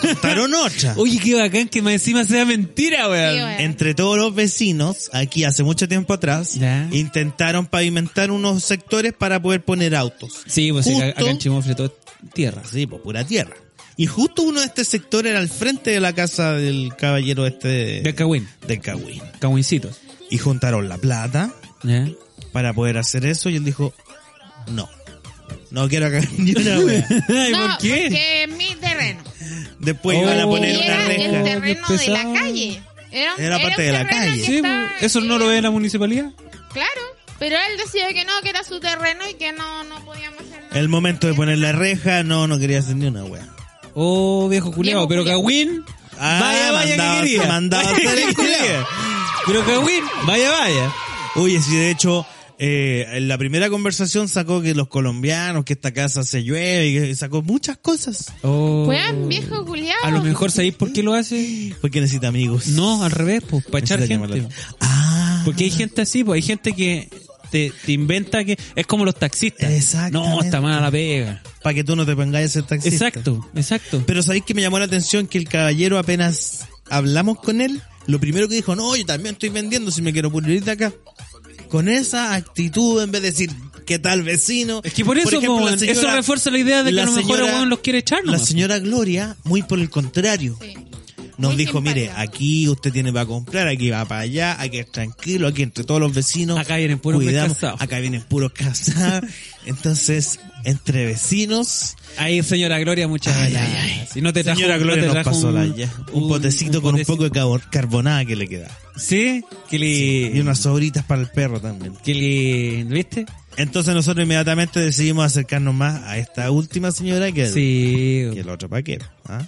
Speaker 4: contaron otra.
Speaker 3: Oye, qué bacán que más encima sea mentira, weón.
Speaker 2: Sí, weón.
Speaker 4: Entre todos los vecinos, aquí hace mucho tiempo atrás,
Speaker 3: Ya.
Speaker 4: intentaron pavimentar unos sectores para poder poner autos.
Speaker 3: Sí, pues
Speaker 4: Justo-
Speaker 3: acá, acá en Chimofle todo es tierra.
Speaker 4: Sí,
Speaker 1: pues,
Speaker 4: por pura tierra. Y justo uno de este sector era al frente de la casa del caballero este
Speaker 3: Del Cagüín,
Speaker 4: del Cagüín.
Speaker 3: Cagüincitos.
Speaker 1: y juntaron la plata
Speaker 4: [laughs]
Speaker 3: ¿Ya?
Speaker 1: para poder hacer eso y él dijo, no, no quiero cagar ni
Speaker 3: [laughs]
Speaker 1: una wea.
Speaker 3: Ay,
Speaker 2: no,
Speaker 3: ¿Por qué?
Speaker 2: porque es mi terreno.
Speaker 1: Después
Speaker 3: Oh.
Speaker 1: iban a
Speaker 2: Y
Speaker 1: poner una
Speaker 2: era el
Speaker 1: reja.
Speaker 2: terreno
Speaker 3: qué
Speaker 2: de la
Speaker 3: pesado.
Speaker 2: calle. Era, un-
Speaker 1: Era parte
Speaker 2: un
Speaker 1: de la
Speaker 2: terreno
Speaker 1: calle.
Speaker 2: que
Speaker 3: Sí,
Speaker 2: estaba-
Speaker 3: pues, ¿Eso no lo ve la municipalidad?
Speaker 2: Claro, pero él decidió que no, que era su terreno y que no, no podíamos hacer nada.
Speaker 1: El momento de poner la reja, no, no quería hacer ni una wea.
Speaker 3: Oh, viejo culiao,
Speaker 2: Viejo culiao.
Speaker 3: pero Cagüín.
Speaker 1: Ah,
Speaker 3: vaya, vaya,
Speaker 1: mandaba-
Speaker 3: que quería.
Speaker 1: mandaba
Speaker 3: Vaya,
Speaker 1: hacer el
Speaker 3: que
Speaker 1: culiao.
Speaker 3: quería. Pero Cagüín, vaya, vaya.
Speaker 1: Oye, sí, de hecho, eh, en la primera conversación sacó que los colombianos, que esta casa se llueve, y que sacó muchas cosas.
Speaker 3: Oh.
Speaker 2: Weón, viejo culiao.
Speaker 3: A lo mejor sabéis por qué lo hace.
Speaker 1: Porque necesita amigos.
Speaker 3: No, al revés, pues, para echar
Speaker 1: Necesita
Speaker 3: gente.
Speaker 1: llamarla. Ah.
Speaker 3: Porque hay gente así, pues hay gente que te, te inventa que es como los taxistas.
Speaker 1: Exactamente.
Speaker 3: No, está mala la pega.
Speaker 1: Para que tú no te pongas a ser taxista.
Speaker 3: Exacto, exacto.
Speaker 1: Pero sabéis que me llamó la atención que el caballero apenas hablamos con él, lo primero que dijo, no, yo también estoy vendiendo si me quiero pudrir de acá. Con esa actitud, en vez de decir, ¿qué tal vecino?
Speaker 3: es que por eso,
Speaker 1: ejemplo,
Speaker 3: po,
Speaker 1: la señora-
Speaker 3: eso refuerza la idea de que
Speaker 1: la
Speaker 3: a lo mejor el
Speaker 1: señora-
Speaker 3: weón los quiere echar.
Speaker 1: La
Speaker 3: nomás.
Speaker 1: señora Gloria, muy por el contrario,
Speaker 2: Sí.
Speaker 1: nos
Speaker 2: Muy
Speaker 1: dijo, mire,
Speaker 2: simpática.
Speaker 1: aquí usted tiene para comprar, aquí va para allá, aquí es tranquilo, aquí entre todos los vecinos.
Speaker 3: Acá vienen puros
Speaker 1: cuidamos,
Speaker 3: casados.
Speaker 1: Acá vienen puros
Speaker 3: [laughs]
Speaker 1: casados. Entonces, entre vecinos,
Speaker 3: Ahí, señora Gloria, muchas
Speaker 1: Ay,
Speaker 3: gracias.
Speaker 1: ay, ay.
Speaker 3: Si no te trajo,
Speaker 1: Señora
Speaker 3: no
Speaker 1: Gloria
Speaker 3: te
Speaker 1: nos
Speaker 3: trajo
Speaker 1: pasó
Speaker 3: un,
Speaker 1: la ya. Un, potecito con un poco de cabo- carbonada que le queda.
Speaker 3: pote- Sí, que le...
Speaker 1: Y unas sobritas para el perro también.
Speaker 3: Que le... ¿Viste?
Speaker 1: Entonces nosotros inmediatamente decidimos acercarnos más a esta última señora que,
Speaker 3: Sí.
Speaker 1: que el otro paquete. ¿ah?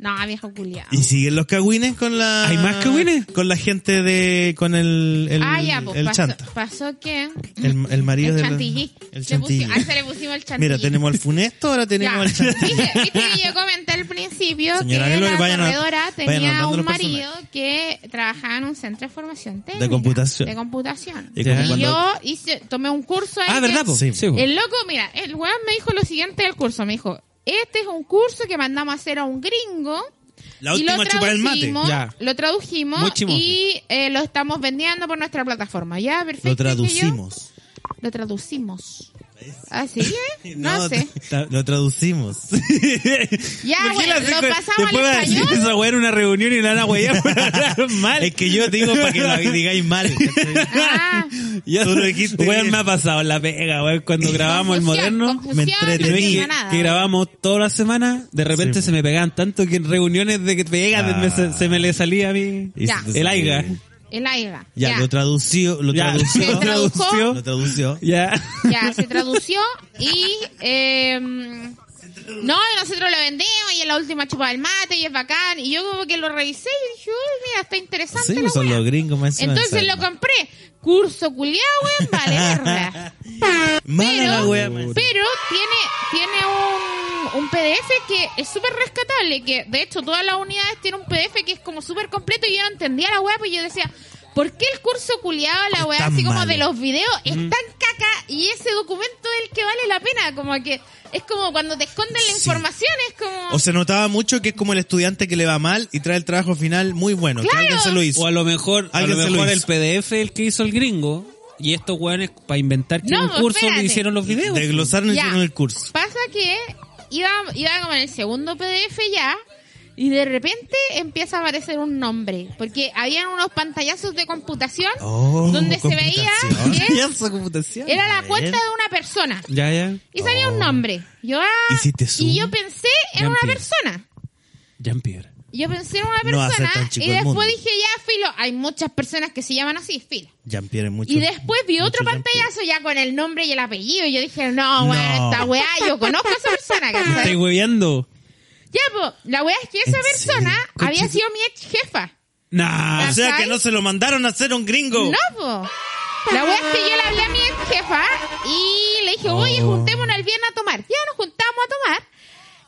Speaker 2: No, viejo culiao.
Speaker 1: Y siguen los cagüines con la...
Speaker 3: ¿Hay más cagüines?
Speaker 1: Con la gente de... Con el... el
Speaker 2: ah, ya, pues
Speaker 1: el
Speaker 2: pasó,
Speaker 1: chanta.
Speaker 2: pasó que...
Speaker 1: El, el marido
Speaker 2: El
Speaker 1: de la-
Speaker 2: chantilly.
Speaker 1: El
Speaker 2: Le pusi-
Speaker 1: chantilly.
Speaker 2: a ese le pusimos el chantilly.
Speaker 1: Mira, tenemos al funesto, ahora tenemos
Speaker 2: Ya.
Speaker 1: al chantilly.
Speaker 2: [laughs] Viste, viste que yo comenté al principio
Speaker 1: Señora
Speaker 2: que
Speaker 1: Gloria,
Speaker 2: la
Speaker 1: vayan a-
Speaker 2: corredora
Speaker 1: vayan
Speaker 2: tenía
Speaker 1: anotando
Speaker 2: un
Speaker 1: los
Speaker 2: marido que trabajaba en un centro de formación técnica.
Speaker 1: computación.
Speaker 2: De computación.
Speaker 1: Y
Speaker 2: Y,
Speaker 3: como
Speaker 1: cuando-
Speaker 2: yo hice, tomé un curso. ahí
Speaker 3: Ah,
Speaker 2: que-
Speaker 3: ¿verdad? po?
Speaker 1: Sí.
Speaker 3: po.
Speaker 2: El loco, mira, el weón me dijo lo siguiente del curso. Me dijo, este es un curso que mandamos a hacer a un gringo.
Speaker 1: La
Speaker 2: y lo
Speaker 1: última chupa del mate.
Speaker 2: traducimos-
Speaker 3: Ya.
Speaker 2: Lo
Speaker 3: Muy
Speaker 2: tradujimos
Speaker 3: chimoso.
Speaker 2: y eh, lo estamos vendiendo por nuestra plataforma. Ya, perfecto.
Speaker 1: Lo
Speaker 2: dije yo.
Speaker 1: traducimos.
Speaker 2: Lo traducimos.
Speaker 1: [laughs]
Speaker 2: Así es, no,
Speaker 1: No,
Speaker 2: sé.
Speaker 1: tra- Lo
Speaker 3: [laughs]
Speaker 1: traducimos.
Speaker 2: Ya, bueno,
Speaker 1: Imagínate,
Speaker 2: lo
Speaker 1: después
Speaker 2: pasamos
Speaker 1: van a
Speaker 2: al
Speaker 1: decir
Speaker 3: [laughs]
Speaker 2: español.
Speaker 1: esa weá en una reunión y la van a huear por [laughs] hablar mal.
Speaker 3: Es que yo te digo para que lo [laughs]
Speaker 1: digáis mal.
Speaker 2: Ah,
Speaker 1: Ya tú lo dijiste.
Speaker 3: Weón, me ha pasado la pega, weón.
Speaker 2: [laughs]
Speaker 3: Cuando grabamos el
Speaker 2: Confusión,
Speaker 3: moderno,
Speaker 2: confusión,
Speaker 1: me
Speaker 3: Y
Speaker 1: entretengo.
Speaker 3: ves
Speaker 2: no
Speaker 3: que,
Speaker 2: entiendo nada.
Speaker 3: que grabamos todas las semanas, de repente
Speaker 1: Sí. pues.
Speaker 3: se me pegaban tanto que en reuniones de que pegas
Speaker 1: Ah.
Speaker 3: me- se, se me le salía a mí
Speaker 1: Y
Speaker 2: Ya.
Speaker 1: se te
Speaker 3: el
Speaker 1: salió.
Speaker 3: aiga.
Speaker 2: El aire.
Speaker 1: Ya, lo tradució, lo
Speaker 3: Ya.
Speaker 2: [laughs]
Speaker 1: tradució.
Speaker 2: Se tradujo.
Speaker 1: Lo tradució.
Speaker 3: Ya.
Speaker 2: Ya, se tradució y... eh, no, y nosotros lo vendemos y es la última chupa del mate y es bacán. Y yo como que lo revisé y dije, uy, mira, está interesante
Speaker 1: Sí, pues,
Speaker 2: la
Speaker 1: son
Speaker 2: wea.
Speaker 1: los gringos más encima
Speaker 2: Entonces
Speaker 1: del
Speaker 2: lo
Speaker 1: alma.
Speaker 2: compré. Curso culiado, weón, vale verga.
Speaker 1: [laughs] Mala la
Speaker 2: Pero,
Speaker 1: wea, pues. man.
Speaker 2: pero tiene, tiene un, un PDF que es súper rescatable, que de hecho todas las unidades tienen un PDF que es como súper completo y yo no entendía la weá, pues yo decía, ¿por qué el curso culiado la weá
Speaker 1: tan
Speaker 2: así como
Speaker 1: malo.
Speaker 2: de los videos es
Speaker 1: Mm.
Speaker 2: tan caca y ese documento es el que vale la pena? Como que es como cuando te esconden la
Speaker 1: Sí.
Speaker 2: información, es como...
Speaker 1: O se notaba mucho que es como el estudiante que le va mal y trae el trabajo final muy bueno. Que
Speaker 2: Claro.
Speaker 1: alguien se lo hizo.
Speaker 3: O a lo mejor, a lo
Speaker 1: Alguien se lo
Speaker 3: mejor el
Speaker 1: hizo.
Speaker 3: PDF el que hizo el gringo y estos weones para inventar que
Speaker 2: No,
Speaker 3: un curso
Speaker 2: espérate.
Speaker 3: le hicieron los videos.
Speaker 1: Desglosaron y
Speaker 2: Ya.
Speaker 1: hicieron el curso.
Speaker 2: Pasa que iba, iba como en el segundo PDF ya y de repente empieza a aparecer un nombre, porque habían unos pantallazos de computación
Speaker 1: Oh,
Speaker 2: donde se veía
Speaker 1: computación.
Speaker 2: que
Speaker 1: [laughs]
Speaker 3: computación.
Speaker 2: era
Speaker 1: A
Speaker 2: la
Speaker 1: ver.
Speaker 2: cuenta de una persona
Speaker 3: Ya, ya.
Speaker 2: y salía
Speaker 1: Oh.
Speaker 2: un nombre. Yo, ah,
Speaker 1: Hiciste zoom.
Speaker 2: y yo pensé en
Speaker 3: Ya
Speaker 2: una
Speaker 3: empieza.
Speaker 2: persona.
Speaker 3: Jean-Pierre.
Speaker 2: Yo pensé en una
Speaker 1: No va a ser
Speaker 2: persona
Speaker 1: tan chico
Speaker 2: y
Speaker 1: el mundo.
Speaker 2: después dije, ya, filo, hay muchas personas que se llaman así, filo.
Speaker 1: Jean-Pierre, mucho.
Speaker 2: Y después vi
Speaker 1: mucho
Speaker 2: otro
Speaker 1: Jean-Pierre.
Speaker 2: pantallazo ya con el nombre y el apellido. Y yo dije, no,
Speaker 1: No.
Speaker 2: weón, esta weá, yo conozco a
Speaker 1: [laughs]
Speaker 2: esa persona. ¿cachai?
Speaker 3: Estoy hueveando.
Speaker 2: Ya, po, la weá es que esa
Speaker 1: ¿En serio?
Speaker 2: persona
Speaker 1: Conche-
Speaker 2: había sido mi ex jefa.
Speaker 3: Nah.
Speaker 1: Ah, O sea que
Speaker 2: ¿Cachai?
Speaker 1: no se lo mandaron a hacer un gringo.
Speaker 2: No, po. La weá es que yo le hablé a mi ex jefa y le
Speaker 1: Oh.
Speaker 2: dije, oye, juntémonos el viernes a tomar. Ya nos juntamos a tomar.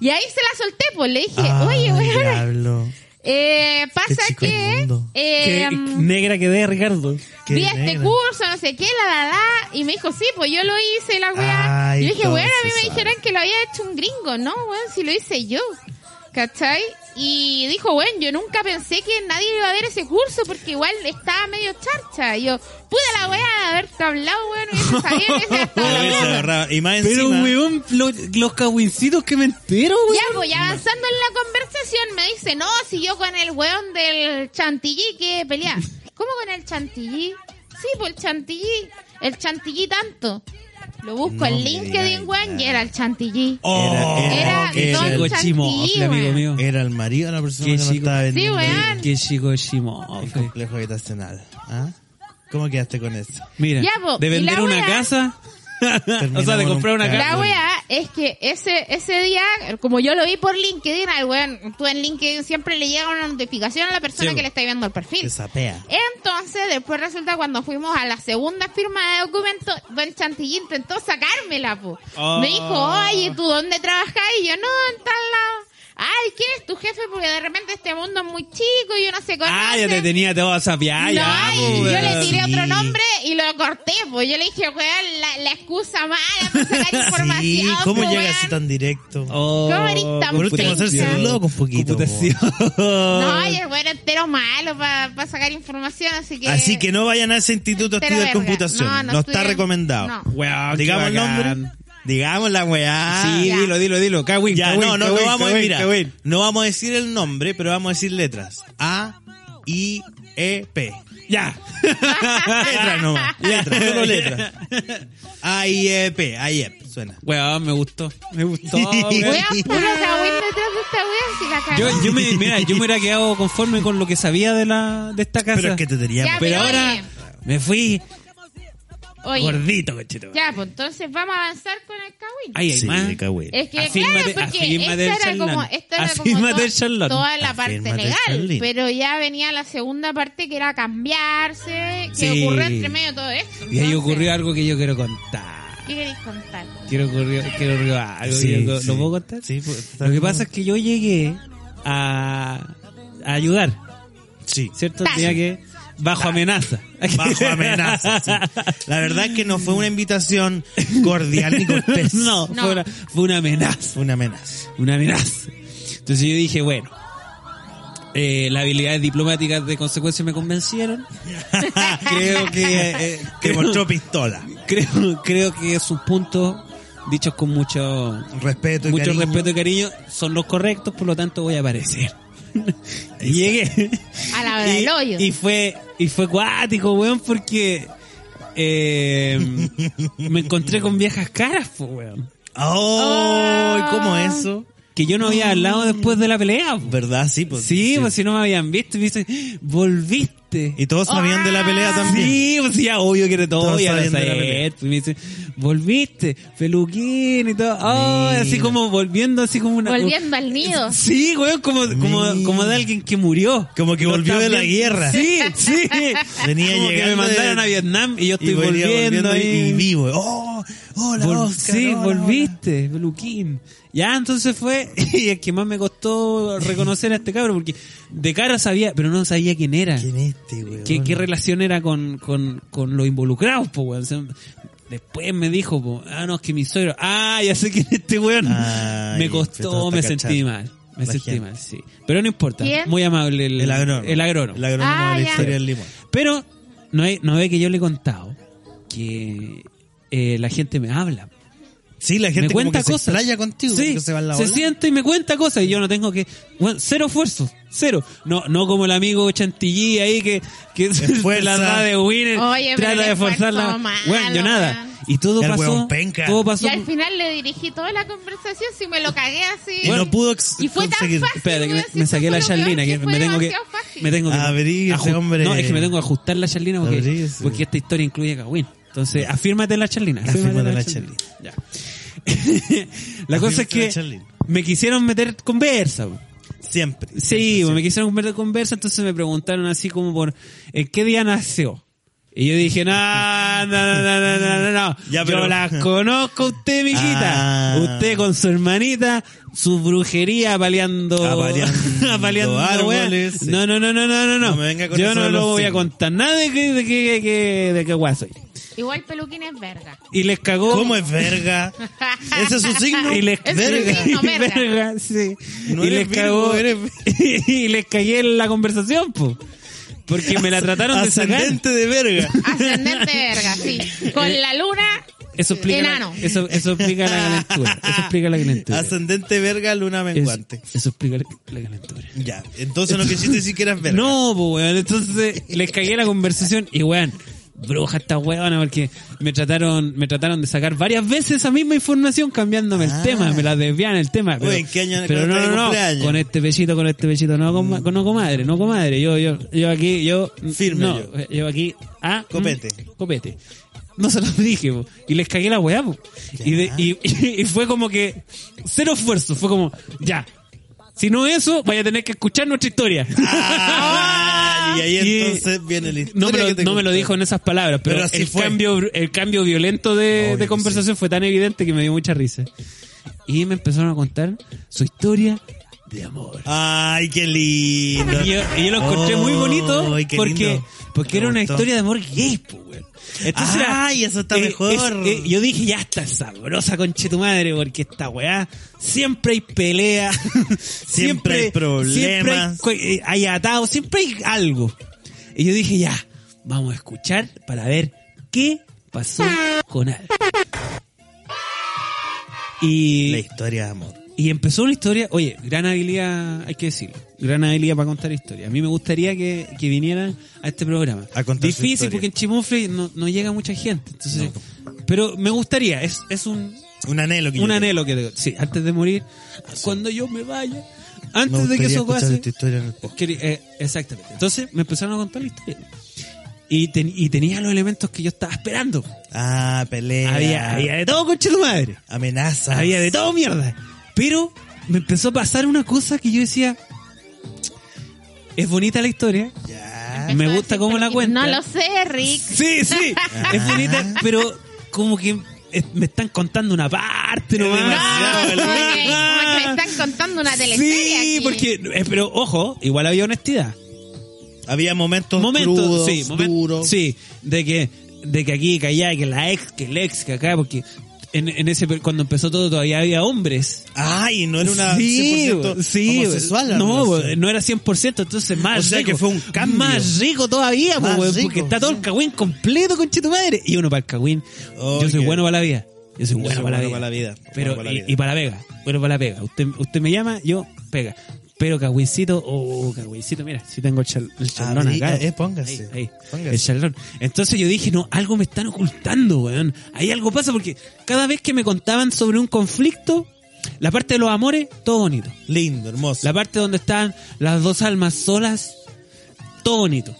Speaker 2: Y ahí se la solté, pues. Le dije,
Speaker 1: Ay,
Speaker 2: oye, weón,
Speaker 1: diablo.
Speaker 2: eh, pasa
Speaker 1: Ah, chico
Speaker 2: que
Speaker 1: inmundo.
Speaker 2: eh,
Speaker 3: Qué negra que dé, Ricardo.
Speaker 1: Qué
Speaker 2: vi este
Speaker 1: negra. [laughs]
Speaker 2: curso, no sé qué, la, la, la. Y me dijo, sí, pues yo lo hice, la weá.
Speaker 1: Ay,
Speaker 2: Y yo dije,
Speaker 1: todo
Speaker 2: weón, a mí
Speaker 1: se
Speaker 2: me
Speaker 1: sabe.
Speaker 2: dijeron que lo había hecho un gringo, ¿no, weón? Si lo hice yo. ¿Cachai? Y dijo, weón, yo nunca pensé que nadie iba a ver ese curso porque igual estaba medio charcha. Y yo, puta la weá, de haberte hablado, weón, hubiese
Speaker 1: [laughs]
Speaker 2: sabido, hubiese
Speaker 1: Lo
Speaker 2: estado
Speaker 1: hubiese
Speaker 2: hablando.
Speaker 1: agarrado. Y más
Speaker 3: Pero,
Speaker 1: encima,
Speaker 3: weón, lo- los cagüincitos que me entero, weón.
Speaker 2: Ya, pues, y avanzando en la conversación, me dice, no, si yo con el weón del chantilly que pelea. ¿Cómo con el chantilly? Sí, pues el chantilly. El chantilly tanto. Lo busco en LinkedIn, weón, y era el chantilly.
Speaker 1: Oh,
Speaker 2: Era
Speaker 1: qué
Speaker 2: Don
Speaker 1: chico.
Speaker 3: chico chimofle, amigo
Speaker 2: weón.
Speaker 3: mío.
Speaker 1: Era el marido de la persona
Speaker 3: Qué
Speaker 1: que nos
Speaker 3: chico.
Speaker 1: estaba
Speaker 2: Sí,
Speaker 1: vendiendo
Speaker 2: weón.
Speaker 3: Qué chico
Speaker 1: el
Speaker 3: chimofle.
Speaker 1: complejo habitacional. ¿Ah? ¿Cómo quedaste con eso?
Speaker 3: Mira,
Speaker 2: Ya, po,
Speaker 3: de
Speaker 2: y
Speaker 3: vender
Speaker 2: la
Speaker 3: una
Speaker 2: wea-
Speaker 3: casa, [laughs] o sea,
Speaker 1: Terminamos
Speaker 3: de
Speaker 1: en
Speaker 3: comprar
Speaker 1: un
Speaker 3: una
Speaker 1: carro.
Speaker 3: casa.
Speaker 2: La weá es que ese, ese día, como yo lo vi por LinkedIn, al weón, tú en LinkedIn siempre le llega una notificación a la persona
Speaker 3: Sí.
Speaker 2: que le está viendo el perfil.
Speaker 1: Te sapea.
Speaker 2: Entonces, después resulta cuando fuimos a la segunda firma de documentos, Don Chantilly intentó sacármela, po.
Speaker 3: Oh.
Speaker 2: Me dijo, oye, ¿tú dónde trabajas? Y yo, no, en tal lado. Ay, ¿quién es tu jefe? Porque de repente este mundo es muy chico y uno se conoce.
Speaker 3: Ah, ya te tenía todo a sapiar.
Speaker 2: No,
Speaker 3: ya,
Speaker 2: y
Speaker 3: po,
Speaker 2: yo
Speaker 3: weón.
Speaker 2: le tiré
Speaker 1: sí.
Speaker 2: otro nombre y lo corté, pues yo le dije, weón, la, la excusa mala para
Speaker 3: [laughs]
Speaker 2: sacar
Speaker 1: [laughs]
Speaker 2: información.
Speaker 1: Sí, ¿cómo
Speaker 2: pues,
Speaker 1: llegas así
Speaker 2: weón.
Speaker 1: tan directo?
Speaker 3: Oh,
Speaker 2: ¿Cómo eres tan
Speaker 1: Por último,
Speaker 2: penca?
Speaker 1: hacerse el loco un poquito,
Speaker 3: Computación.
Speaker 2: No, y el weón entero malo para sacar información, así que...
Speaker 1: Así que no vayan a ese instituto a
Speaker 2: Entero
Speaker 1: estudiar
Speaker 2: verga.
Speaker 1: computación.
Speaker 2: No,
Speaker 1: No,
Speaker 2: no
Speaker 1: está
Speaker 2: estudien-
Speaker 1: recomendado.
Speaker 2: no.
Speaker 3: [laughs] Weón, qué
Speaker 1: Digamos el
Speaker 3: bacán.
Speaker 1: nombre. Digamos la weá.
Speaker 3: Sí,
Speaker 2: Ah, ya.
Speaker 3: dilo, dilo, dilo. Cawin,
Speaker 1: Ya,
Speaker 3: Cawin,
Speaker 1: no, no,
Speaker 3: Cawin,
Speaker 1: no vamos a
Speaker 3: Cawin,
Speaker 1: mirar.
Speaker 3: Cawin.
Speaker 1: No vamos a decir el nombre, pero vamos a decir letras. A, I, E, P.
Speaker 3: Ya.
Speaker 1: [laughs] Letras nomás. Letras, solo letras. A, I, E, P. A, I, E, P. Suena.
Speaker 3: Weón, me gustó.
Speaker 1: [laughs]
Speaker 3: Me gustó, weón. [laughs]
Speaker 2: Weón, puro Kawin detrás de esta weón, si la
Speaker 3: Yo,
Speaker 2: cagó.
Speaker 3: yo me, mira, yo me hubiera quedado conforme con lo que sabía de la de esta casa.
Speaker 1: Pero es que te
Speaker 2: Ya,
Speaker 1: tenía...
Speaker 3: Pero
Speaker 2: Pero
Speaker 3: ahora
Speaker 2: oye.
Speaker 3: me fui
Speaker 2: Oye,
Speaker 3: gordito, cochito.
Speaker 2: ya, pues entonces vamos a avanzar con el Kawin.
Speaker 3: Ahí hay
Speaker 1: Sí,
Speaker 3: más.
Speaker 1: cagüey.
Speaker 2: Es que,
Speaker 3: Afírmate-
Speaker 2: claro, porque
Speaker 3: afírmate
Speaker 2: esta
Speaker 3: el
Speaker 2: era como,
Speaker 3: charlán.
Speaker 2: esta era como
Speaker 3: Afírmate
Speaker 2: to-
Speaker 3: el charlán.
Speaker 2: toda la parte
Speaker 1: Afírmate el
Speaker 2: legal,
Speaker 1: charlín.
Speaker 2: pero ya venía la segunda parte que era cambiarse, que
Speaker 3: Sí.
Speaker 2: ocurrió entre medio de todo esto.
Speaker 3: Y ahí
Speaker 2: Entonces,
Speaker 3: ocurrió algo que yo quiero contar.
Speaker 2: ¿Qué queréis contar?
Speaker 3: Quiero ocurrió, quiero ocurrió algo.
Speaker 1: Sí,
Speaker 3: que yo-
Speaker 1: sí.
Speaker 3: ¿Lo puedo contar?
Speaker 1: Sí, pues,
Speaker 3: Lo que pasa es que yo llegué a, a ayudar,
Speaker 1: Sí.
Speaker 3: ¿cierto?
Speaker 2: Tazo.
Speaker 3: Tenía que bajo amenaza.
Speaker 1: Bajo amenaza. sí. La verdad es que no fue una invitación cordial [laughs] ni cortés.
Speaker 3: [laughs] no,
Speaker 2: No.
Speaker 3: Fue, una, fue una amenaza.
Speaker 1: Fue una amenaza.
Speaker 3: Una amenaza. Entonces yo dije, bueno, eh, las habilidades diplomáticas de consecuencia
Speaker 2: [laughs]
Speaker 3: me convencieron. creo que... eh,
Speaker 1: Que
Speaker 3: creo,
Speaker 1: mostró pistola.
Speaker 3: creo, creo que sus puntos, dichos con mucho,
Speaker 1: Respeto y
Speaker 3: mucho
Speaker 1: cariño.
Speaker 3: respeto y cariño, son los correctos, por lo tanto voy
Speaker 2: [laughs]
Speaker 3: a aparecer. y llegué.
Speaker 2: A la hora del hoyo.
Speaker 3: y fue y fue cuático, weón, porque eh, me encontré con viejas caras, po, weón.
Speaker 1: ¡Oh!
Speaker 3: Ah.
Speaker 1: ¿Cómo eso?
Speaker 3: Que yo no había hablado después de la pelea. po.
Speaker 1: ¿Verdad? Sí, pues.
Speaker 3: Sí, pues si no me habían visto, y me dicen, volviste.
Speaker 1: Y todos sabían de la pelea también.
Speaker 3: Sí, pues ya obvio que era todo,
Speaker 1: Todos
Speaker 3: ya lo
Speaker 1: sabían de la
Speaker 3: sabía.
Speaker 1: pelea.
Speaker 3: Y me dicen, volviste, peluquín y todo. Ay,
Speaker 1: Mira.
Speaker 3: así como volviendo, así como una...
Speaker 2: Volviendo al nido.
Speaker 3: Sí, weón, como, como,
Speaker 1: Mira.
Speaker 3: como de alguien que murió.
Speaker 1: Como que
Speaker 3: Lo
Speaker 1: volvió de la
Speaker 3: están-
Speaker 1: guerra.
Speaker 3: Sí, sí.
Speaker 1: Venía
Speaker 3: como que me
Speaker 1: llegando
Speaker 3: mandaron
Speaker 1: de-
Speaker 3: a Vietnam y yo estoy
Speaker 1: Y venía
Speaker 3: volviendo,
Speaker 1: volviendo y-
Speaker 3: ahí.
Speaker 1: y vivo. ¡Oh! ¡Hola,
Speaker 3: Vol-
Speaker 1: Oscar!
Speaker 3: sí,
Speaker 1: hola,
Speaker 3: volviste, peluquín. Ya, entonces fue [laughs] y el que más me costó reconocer a este cabro porque de cara sabía, pero no sabía quién era.
Speaker 1: hola. ¿Quién es este, weón?
Speaker 3: ¿Qué, qué relación era con, con, con los involucrados, po, weón? O sea, después me dijo, po, ah, no, es que mi suegro, ah, ya sé quién es este weón.
Speaker 1: Ay,
Speaker 3: me
Speaker 1: empezaste
Speaker 3: costó,
Speaker 1: a
Speaker 3: me
Speaker 1: cachar
Speaker 3: sentí mal. Me
Speaker 1: la
Speaker 3: sentí
Speaker 1: gente.
Speaker 3: mal, sí. Pero no importa,
Speaker 2: ¿Quién?
Speaker 3: muy amable el,
Speaker 1: El agrónomo.
Speaker 3: el agrónomo.
Speaker 1: El agrónomo
Speaker 2: Ah,
Speaker 1: de
Speaker 2: ya.
Speaker 1: la historia del limón.
Speaker 3: Pero no, hay, no ve que yo le he contado que eh, la gente me habla.
Speaker 1: Sí, la gente
Speaker 3: me cuenta
Speaker 1: como que
Speaker 3: cosas.
Speaker 1: se explaya contigo.
Speaker 3: Sí,
Speaker 1: como que se va en la ola.
Speaker 3: siente y me cuenta cosas y yo no tengo que. bueno, cero esfuerzo, cero. No no como el amigo Chantilly ahí que, que se [laughs]
Speaker 1: Esfuerza.
Speaker 3: la da de winner,
Speaker 2: Oye, pero
Speaker 3: trata
Speaker 2: el
Speaker 3: de forzarla.
Speaker 2: esfuerzo malo,
Speaker 3: Bueno, yo nada.
Speaker 2: weón.
Speaker 3: Y todo
Speaker 1: El
Speaker 3: pasó.
Speaker 1: weón penca.
Speaker 3: Todo pasó.
Speaker 2: Y al final le dirigí toda la conversación, si me lo cagué así.
Speaker 1: Y no pudo ex-
Speaker 2: Y fue tan
Speaker 1: conseguir.
Speaker 2: fácil.
Speaker 3: Espérate, que me,
Speaker 2: weón, si
Speaker 3: me
Speaker 2: eso
Speaker 3: saqué
Speaker 2: fue
Speaker 3: la
Speaker 2: lo peor,
Speaker 3: charlina, que
Speaker 2: sí,
Speaker 3: me
Speaker 2: fue
Speaker 3: tengo que.
Speaker 2: demasiado fácil.
Speaker 3: Me tengo que.
Speaker 1: Abríguese,
Speaker 3: aju-
Speaker 1: hombre.
Speaker 3: No, es que me tengo que ajustar la charlina porque.
Speaker 1: Abríguese.
Speaker 3: Porque esta historia incluye a Cagüín. Entonces, afírmate la charlina.
Speaker 1: Afírmate la
Speaker 3: Ya. [laughs] la cosa es
Speaker 1: Afírmate la
Speaker 3: que.
Speaker 1: charlina.
Speaker 3: Me quisieron meter conversa. po.
Speaker 1: Siempre.
Speaker 3: Sí, pues, me quisieron meter conversa, entonces me preguntaron así como por. ¿En qué día nació? Y yo dije, no,
Speaker 1: [laughs]
Speaker 3: no, no, no, no, no, no, no.
Speaker 1: Ya,
Speaker 3: Yo
Speaker 1: pero-
Speaker 3: las conozco a usted, mijita.
Speaker 1: Ah.
Speaker 3: Usted con su hermanita, su brujería apaleando. [laughs]
Speaker 1: Apaleando
Speaker 3: weas.
Speaker 1: Ah, árboles, sí.
Speaker 3: No, no, no, no, no, no, no.
Speaker 1: No me venga con
Speaker 3: yo
Speaker 1: eso
Speaker 3: no
Speaker 1: de
Speaker 3: lo
Speaker 1: los
Speaker 3: voy a
Speaker 1: signos.
Speaker 3: contar nada de que, de que, que- de que guay soy.
Speaker 2: Igual peluquín es verga.
Speaker 3: Y les cagó.
Speaker 1: ¿Cómo es
Speaker 3: [laughs]
Speaker 1: verga? Ese es su signo.
Speaker 3: Y les
Speaker 2: Es
Speaker 1: verga.
Speaker 2: un signo, verga.
Speaker 3: Verga, sí.
Speaker 1: No
Speaker 3: y les
Speaker 1: eres
Speaker 3: cagó.
Speaker 1: Virgo,
Speaker 3: [laughs]
Speaker 1: eres-
Speaker 3: y les cagué en la conversación, po. Porque me la trataron de sacar.
Speaker 1: Ascendente de verga.
Speaker 3: [laughs]
Speaker 2: Ascendente verga, sí. Con la luna.
Speaker 3: Eso explica, la,
Speaker 2: Enano.
Speaker 3: eso, eso explica la calentura. Eso explica la
Speaker 1: [laughs]
Speaker 3: calentura.
Speaker 1: Ascendente verga, luna
Speaker 3: Es-
Speaker 1: menguante.
Speaker 3: eso explica la calentura.
Speaker 1: Ya. Entonces no quisiste decir que eras verga.
Speaker 3: eh, No, po, weón. Entonces les cagué la conversación y, weón, bruja esta huevona porque me trataron, me trataron de sacar varias veces esa misma información cambiándome el tema, me la desvían el tema. Pero,
Speaker 1: Ah. Oye, ¿en qué año-
Speaker 3: pero
Speaker 1: cuándo
Speaker 3: no,
Speaker 1: está
Speaker 3: no,
Speaker 1: de
Speaker 3: no,
Speaker 1: cumpleaños?
Speaker 3: con este pechito, con este pechito, no, con, no comadre, no comadre, yo, yo, yo aquí, yo,
Speaker 1: Firme
Speaker 3: no,
Speaker 1: yo.
Speaker 3: yo aquí, ah, mm,
Speaker 1: Copete.
Speaker 3: copete. No se los dije, po. y les cagué la weá, po. y, de- y, [laughs] y fue como que, cero esfuerzo, fue como, ya, si no eso, vaya a tener que escuchar nuestra historia.
Speaker 1: [laughs] Ah, y ahí
Speaker 3: Y-
Speaker 1: entonces viene la historia.
Speaker 3: No me, lo,
Speaker 1: que te
Speaker 3: no me lo
Speaker 1: conté.
Speaker 3: dijo en esas palabras, pero,
Speaker 1: Pero así
Speaker 3: el,
Speaker 1: fue.
Speaker 3: cambio, el cambio violento de,
Speaker 1: Obvio
Speaker 3: de
Speaker 1: que
Speaker 3: conversación fue tan evidente que me dio mucha risa. Y me empezaron a contar su historia de amor.
Speaker 1: Ay, qué lindo.
Speaker 3: Y yo, y yo lo encontré muy bonito
Speaker 1: Oh, Ay, qué
Speaker 3: porque,
Speaker 1: lindo.
Speaker 3: porque
Speaker 1: Me
Speaker 3: era una
Speaker 1: gustó.
Speaker 3: historia de amor gay, po, weón. Entonces era-
Speaker 1: Ay, eso está mejor.
Speaker 3: eh, yo dije, ya está sabrosa, conche tu madre, porque esta weá siempre hay pelea, [laughs] siempre,
Speaker 1: hay problemas.
Speaker 3: siempre hay co- eh, hay, atados, siempre hay algo. Y yo dije, ya, vamos a escuchar para ver qué pasó con él. Y
Speaker 1: La historia de amor.
Speaker 3: y empezó una historia, oye, gran habilidad, hay que decirlo, gran habilidad para contar historias. A mí me gustaría que, que vinieran a este programa.
Speaker 1: A contar su
Speaker 3: Difícil
Speaker 1: historia.
Speaker 3: porque en Chimofre no, no llega mucha gente. Entonces, pero me gustaría, es, es un,
Speaker 1: Un anhelo que yo
Speaker 3: un
Speaker 1: tengo.
Speaker 3: anhelo que tengo. Sí, antes de morir, cuando yo me vaya,
Speaker 1: Me
Speaker 3: antes de que
Speaker 1: gustaría
Speaker 3: eso
Speaker 1: escuchar este
Speaker 3: pase.
Speaker 1: esta historia en el podcast.
Speaker 3: Queri- eh, exactamente. Entonces me empezaron a contar la historia. Y, ten- y tenía los elementos que yo estaba esperando.
Speaker 1: Ah, pelea.
Speaker 3: Había, había de todo, concha de tu madre.
Speaker 1: Amenaza.
Speaker 3: Había de todo mierda. Pero me empezó a pasar una cosa que yo decía, es bonita la historia.
Speaker 1: Ya.
Speaker 3: Me
Speaker 2: Eso
Speaker 3: gusta
Speaker 2: decir,
Speaker 3: cómo la
Speaker 2: porque
Speaker 3: cuenta.
Speaker 2: No lo sé, Rick.
Speaker 3: Sí, sí, es bonita, pero como que es- me están contando una parte nomás.
Speaker 2: No,
Speaker 1: demasiado,
Speaker 2: porque como que me están contando una teleserie.
Speaker 3: Sí,
Speaker 2: aquí.
Speaker 3: porque, eh, pero ojo, igual había honestidad.
Speaker 1: Había momentos,
Speaker 3: momentos
Speaker 1: crudos,
Speaker 3: sí, momen-
Speaker 1: duros.
Speaker 3: sí, de que de que aquí que allá que la ex que el ex que acá porque en, en ese per- cuando empezó todo todavía había hombres
Speaker 1: Ay, no era una
Speaker 3: sí,
Speaker 1: 100%
Speaker 3: sí,
Speaker 1: homosexual. la
Speaker 3: no
Speaker 1: relación.
Speaker 3: bo, no era 100% entonces más
Speaker 1: O sea
Speaker 3: rico,
Speaker 1: que fue un cambio.
Speaker 3: más rico todavía bo,
Speaker 1: Más
Speaker 3: weón,
Speaker 1: rico,
Speaker 3: porque está todo el
Speaker 1: sí.
Speaker 3: cagüín completo con tu madre y uno para el cagüín yo soy
Speaker 1: Oye.
Speaker 3: bueno para la vida yo soy
Speaker 1: Yo
Speaker 3: bueno
Speaker 1: soy
Speaker 3: para
Speaker 1: bueno
Speaker 3: la vida,
Speaker 1: para la vida,
Speaker 3: pero
Speaker 1: bueno para la
Speaker 3: y-
Speaker 1: vida.
Speaker 3: y para la pega bueno para la pega usted usted me llama yo pega pero cagüincito oh cagüincito mira si tengo el, chal- el chalón
Speaker 1: Abriga,
Speaker 3: acá
Speaker 1: eh, póngase,
Speaker 3: Ahí, ahí,
Speaker 1: póngase.
Speaker 3: el chalón entonces yo dije no algo me están ocultando weón ahí algo pasa porque cada vez que me contaban sobre un conflicto la parte de los amores todo bonito
Speaker 1: Lindo, hermoso.
Speaker 3: la parte donde están las dos almas solas, todo bonito.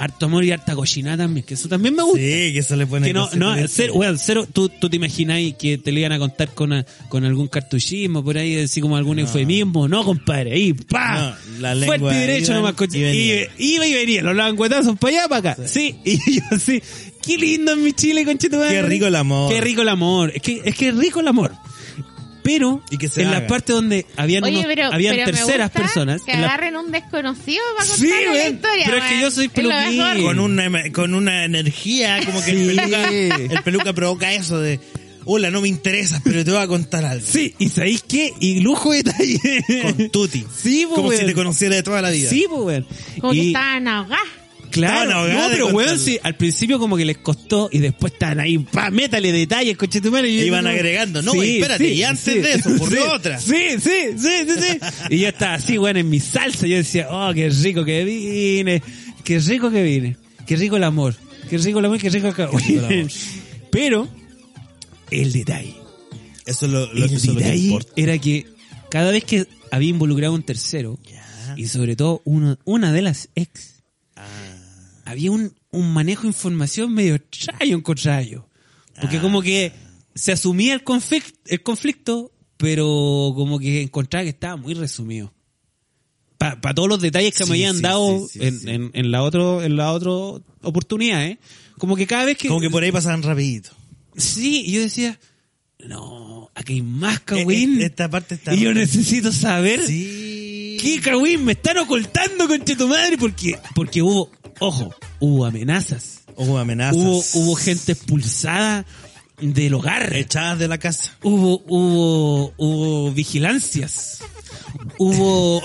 Speaker 3: Harto amor y harta cochinada también, que eso también me gusta.
Speaker 1: Sí, que se le pone
Speaker 3: Que no,
Speaker 1: cosas
Speaker 3: no,
Speaker 1: por el-
Speaker 3: cero, weón, cero, tú, tú te imagináis que te le iban a contar con, a- con algún cartuchismo por ahí, así como algún eufemismo, no compadre, ahí, pa,
Speaker 1: No, la lengua
Speaker 3: fuerte y derecho
Speaker 1: iba
Speaker 3: nomás, coche,
Speaker 1: y venía.
Speaker 3: y- iba y venía, los languetazos para allá, para acá, sí. [laughs] y yo así, qué lindo en mi Chile, conchito madre.
Speaker 1: Qué rico el amor.
Speaker 3: Qué rico el amor, es que es, que es rico el amor. Pero
Speaker 1: Y que se
Speaker 3: en la
Speaker 1: haga.
Speaker 3: parte donde habían,
Speaker 2: Oye,
Speaker 3: unos-
Speaker 2: pero,
Speaker 3: habían
Speaker 2: pero me
Speaker 3: terceras
Speaker 2: gusta
Speaker 3: personas,
Speaker 2: Que
Speaker 3: en la-
Speaker 2: agarren un desconocido para contar
Speaker 3: Sí,
Speaker 2: una
Speaker 3: weón,
Speaker 2: historia.
Speaker 3: pero es que
Speaker 2: weón.
Speaker 3: yo soy
Speaker 2: Es lo
Speaker 3: peluquín.
Speaker 2: mejor.
Speaker 1: con una con una energía como que el,
Speaker 3: Sí.
Speaker 1: peluca, el peluca provoca eso de hola no me interesas pero te voy a contar algo
Speaker 3: Sí, y sabéis qué, y lujo de detalle.
Speaker 1: con Tuti
Speaker 3: Sí, pues,
Speaker 1: como
Speaker 3: weón.
Speaker 1: si te conociera de toda la vida
Speaker 3: Sí, pues, weón.
Speaker 2: Como que
Speaker 3: Y-
Speaker 2: estaban ahogadas.
Speaker 3: Claro,
Speaker 1: Estaban ahogadas
Speaker 3: no,
Speaker 1: de
Speaker 3: pero weón,
Speaker 1: contarlo.
Speaker 3: sí, al principio como que les costó y después estaban ahí, pa, métale detalles, coche tu madre. y yo
Speaker 1: Iban
Speaker 3: como-
Speaker 1: agregando, no, espérate, y antes de
Speaker 3: [laughs]
Speaker 1: eso, ocurrió otra.
Speaker 3: Sí, sí, sí, sí, sí. y yo estaba así, weón, en mi salsa, yo decía, oh, qué rico que vine, qué rico que vine, qué rico el amor, qué rico el amor, qué rico acá.
Speaker 1: rico el amor.
Speaker 3: [laughs] Pero, el detalle.
Speaker 1: eso es lo, lo-
Speaker 3: el
Speaker 1: eso es lo que
Speaker 3: detalle
Speaker 1: importa
Speaker 3: era que cada vez que había involucrado un tercero,
Speaker 1: Ya.
Speaker 3: y sobre todo uno, una de las ex,
Speaker 1: Ah.
Speaker 3: había un, un manejo de información medio extraño en contrario. Porque como que
Speaker 1: Ah.
Speaker 3: se asumía el, conflict- el conflicto, pero como que encontraba que estaba muy resumido. Para todos los detalles que
Speaker 1: Sí,
Speaker 3: me habían
Speaker 1: sí,
Speaker 3: dado
Speaker 1: sí, sí,
Speaker 3: en,
Speaker 1: sí.
Speaker 3: en- en la otro, en la otra oportunidad, ¿eh? Como que cada vez que...
Speaker 1: como que por ahí pasaban rapidito
Speaker 3: Sí, y yo decía, no, aquí hay más
Speaker 1: Eh,
Speaker 3: Kawin.
Speaker 1: eh, esta parte está
Speaker 3: y yo necesito saber
Speaker 1: sí
Speaker 3: qué Kawin me están ocultando, conche tu madre, porque, porque hubo, ojo, hubo amenazas.
Speaker 1: hubo amenazas
Speaker 3: Hubo, hubo gente expulsada del hogar.
Speaker 1: echadas de la casa
Speaker 3: Hubo, hubo, hubo vigilancias. Hubo,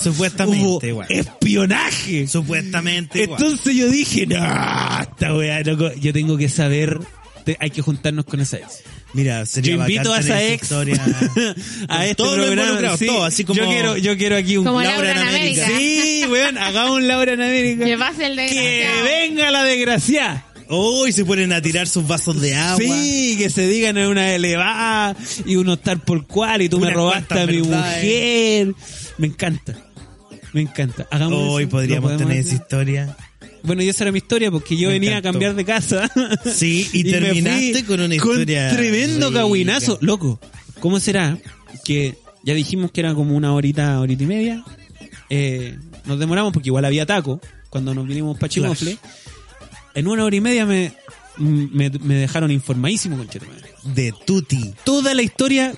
Speaker 1: Supuestamente,
Speaker 3: hubo
Speaker 1: igual.
Speaker 3: espionaje.
Speaker 1: supuestamente igual.
Speaker 3: Entonces yo dije, no, esta weá, loco, yo tengo que saber, te- hay que juntarnos con esa ex.
Speaker 1: mira sería
Speaker 3: Yo invito a
Speaker 1: bacán
Speaker 3: esa
Speaker 1: tener
Speaker 3: ex
Speaker 1: historia
Speaker 3: [laughs] a
Speaker 1: con
Speaker 3: este
Speaker 1: todo lo
Speaker 3: programa.
Speaker 1: involucrado,
Speaker 3: sí.
Speaker 1: todo, así como
Speaker 3: yo quiero, yo quiero aquí un
Speaker 2: Como Laura
Speaker 1: Laura
Speaker 2: en
Speaker 1: en
Speaker 2: América.
Speaker 1: América.
Speaker 2: [laughs]
Speaker 3: Sí, weón, hagamos un Laura en América.
Speaker 2: Que pase el
Speaker 3: Que
Speaker 2: desgraciado.
Speaker 3: venga la desgracia.
Speaker 1: Oh, y se ponen a tirar sus vasos de agua.
Speaker 3: Sí, que se digan en una elevada y uno estar por cual y tú me
Speaker 1: Unas
Speaker 3: robaste a
Speaker 1: cuantas
Speaker 3: mi
Speaker 1: verdades.
Speaker 3: mujer. Me encanta. Me encanta. Hagamos
Speaker 1: Hoy
Speaker 3: eso,
Speaker 1: podríamos
Speaker 3: lo podemos
Speaker 1: tener esa
Speaker 3: hacer.
Speaker 1: historia.
Speaker 3: Bueno, y esa era mi historia porque yo
Speaker 1: Me
Speaker 3: venía
Speaker 1: encantó.
Speaker 3: a cambiar de casa.
Speaker 1: [laughs] Sí,
Speaker 3: [laughs]
Speaker 1: y
Speaker 3: me
Speaker 1: terminaste
Speaker 3: fui
Speaker 1: con una historia
Speaker 3: tremendo
Speaker 1: rica.
Speaker 3: cahuinazo. Loco, ¿cómo será que ya dijimos que era como una horita, horita y media? Eh, nos demoramos porque igual había taco cuando nos vinimos para Chimofle. En una hora y media me, me, me dejaron informadísimo, conchetumadre.
Speaker 1: De Tuti.
Speaker 3: Toda la historia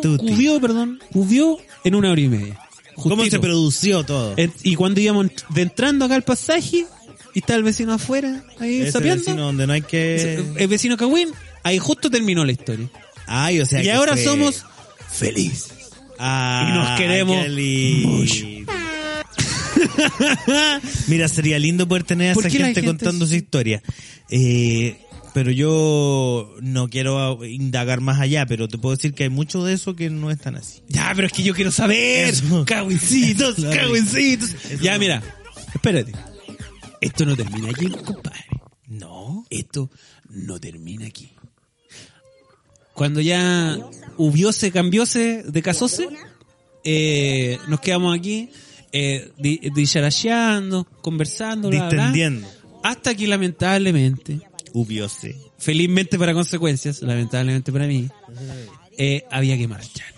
Speaker 1: De tutti.
Speaker 3: cubió, perdón, cubió en una hora y media.
Speaker 1: ¿Cómo se
Speaker 3: Justito.
Speaker 1: produció todo?
Speaker 3: En- Eh, Y cuando íbamos ent- de entrando acá al pasaje, y está el vecino afuera, ahí
Speaker 1: Ese
Speaker 3: sapeando.
Speaker 1: vecino donde no hay que...
Speaker 3: El vecino Kawin, ahí justo terminó la historia.
Speaker 1: Ay, o sea
Speaker 3: y
Speaker 1: que
Speaker 3: ahora
Speaker 1: fue-
Speaker 3: somos felices.
Speaker 1: Ah,
Speaker 3: y nos queremos
Speaker 1: qué lindo.
Speaker 3: mucho.
Speaker 1: [laughs] Mira, sería lindo poder tener a
Speaker 3: ¿Por
Speaker 1: esa
Speaker 3: qué
Speaker 1: gente,
Speaker 3: la gente
Speaker 1: contando
Speaker 3: es-
Speaker 1: su historia. Eh, pero yo no quiero indagar más allá, pero te puedo decir que hay mucho de eso que no es tan así.
Speaker 3: Ya, pero es que yo quiero saber.
Speaker 1: Eso.
Speaker 3: Cawincitos,
Speaker 1: Eso.
Speaker 3: cawincitos.
Speaker 1: Eso.
Speaker 3: Ya, mira, espérate. Esto no termina aquí, compadre.
Speaker 1: No.
Speaker 3: Esto no termina aquí. Cuando ya hubiose, cambióse de casose, eh, nos quedamos aquí eh, di- dicharachando, conversando, bla, bla, bla.
Speaker 1: Distendiendo.
Speaker 3: hasta que lamentablemente
Speaker 1: Hubiose.
Speaker 3: felizmente para consecuencias, lamentablemente para mí, eh, había que marchar.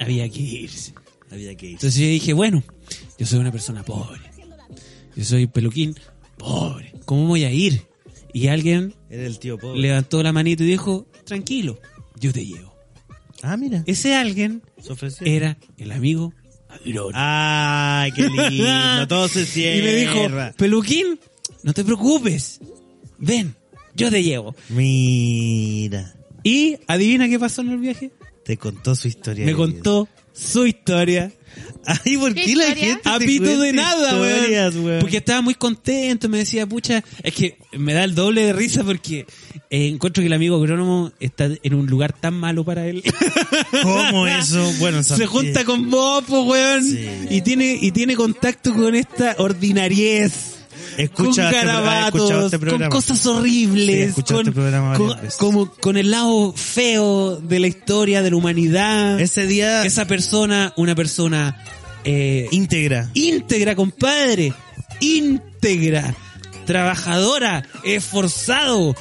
Speaker 3: Había que irse.
Speaker 1: Había que ir.
Speaker 3: Entonces yo dije, bueno, yo soy una persona pobre. Yo soy peluquín pobre. ¿Cómo voy a ir? Y alguien
Speaker 1: Era el tío pobre.
Speaker 3: levantó la manito y dijo, tranquilo, yo te llevo.
Speaker 1: Ah, mira.
Speaker 3: Ese alguien
Speaker 1: Se ofreció.
Speaker 3: era el amigo Agrón.
Speaker 1: Ay, qué lindo. Todo se cierra.
Speaker 3: [laughs] Y me dijo, peluquín, no te preocupes. Ven, yo te llevo.
Speaker 1: Mira.
Speaker 3: Y adivina qué pasó en el viaje.
Speaker 1: Te contó su historia.
Speaker 3: me
Speaker 1: querido.
Speaker 3: contó su historia.
Speaker 1: [laughs] Ay, ¿por
Speaker 2: ¿Qué
Speaker 1: qué la
Speaker 2: historia?
Speaker 1: gente te
Speaker 3: A pito
Speaker 1: cuenta
Speaker 3: de nada,
Speaker 1: historias,
Speaker 3: weón. Porque estaba muy contento, me decía, pucha, es que me da el doble de risa porque eh, encuentro que el amigo agrónomo está en un lugar tan malo para
Speaker 1: [laughs]
Speaker 3: él. [laughs]
Speaker 1: ¿Cómo eso? Bueno, eh,
Speaker 3: Se junta con vos, po, weón,
Speaker 1: Sí.
Speaker 3: y tiene y tiene contacto con esta ordinariez.
Speaker 1: Escucha
Speaker 3: con
Speaker 1: este pro- ha escuchado
Speaker 3: garabatos,
Speaker 1: este
Speaker 3: con
Speaker 1: programa.
Speaker 3: cosas
Speaker 1: Sí, he
Speaker 3: horribles,
Speaker 1: escuchado
Speaker 3: con,
Speaker 1: este programa varias
Speaker 3: con-
Speaker 1: veces.
Speaker 3: como con el lado feo de la historia, de la humanidad.
Speaker 1: Ese día
Speaker 3: esa persona, una persona eh,
Speaker 1: íntegra.
Speaker 3: íntegra, compadre, íntegra, trabajadora, esforzado,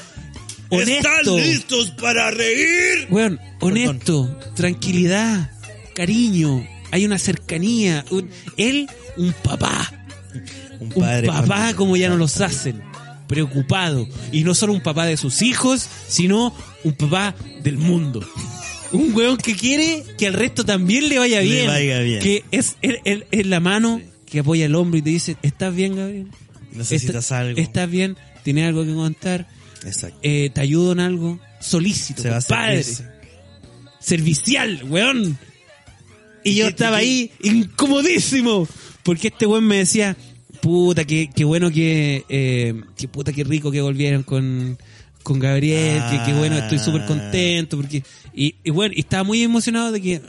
Speaker 3: honesto,
Speaker 1: listos para reír?
Speaker 3: weón, honesto, tranquilidad, cariño, hay una cercanía, un- él, un papá,
Speaker 1: Un
Speaker 3: un
Speaker 1: padre.
Speaker 3: papá
Speaker 1: familiar.
Speaker 3: como ya no los hacen, preocupado, y no solo un papá de sus hijos, sino un papá del mundo. Un weón que quiere que al resto también le vaya
Speaker 1: Le
Speaker 3: bien.
Speaker 1: vaya bien.
Speaker 3: Que es, él- él- es la mano que apoya el hombro y te dice, ¿estás bien, Gabriel?
Speaker 1: Necesitas
Speaker 3: Está-
Speaker 1: algo.
Speaker 3: ¿Estás bien? ¿Tienes algo que contar?
Speaker 1: Exacto.
Speaker 3: Eh, ¿Te ayudo en algo? Solícito,
Speaker 1: Se va a
Speaker 3: compadre.
Speaker 1: servirse.
Speaker 3: Servicial, weón. Y yo
Speaker 1: qué-
Speaker 3: estaba
Speaker 1: y qué-
Speaker 3: ahí incomodísimo. Porque este weón me decía, puta, qué, qué bueno que, eh, qué puta, qué rico que volvieron con, con Gabriel, que, qué bueno, estoy súper contento. Porque, y, y bueno, y estaba muy emocionado de que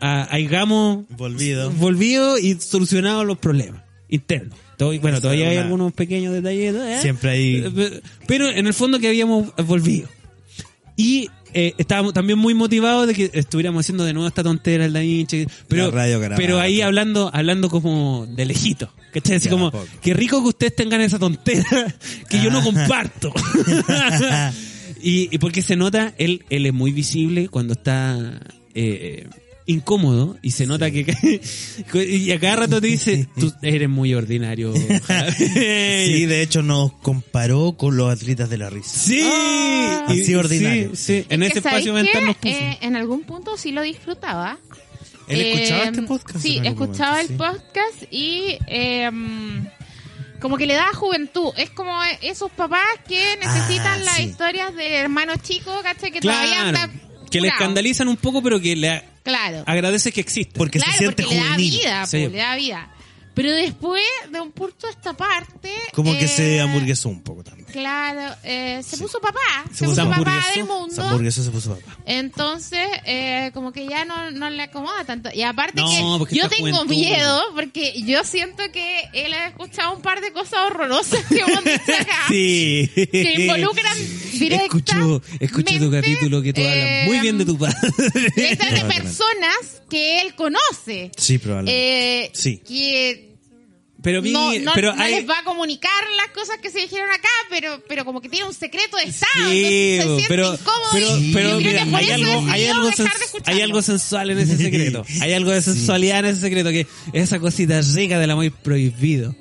Speaker 3: ah, hayamos
Speaker 1: Volvido.
Speaker 3: volvido y solucionado los problemas internos. Todo- bueno,
Speaker 1: Esa
Speaker 3: todavía hay
Speaker 1: una-
Speaker 3: algunos pequeños detalles. ¿eh?
Speaker 1: Siempre hay-
Speaker 3: Eh, pe- Pero en el fondo que habíamos volvido. Y eh, estábamos también muy motivados de que estuviéramos haciendo de nuevo esta tontera el Da Vinci, Pero,
Speaker 1: La radio grabada.
Speaker 3: pero ahí hablando hablando como de lejito. ¿Cachai? Así
Speaker 1: Ya,
Speaker 3: como,
Speaker 1: poco. Ah.
Speaker 3: qué rico que ustedes tengan esa tontera [laughs] que yo no comparto.
Speaker 1: [laughs]
Speaker 3: y, y porque se nota, él, él es muy visible cuando está eh, incómodo y se nota que, [laughs] y a cada rato te dice, tú eres muy ordinario.
Speaker 1: [laughs]
Speaker 3: Javier".
Speaker 1: Sí, de hecho nos comparó con los atletas de la risa.
Speaker 3: Sí,
Speaker 2: Ah.
Speaker 1: Así ordinario.
Speaker 3: Sí, sí. En
Speaker 2: Es
Speaker 3: ese
Speaker 2: que, ¿sabéis
Speaker 3: espacio mental
Speaker 2: qué?
Speaker 3: nos puso.
Speaker 2: Eh, en algún punto sí lo disfrutaba.
Speaker 1: ¿Él escuchaba
Speaker 2: Eh,
Speaker 1: este podcast?
Speaker 2: Sí,
Speaker 1: en algún
Speaker 2: escuchaba
Speaker 1: momento?
Speaker 2: el podcast y eh, como que le da juventud. Es como esos papás que necesitan
Speaker 1: Ah,
Speaker 2: las
Speaker 1: sí.
Speaker 2: historias del hermano chico, ¿cachai? Que todavía
Speaker 3: claro.
Speaker 2: anda
Speaker 3: Que le
Speaker 2: curado.
Speaker 3: escandalizan un poco, pero que le a-
Speaker 2: Claro.
Speaker 3: agradece que existe.
Speaker 1: Porque
Speaker 3: [laughs]
Speaker 2: claro,
Speaker 1: Ah, se siente
Speaker 2: porque le da
Speaker 1: juvenil.
Speaker 2: vida, pues.
Speaker 3: Sí.
Speaker 2: po, le da vida. Pero después, de un punto a esta parte.
Speaker 1: Como que
Speaker 2: eh,
Speaker 1: se hamburguesó un poco también.
Speaker 2: Claro, eh, se puso papá. Se,
Speaker 1: puso
Speaker 2: puso papá
Speaker 1: hamburguesó,
Speaker 2: del
Speaker 1: Se
Speaker 2: mundo.
Speaker 1: hamburguesó, se puso papá.
Speaker 2: Entonces, eh, como que ya no, no le acomoda tanto. Y aparte
Speaker 3: No, porque
Speaker 2: que yo
Speaker 3: esta
Speaker 2: tengo
Speaker 3: juventud.
Speaker 2: miedo, porque yo siento que él ha escuchado un par de cosas horrorosas que hemos
Speaker 3: [laughs]
Speaker 2: dicho acá.
Speaker 1: Sí.
Speaker 2: Que involucran
Speaker 3: Escucho, escucho tu
Speaker 2: directamente, eh,
Speaker 3: capítulo que tú hablas muy bien de tu padre. [laughs]
Speaker 2: letras de
Speaker 1: Probablemente.
Speaker 2: personas que él conoce.
Speaker 1: Sí, probablemente.
Speaker 2: Eh,
Speaker 1: Sí.
Speaker 2: Que
Speaker 3: Pero, mi-
Speaker 2: no, no-
Speaker 3: pero
Speaker 2: no
Speaker 3: hay,
Speaker 2: les va a comunicar las cosas que se dijeron acá, pero, pero como que tiene un secreto de Estado.
Speaker 3: Sí,
Speaker 2: Ah, entonces se siente
Speaker 3: pero,
Speaker 2: incómodo
Speaker 3: pero,
Speaker 2: y yo
Speaker 3: pero
Speaker 2: creo
Speaker 3: mira,
Speaker 2: que por
Speaker 3: hay
Speaker 2: eso
Speaker 3: algo, hay,
Speaker 2: decidió
Speaker 3: algo
Speaker 2: dejar
Speaker 3: sens-
Speaker 2: de escucharlo.
Speaker 3: hay algo sensual en ese secreto. Hay algo de sensualidad en ese secreto, que esa cosita rica del amor prohibido.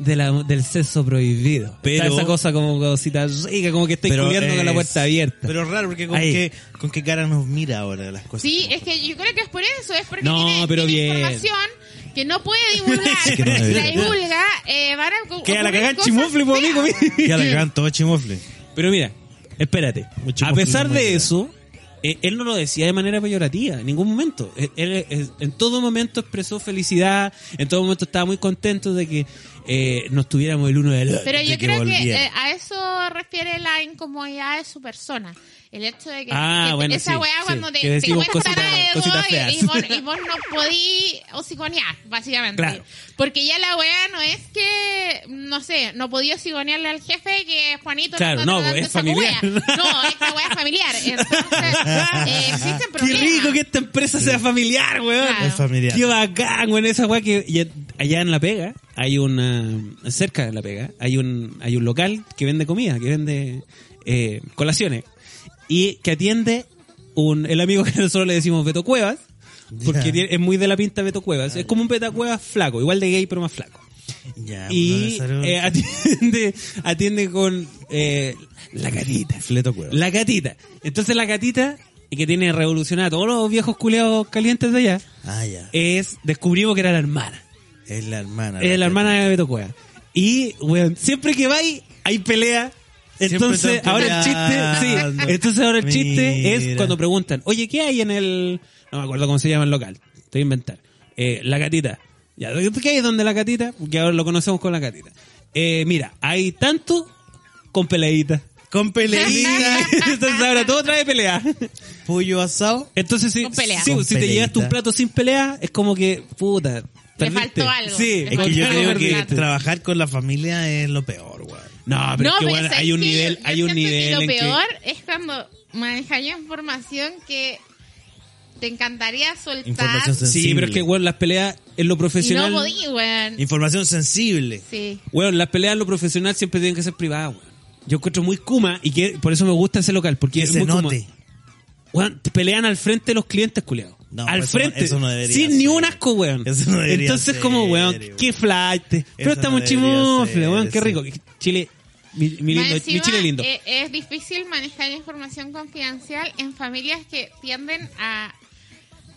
Speaker 3: de la- del sexo prohibido.
Speaker 1: Pero-
Speaker 3: Está esa cosa como cosita rica, como que estoy cubriendo con la
Speaker 1: es-
Speaker 3: puerta abierta.
Speaker 1: eh, Pero raro, porque con
Speaker 3: Ahí.
Speaker 1: qué, con qué cara nos mira ahora las cosas.
Speaker 2: Sí, es que yo creo que es por eso, es porque
Speaker 3: No,
Speaker 2: tiene,
Speaker 3: pero
Speaker 2: tiene
Speaker 3: bien.
Speaker 2: información que no puede divulgar,
Speaker 1: [laughs] Sí, que no
Speaker 2: porque si la
Speaker 1: debe.
Speaker 2: divulga, eh, van a ocu-
Speaker 3: Que a la
Speaker 2: ocurrir
Speaker 3: cagá en
Speaker 2: cosas
Speaker 3: chimufle, pues,
Speaker 2: feas.
Speaker 3: amigo.
Speaker 1: Ya la cagan todo chimofle.
Speaker 3: Pero mira, espérate.
Speaker 1: Mucho
Speaker 3: a
Speaker 1: más
Speaker 3: pesar
Speaker 1: fluido,
Speaker 3: de
Speaker 1: muy
Speaker 3: eso, eh, él no lo decía de manera peyorativa en ningún momento. Él, él, eh, en todo momento expresó felicidad, en todo momento estaba muy contento de que eh, nos tuviéramos el uno del otro.
Speaker 2: Pero yo
Speaker 1: que
Speaker 2: creo que
Speaker 1: volviera.
Speaker 2: eh, a eso refiere la incomodidad de su persona. El hecho de que,
Speaker 3: Ah,
Speaker 2: que
Speaker 3: bueno,
Speaker 2: esa
Speaker 3: sí,
Speaker 2: weá
Speaker 3: sí,
Speaker 2: cuando
Speaker 3: que
Speaker 2: te, te
Speaker 3: decimos
Speaker 2: cuesta
Speaker 3: cositas-
Speaker 2: algo
Speaker 3: cositas
Speaker 2: y-
Speaker 3: feas.
Speaker 2: y, vos, [laughs] y vos no podís osigonear, básicamente.
Speaker 3: Claro.
Speaker 2: Porque ya la weá no es que, no sé, no podía osigonearle al jefe que Juanito
Speaker 3: Claro,
Speaker 2: está
Speaker 3: no,
Speaker 2: tratando
Speaker 3: es
Speaker 2: esa
Speaker 3: familiar.
Speaker 2: weá. No, esta weá es
Speaker 3: [laughs]
Speaker 2: familiar. Entonces, eh, existen
Speaker 3: ¡Qué
Speaker 2: problemas.
Speaker 3: rico que esta empresa sea familiar, weón!
Speaker 2: Claro.
Speaker 1: Es familiar.
Speaker 3: Qué bacán, weón, esa weá que ya- allá en La Pega, hay una, cerca de La Pega, hay un, hay un local que vende comida, que vende eh, colaciones, y que atiende un, el amigo que [laughs] nosotros le decimos Beto Cuevas, porque
Speaker 1: Ya.
Speaker 3: tiene- es muy de la pinta Beto Cuevas, es como un Beto Cuevas flaco, igual de gay pero más flaco.
Speaker 1: Ya, pues,
Speaker 3: y
Speaker 1: Ah, bueno, salud.
Speaker 3: eh, atiende, [laughs] atiende con eh, la carita.
Speaker 1: Fleto cueva.
Speaker 3: La gatita. Entonces la gatita, y que tiene revolucionado a todos los viejos culeados calientes de allá,
Speaker 1: Ah, ya.
Speaker 3: es, descubrimos que era la hermana.
Speaker 1: Es la hermana.
Speaker 3: Es la hermana de Beto Cueva. Y, weón, siempre que vais, hay pelea.
Speaker 1: Siempre
Speaker 3: Entonces,
Speaker 1: están
Speaker 3: ahora el chiste,
Speaker 1: peleando.
Speaker 3: sí. Entonces ahora el chiste es
Speaker 1: Mira.
Speaker 3: cuando preguntan, oye, ¿qué hay en el, no me acuerdo cómo se llama el local, te voy a inventar, Eh, la gatita. Ya, ¿qué hay donde la gatita? Porque ahora lo conocemos con la gatita. Eh, mira, hay tanto con peleaditas.
Speaker 1: Con
Speaker 2: [laughs]
Speaker 1: peleita,
Speaker 3: Entonces ahora todo trae pelea.
Speaker 1: pollo asado.
Speaker 3: Entonces, si,
Speaker 2: Con pelea.
Speaker 3: si-
Speaker 1: Con
Speaker 3: si te
Speaker 1: peleita.
Speaker 3: llevaste un plato sin pelea, es como que, puta.
Speaker 2: Le
Speaker 3: perdiste.
Speaker 2: faltó algo.
Speaker 3: Sí,
Speaker 2: Le
Speaker 1: Es que yo
Speaker 2: Claro,
Speaker 1: creo que
Speaker 2: verdad.
Speaker 1: trabajar con la familia es lo peor, weón.
Speaker 3: No, Ah, pero es que, bueno,
Speaker 2: ¿sabes
Speaker 3: hay un
Speaker 2: qué?
Speaker 3: nivel,
Speaker 2: Yo
Speaker 3: hay un
Speaker 2: siento que
Speaker 3: nivel
Speaker 2: Lo
Speaker 3: en que.
Speaker 2: peor es cuando manejáis información que te encantaría soltar
Speaker 1: Información
Speaker 3: Sí,
Speaker 1: sensible.
Speaker 3: pero es que, bueno, las peleas en lo
Speaker 2: y
Speaker 3: profesional.
Speaker 2: no podí, weón.
Speaker 1: Información sensible.
Speaker 2: Sí.
Speaker 3: Bueno, las peleas en lo profesional siempre tienen que ser privadas, weón. Yo encuentro muy Kuma y que por eso me gusta ese local, porque
Speaker 1: Que
Speaker 3: es
Speaker 1: se
Speaker 3: muy Kuma.
Speaker 1: note.
Speaker 3: Weón, te pelean al frente de los clientes, culeados.
Speaker 1: No,
Speaker 3: al
Speaker 1: eso no-
Speaker 3: frente.
Speaker 1: eso no debería
Speaker 3: Sin ni
Speaker 1: ser.
Speaker 3: un asco, weón.
Speaker 1: Eso no debería
Speaker 3: Entonces,
Speaker 1: ser,
Speaker 3: como, weón,
Speaker 1: weón.
Speaker 3: qué flight. Pero
Speaker 1: no
Speaker 3: estamos
Speaker 1: debería
Speaker 3: chimofle,
Speaker 1: ser,
Speaker 3: weón, qué
Speaker 1: sí.
Speaker 3: rico. Chile, mi, mi
Speaker 2: Más
Speaker 3: lindo, mi
Speaker 2: encima,
Speaker 3: Chile lindo.
Speaker 2: eh, Es, difícil manejar información confidencial en familias que tienden a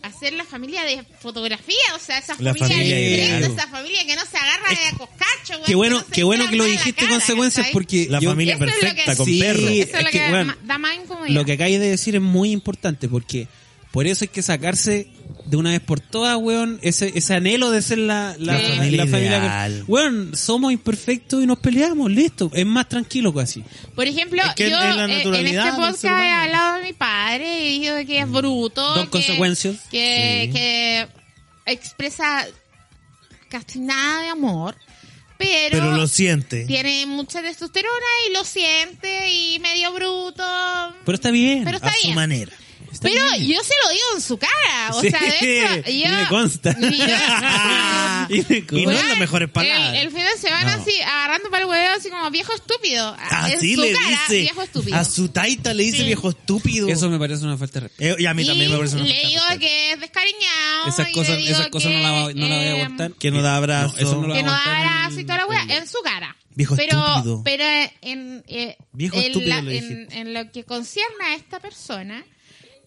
Speaker 2: hacer la familia de fotografía, o sea, esa
Speaker 1: La
Speaker 2: familia,
Speaker 1: familia
Speaker 2: de
Speaker 1: ideal.
Speaker 2: ingreso, esa familia que no se agarra de a coscacho, weón,
Speaker 3: Qué bueno,
Speaker 2: no se
Speaker 3: qué bueno
Speaker 2: mira
Speaker 3: que lo
Speaker 2: nada en la
Speaker 3: dijiste
Speaker 2: cara,
Speaker 3: consecuencias
Speaker 2: ¿cachai?
Speaker 3: porque
Speaker 1: La
Speaker 3: yo-
Speaker 1: familia
Speaker 2: Eso es lo
Speaker 1: perfecta
Speaker 2: que-
Speaker 1: con
Speaker 3: Sí.
Speaker 1: perro.
Speaker 2: Eso
Speaker 3: Sí.
Speaker 2: es,
Speaker 3: Es
Speaker 2: lo
Speaker 3: que,
Speaker 2: que,
Speaker 3: weón,
Speaker 2: ma- da más incomodidad.
Speaker 3: Lo que acabas de decir es muy importante porque por eso hay que sacarse de una vez por todas, weón, ese, ese anhelo de ser la, la,
Speaker 1: La familia
Speaker 3: la que-
Speaker 1: ideal.
Speaker 3: Weón, somos imperfectos y nos peleamos, listo. Es más tranquilo casi.
Speaker 2: Por ejemplo,
Speaker 1: Es que
Speaker 2: yo
Speaker 1: es la
Speaker 2: eh, en
Speaker 1: naturalidad
Speaker 2: este
Speaker 1: del
Speaker 2: podcast
Speaker 1: ser humano. Mm.
Speaker 2: he hablado de mi padre y digo que es bruto.
Speaker 3: Dos
Speaker 2: que-
Speaker 3: consecuencias.
Speaker 2: Que,
Speaker 1: Sí.
Speaker 2: que expresa casi nada de amor, pero,
Speaker 1: Pero lo siente.
Speaker 2: tiene mucha testosterona y lo siente y medio bruto.
Speaker 3: Pero está bien.
Speaker 2: Pero-
Speaker 1: A
Speaker 2: está
Speaker 1: su
Speaker 2: bien.
Speaker 1: manera.
Speaker 3: está
Speaker 2: Pero
Speaker 3: bien.
Speaker 2: yo se lo digo en su cara. O
Speaker 3: Sí,
Speaker 2: sea,
Speaker 1: [laughs]
Speaker 2: de hecho,
Speaker 3: y
Speaker 2: yo-
Speaker 3: me
Speaker 2: [laughs]
Speaker 3: consta.
Speaker 2: yo-
Speaker 3: Y me
Speaker 1: Y no
Speaker 3: consta.
Speaker 1: es las mejores palabras.
Speaker 2: El, el fin de semana
Speaker 1: No.
Speaker 2: así, agarrando para el huevo, así como viejo estúpido.
Speaker 1: Así
Speaker 2: en su
Speaker 1: Ah, le
Speaker 2: cara,
Speaker 1: dice.
Speaker 2: viejo estúpido.
Speaker 1: A su taita le dice
Speaker 2: Sí.
Speaker 1: viejo estúpido.
Speaker 3: Eso me parece una falta de respeto.
Speaker 1: Eh, y a mí también me parece una
Speaker 2: y le
Speaker 1: falta de
Speaker 2: digo
Speaker 1: respeto.
Speaker 2: que es descariñado.
Speaker 3: Esas
Speaker 2: y le
Speaker 3: cosas,
Speaker 2: digo
Speaker 3: esas cosas no, la, va- no la voy a
Speaker 2: eh,
Speaker 3: aguantar.
Speaker 1: que no da abrazo.
Speaker 3: eso no lo voy a
Speaker 2: Que no da
Speaker 3: aguantar Eh, en-
Speaker 2: abrazo y toda la weá, en su cara.
Speaker 1: Viejo
Speaker 2: pero,
Speaker 1: estúpido.
Speaker 2: Pero en, eh,
Speaker 1: Viejo
Speaker 2: en,
Speaker 1: estúpido
Speaker 2: la-
Speaker 1: le
Speaker 2: en-
Speaker 1: dijiste.
Speaker 2: en lo que concierne a esta persona,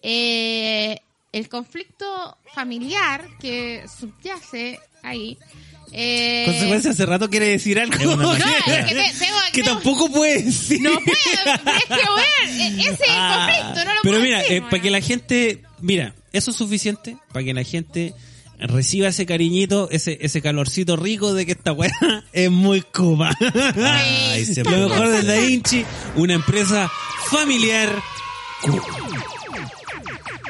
Speaker 2: eh, el conflicto familiar que subyace ahí. Eh,
Speaker 3: Consecuencia, hace rato quiere decir algo.
Speaker 1: Es una
Speaker 2: No, es que, te- tengo-
Speaker 3: que
Speaker 2: tengo-
Speaker 3: tampoco puede decir.
Speaker 2: No puedo, es que weón, eh, ese es el
Speaker 3: Ah,
Speaker 2: conflicto, no lo
Speaker 3: Pero
Speaker 2: puedo
Speaker 3: mira,
Speaker 2: decir,
Speaker 3: eh, para
Speaker 2: weón.
Speaker 3: que la gente, mira, eso es suficiente para que la gente reciba ese cariñito, ese, ese calorcito rico de que esta weá [laughs] es muy Cuba.
Speaker 1: Ay,
Speaker 2: pues,
Speaker 1: se
Speaker 3: [laughs] Lo
Speaker 1: puede.
Speaker 3: mejor de la Inchi, una empresa familiar.